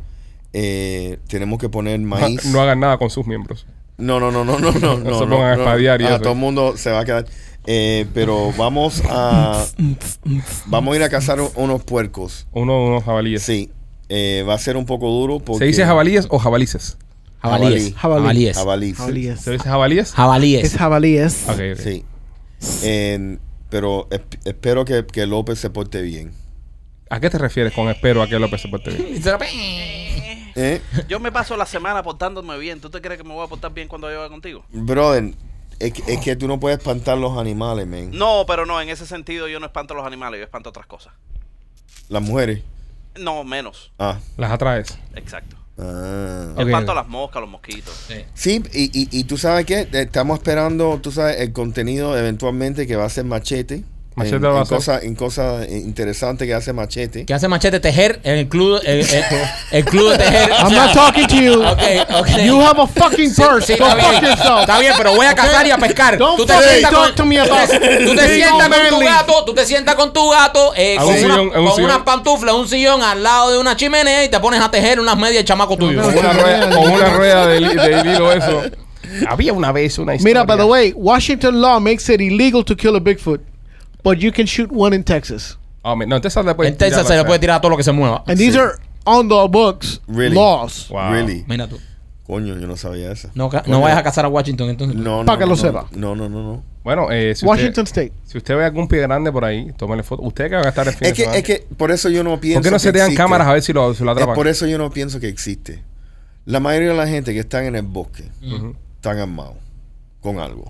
F: Eh, tenemos que poner maíz.
D: No hagan nada con sus miembros.
F: No, no, no, no, no, no.
D: No
F: no,
D: se
F: no,
D: pongan a
F: no.
D: espadear y
F: Ah,
D: eso.
F: todo el mundo se va a quedar. Eh, pero vamos a. vamos a ir a cazar u- unos puercos.
D: Uno, unos jabalíes.
F: Sí. Eh, va a ser un poco duro porque.
D: ¿Se dice jabalíes o jabalices?
B: Jabalíes.
F: Jabalí.
B: Jabalíes.
F: Jabalís.
E: Jabalíes.
D: ¿Se dice jabalíes?
E: Es
B: Jabalíes.
E: jabalíes.
D: Ok, ok.
F: Sí. En- pero esp- espero que, que López se porte bien.
D: ¿A qué te refieres con espero a que López se porte bien?
F: ¿Eh?
G: Yo me paso la semana portándome bien. ¿Tú te crees que me voy a portar bien cuando yo vaya contigo?
F: Brother, es, que- es que tú no puedes espantar los animales, man.
G: No, pero no, en ese sentido yo no espanto a los animales, yo espanto otras cosas.
F: Las mujeres.
G: No, menos.
F: Ah.
D: Las atraes.
G: Exacto.
F: Ah.
G: Yo
D: Ok.
G: espanto a las moscas, a los mosquitos.
F: Sí, y, y, y tú sabes qué, eh, estamos esperando, tú sabes, el contenido eventualmente que va a ser machete.
D: Machete
F: en,
D: lo va
F: en
D: a hacer.
F: cosa- en cosas interesantes que hace machete.
B: ¿Qué hace Machete Tejer? El club, el, el- el club de Tejer.
E: I'm not talking to you.
B: Ok, ok.
E: You have a fucking purse.
B: Sí,
E: Go
B: está
E: fuck
B: bien.
E: yourself.
B: Está bien, pero voy a cazar y a pescar.
E: Don't
B: Tú te
E: fucking
B: sientas
E: talk
B: con,
E: to me about-
B: tú te- tú te
E: Be
B: sientas con tu
E: manly.
B: gato, tú te sientas con tu gato, eh,
D: A
B: con,
D: un
B: una-
D: sillón, a un
B: con
D: sillón.
B: unas pantuflas, un sillón al lado de una chimenea y te pones a tejer unas medias chamaco tuyo.
D: Con una rueda, con una rueda de, li- de hilo eso. Había una vez una historia.
E: Mira, by the way, Washington law makes it illegal to kill a Bigfoot, but you can shoot one in Texas.
D: Ah, me- no, en Texas le puedes
B: En Texas
D: tirar
B: Este se le
D: la
B: puede
D: cara.
B: tirar a todo lo que se mueva.
E: And these are on the books
F: Really?
E: laws.
D: Wow.
F: Really.
B: Mira tú.
F: Coño, yo no sabía eso.
B: No, ca- no vayas a cazar a Washington entonces.
F: No, no,
E: Pa' que
F: no,
E: lo
F: no.
E: sepa.
F: No, no, no, no.
D: Bueno, eh, si,
E: Washington
D: usted,
E: State.
D: si usted ve algún pie grande por ahí, tómele foto. Usted que va a gastar el fin
F: Es
D: de
F: que,
D: semana.
F: es que por eso yo no pienso
D: ¿Por qué no se
F: que
D: te dan
F: existe.
D: cámaras a ver si lo, si lo
F: Es
D: atrapan?
F: por eso yo no pienso que existe. La mayoría de la gente que están en el bosque están armados con algo.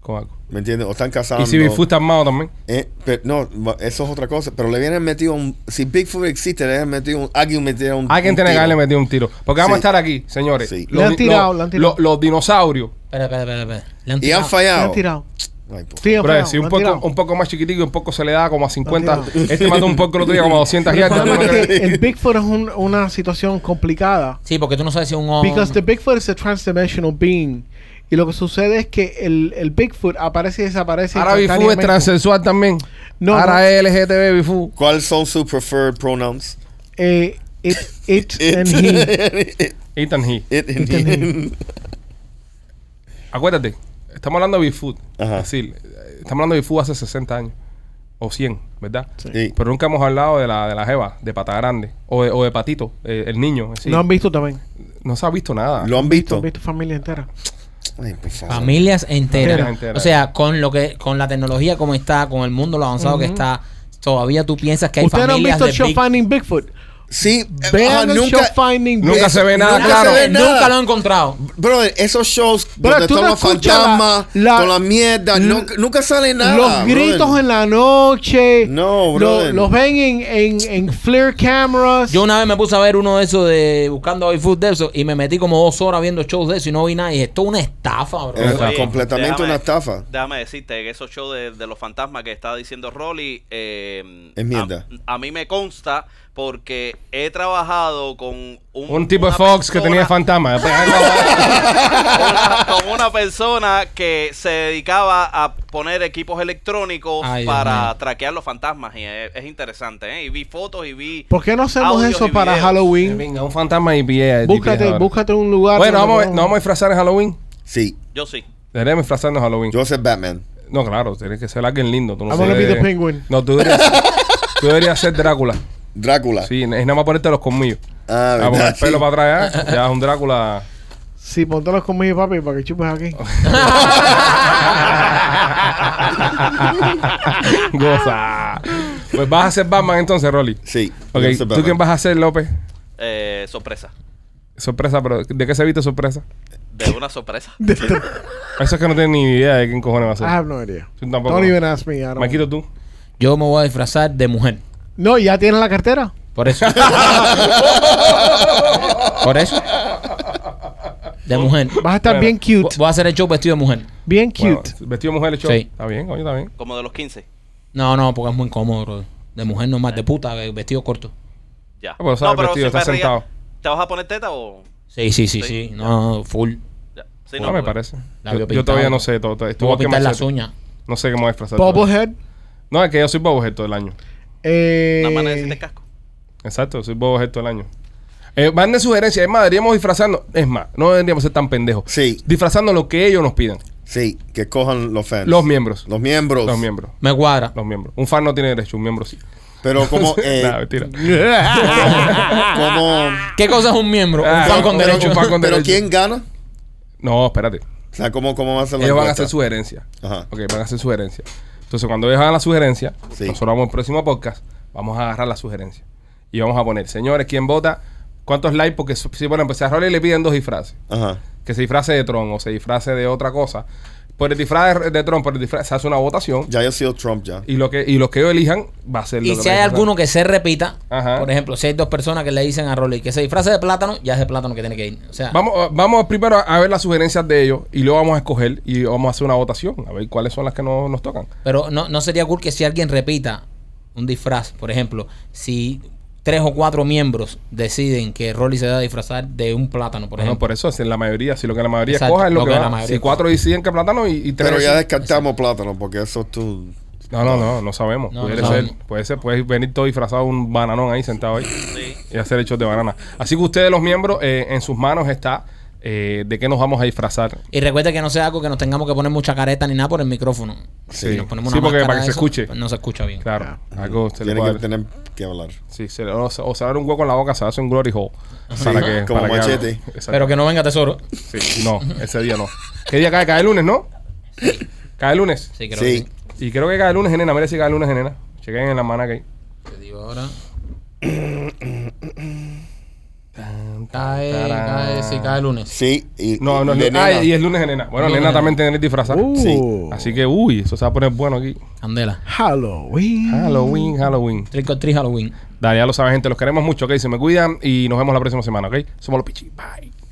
D: con algo.
F: ¿Me entiendes? O están
D: Y
F: casando.
D: si Bigfoot está armado también.
F: Eh, pero, no, va- eso es otra cosa. Pero le vienen metido un. Si Bigfoot existe, le vienen metido un. Alguien metió un.
D: Alguien
F: un
D: tiene que
F: tiro.
D: haberle metido un tiro. Porque vamos
F: Sí.
D: a estar aquí, señores.
F: Sí.
E: Le han
D: di-
E: tirado, le han tirado.
D: los- los dinosaurios.
B: Espera, espera, espera, espera. Le
F: Y
B: tirado.
F: han fallado.
E: Me han tirado.
F: Ay, po-
E: Sí, han
D: Bro,
E: fallado,
D: si
E: me
D: un
E: han
D: poco,
E: tirado.
D: un poco más chiquitico y un poco se le da como a 50.
E: tirado.
D: Este mató un poco el otro día como a 200
E: Pero el
D: yardas.
E: problema
D: ¿no?
E: es que el Bigfoot es un- una situación complicada.
B: Sí, porque tú no sabes si es
F: Um.
B: un hombre.
E: Because the Bigfoot is a transdimensional being. Y lo que sucede es que el, el Bigfoot aparece y desaparece.
D: Ahora Bifu es
E: instantáneamente.
D: transexual también.
E: No,
D: Ahora
E: no.
D: es LGTB Bifu.
F: ¿Cuáles son sus preferred pronouns?
E: Eh, it, it,
F: It.
E: and
D: Ethan He.
E: he.
F: It and
E: Ethan
F: he.
D: Acuérdate, estamos hablando de Bifu. Es
F: Ajá.
D: decir, estamos hablando de Bifu hace 60 años. O 100, ¿verdad?
F: Sí.
D: Pero nunca hemos hablado de la, de la Jeva, de Pata Grande. O de, o de Patito, eh, el niño. es decir,
E: No han visto también.
D: no se ha visto nada.
F: ¿Lo han
E: No
F: visto?
E: han visto familia entera.
F: Ay, por favor.
B: Familias
D: Familias
B: enteras.
D: enteras.
B: O sea, con lo que, con la tecnología como está, con el mundo lo avanzado que está, todavía tú piensas que hay
E: Ustedes no han
B: familias
E: visto el
B: de
E: show
B: Big-
E: Finding Bigfoot.
F: Sí, eh, ajá,
E: Vean el show
F: nunca.
E: Finding
D: Nunca
E: Bigfoot.
D: se ve nada
B: Nunca
D: claro.
B: se ve nada. Nunca lo he encontrado.
F: Brother, esos shows
E: Brother,
F: donde
E: tú
F: están
E: no
F: los
E: escuchas la-
F: fantasmas,
E: la-
F: con la mierda,
E: l-
F: nunca, nunca sale nada.
E: los gritos
F: brother.
E: en la noche.
F: No,
E: Lo-
F: brother.
E: los ven en, en, en flare cameras.
B: Yo una vez me puse a ver uno de esos de buscando a Food de eso y me metí como dos horas viendo shows de eso y no vi nada. Y esto es una estafa, bro.
F: Es
D: Estafa.
F: Eh, completamente
G: déjame-
F: una estafa.
G: Déjame decirte que esos shows de, de los fantasmas que estaba diciendo Rolly. eh,
F: Es mierda.
G: A, a mí me consta porque he trabajado con un,
D: Un tipo de
G: una
D: Fox que tenía
G: persona-
D: fantasma. Pues,
E: Ah.
G: una- con una persona que se dedicaba a poner equipos electrónicos
B: Ay, Dios
G: para
B: mío.
G: traquear los fantasmas y es, es interesante, ¿eh? Y vi fotos y vi
E: ¿Por qué no hacemos
G: audios
E: eso
G: y
E: para
G: videos.
E: Halloween?
D: Venga, un fantasma y pie.
E: Búscate, búscate un lugar.
D: Bueno,
E: donde
D: vamos, a-
E: podamos-
D: nos vamos a disfrazar en Halloween.
F: Sí,
G: Yo sí.
D: Deberíamos disfrazarnos en Halloween.
F: yo soy Batman.
D: No, claro, tienes que ser alguien lindo. Tú no
E: I wanna
D: sabes-
E: be the penguin.
D: No, tú deberías, tú deberías ser Drácula.
F: Drácula.
D: Sí, es nada más ponerte los colmillos.
F: Ah,
D: Ah, con
F: ¿verdad?
D: el pelo para atrás, ¿eh? ya es un Drácula.
E: Sí, póntelos conmigo, papi, para que chupes aquí.
D: Goza. Pues vas a ser Batman entonces, Rolly.
F: Sí.
D: Ok,
F: yo soy
D: ¿tú
F: Batman.
D: quién vas a ser, López?
G: Eh, sorpresa.
D: Sorpresa, pero ¿de qué se viste sorpresa?
G: De una sorpresa.
D: Eso es que no tienes ni idea de quién cojones va a
E: I
D: ser.
E: have no idea.
D: Tú tampoco.
E: Don't even ask me. I don't-
D: Maquito, tú.
B: Yo me voy a disfrazar de mujer.
E: No, ya tienes la cartera.
B: Por eso. Por eso. De mujer.
E: Vas a estar
D: Bueno,
E: bien
B: Vo-
E: cute.
B: Voy a hacer el show vestido de mujer.
E: Bien cute.
D: Bueno, vestido de mujer, hecho.
B: Sí.
D: Está bien, coño, está bien.
G: Como de los 15.
B: No, no, porque es muy incómodo, bro. De mujer nomás, de puta, eh, vestido corto.
G: Ya.
D: pero sabe vestido, está
G: sin barriga,
D: sentado.
G: ¿Te vas a poner teta o.?
B: Sí, sí, sí,
G: Sí.
B: sí. No, full.
G: Ya. Sí,
D: No, me
G: no, pues, porque-
D: parece.
B: Labio
D: Yo, yo
B: pintado.
D: todavía no sé todo. todo-
B: Tú voy
D: igual
B: a
D: que
B: pintar las
D: Machete.
B: uñas.
D: No sé cómo disfrazar.
E: Bobblehead.
D: No, es que yo soy Bobohead todo el año.
E: Eh,
G: Nada más necesitas casco.
D: Exacto, soy Bobohead todo el año. Eh, manden sugerencias. Es más, deberíamos disfrazarnos. Es más, no deberíamos ser tan pendejos.
F: Sí.
D: Disfrazarnos lo que ellos nos pidan.
F: Sí, que cojan los fans.
D: Los miembros.
F: Los miembros.
D: Los miembros.
B: Me cuadra.
D: Los miembros. Un fan no tiene derecho, un miembro sí.
F: Pero como. eh,
D: Nah, mentira.
F: como
B: ¿Qué cosa es un miembro?
D: Ah,
B: un fan con
D: pero-
B: derecho.
D: un fan con
F: pero
D: derecho.
F: ¿quién gana?
D: No, espérate.
F: O sea, ¿cómo, cómo va a ser la
D: Ellos van a
F: encuesta?
D: hacer sugerencias.
F: Ajá.
D: Ok, van a hacer sugerencias. Entonces, cuando ellos hagan la sugerencia,
F: Sí.
D: nosotros vamos al próximo podcast, vamos a agarrar la sugerencia. Y vamos a poner, señores, ¿quién vota? ¿Cuántos likes? Porque su- si, bueno, pues a Rolly le piden dos disfraces.
F: Ajá.
D: Que se disfrace de Tron o se disfrace de otra cosa. Por el disfraz de, de Tron, por el disfraz, se hace una votación.
F: Ya yo he sido Trump ya.
D: Y lo que y los que ellos elijan va a ser lo
B: Y
D: que
B: si hay
D: va a pasar.
B: alguno que se repita,
D: Ajá.
B: por ejemplo, si hay dos personas que le dicen a Rolly que se disfrace de plátano, ya es de plátano que tiene que ir. O sea,
D: Vamos, eh, vamos primero a ver las sugerencias de ellos y luego vamos a escoger y vamos a hacer una votación a ver cuáles son las que no, nos tocan.
B: pero no, no sería cool que si alguien repita un disfraz, por ejemplo, si tres o cuatro miembros deciden que Rolly se va a disfrazar de un plátano, por
D: Bueno,
B: ejemplo.
D: por eso, si en la mayoría, si lo que la mayoría
B: Exacto,
D: escoja es lo,
B: lo
D: que,
B: que
D: va.
B: la mayoría
D: Si cuatro deciden que plátano y, y tres.
F: Pero ya
D: deciden-
F: descartamos plátano porque eso es tu.
D: No, no, no, no sabemos.
B: No, no
D: puede,
B: sabemos.
D: ser, puede ser, puede venir todo disfrazado un bananón ahí sentado ahí
G: Sí.
D: y hacer hechos de banana. Así que ustedes, los miembros, eh, en sus manos está eh, de qué nos vamos a disfrazar.
B: Y recuerda que no sea algo que nos tengamos que poner mucha careta ni nada por el micrófono.
F: Sí.
B: Si nos ponemos
D: Sí,
B: una
D: porque
B: máscara
D: para que
B: de
D: se escuche.
B: pues No se escucha bien.
D: Claro, algo se le
F: Tiene
D: puede-
F: que tener que hablar.
D: Sí, se le- o, se- o se abre un hueco en la boca, se hace un glory hole. Para que,
F: como
D: para que
F: machete.
D: haga- Exacto.
B: Pero que no venga tesoro.
D: Sí, no, ese día no. ¿Qué día cae? Cae el lunes, ¿no? Cae el lunes.
B: Sí, creo
F: Sí.
B: que sí.
D: Y creo que cae el lunes, nena. Mira si cae el lunes, nena. Chequen en la mano que
B: Te digo ahora.
D: Tan,
B: Cae, cae, sí, cae el lunes.
F: Sí, y,
D: No, no,
F: y
D: es
F: de
D: lu- ah,
F: nena.
D: y es lunes de nena. Bueno,
B: Lunes
D: nena
B: de
D: también tiene disfrazada.
E: Uh.
D: Así que, uy, eso se va a poner bueno aquí.
B: Candela.
E: Halloween.
D: Halloween, Halloween.
B: Trick or treat Halloween.
D: Dale, ya lo saben, gente. Los queremos mucho, ¿ok? Se me cuidan y nos vemos la próxima semana, ¿ok? Somos los Pichi. Bye.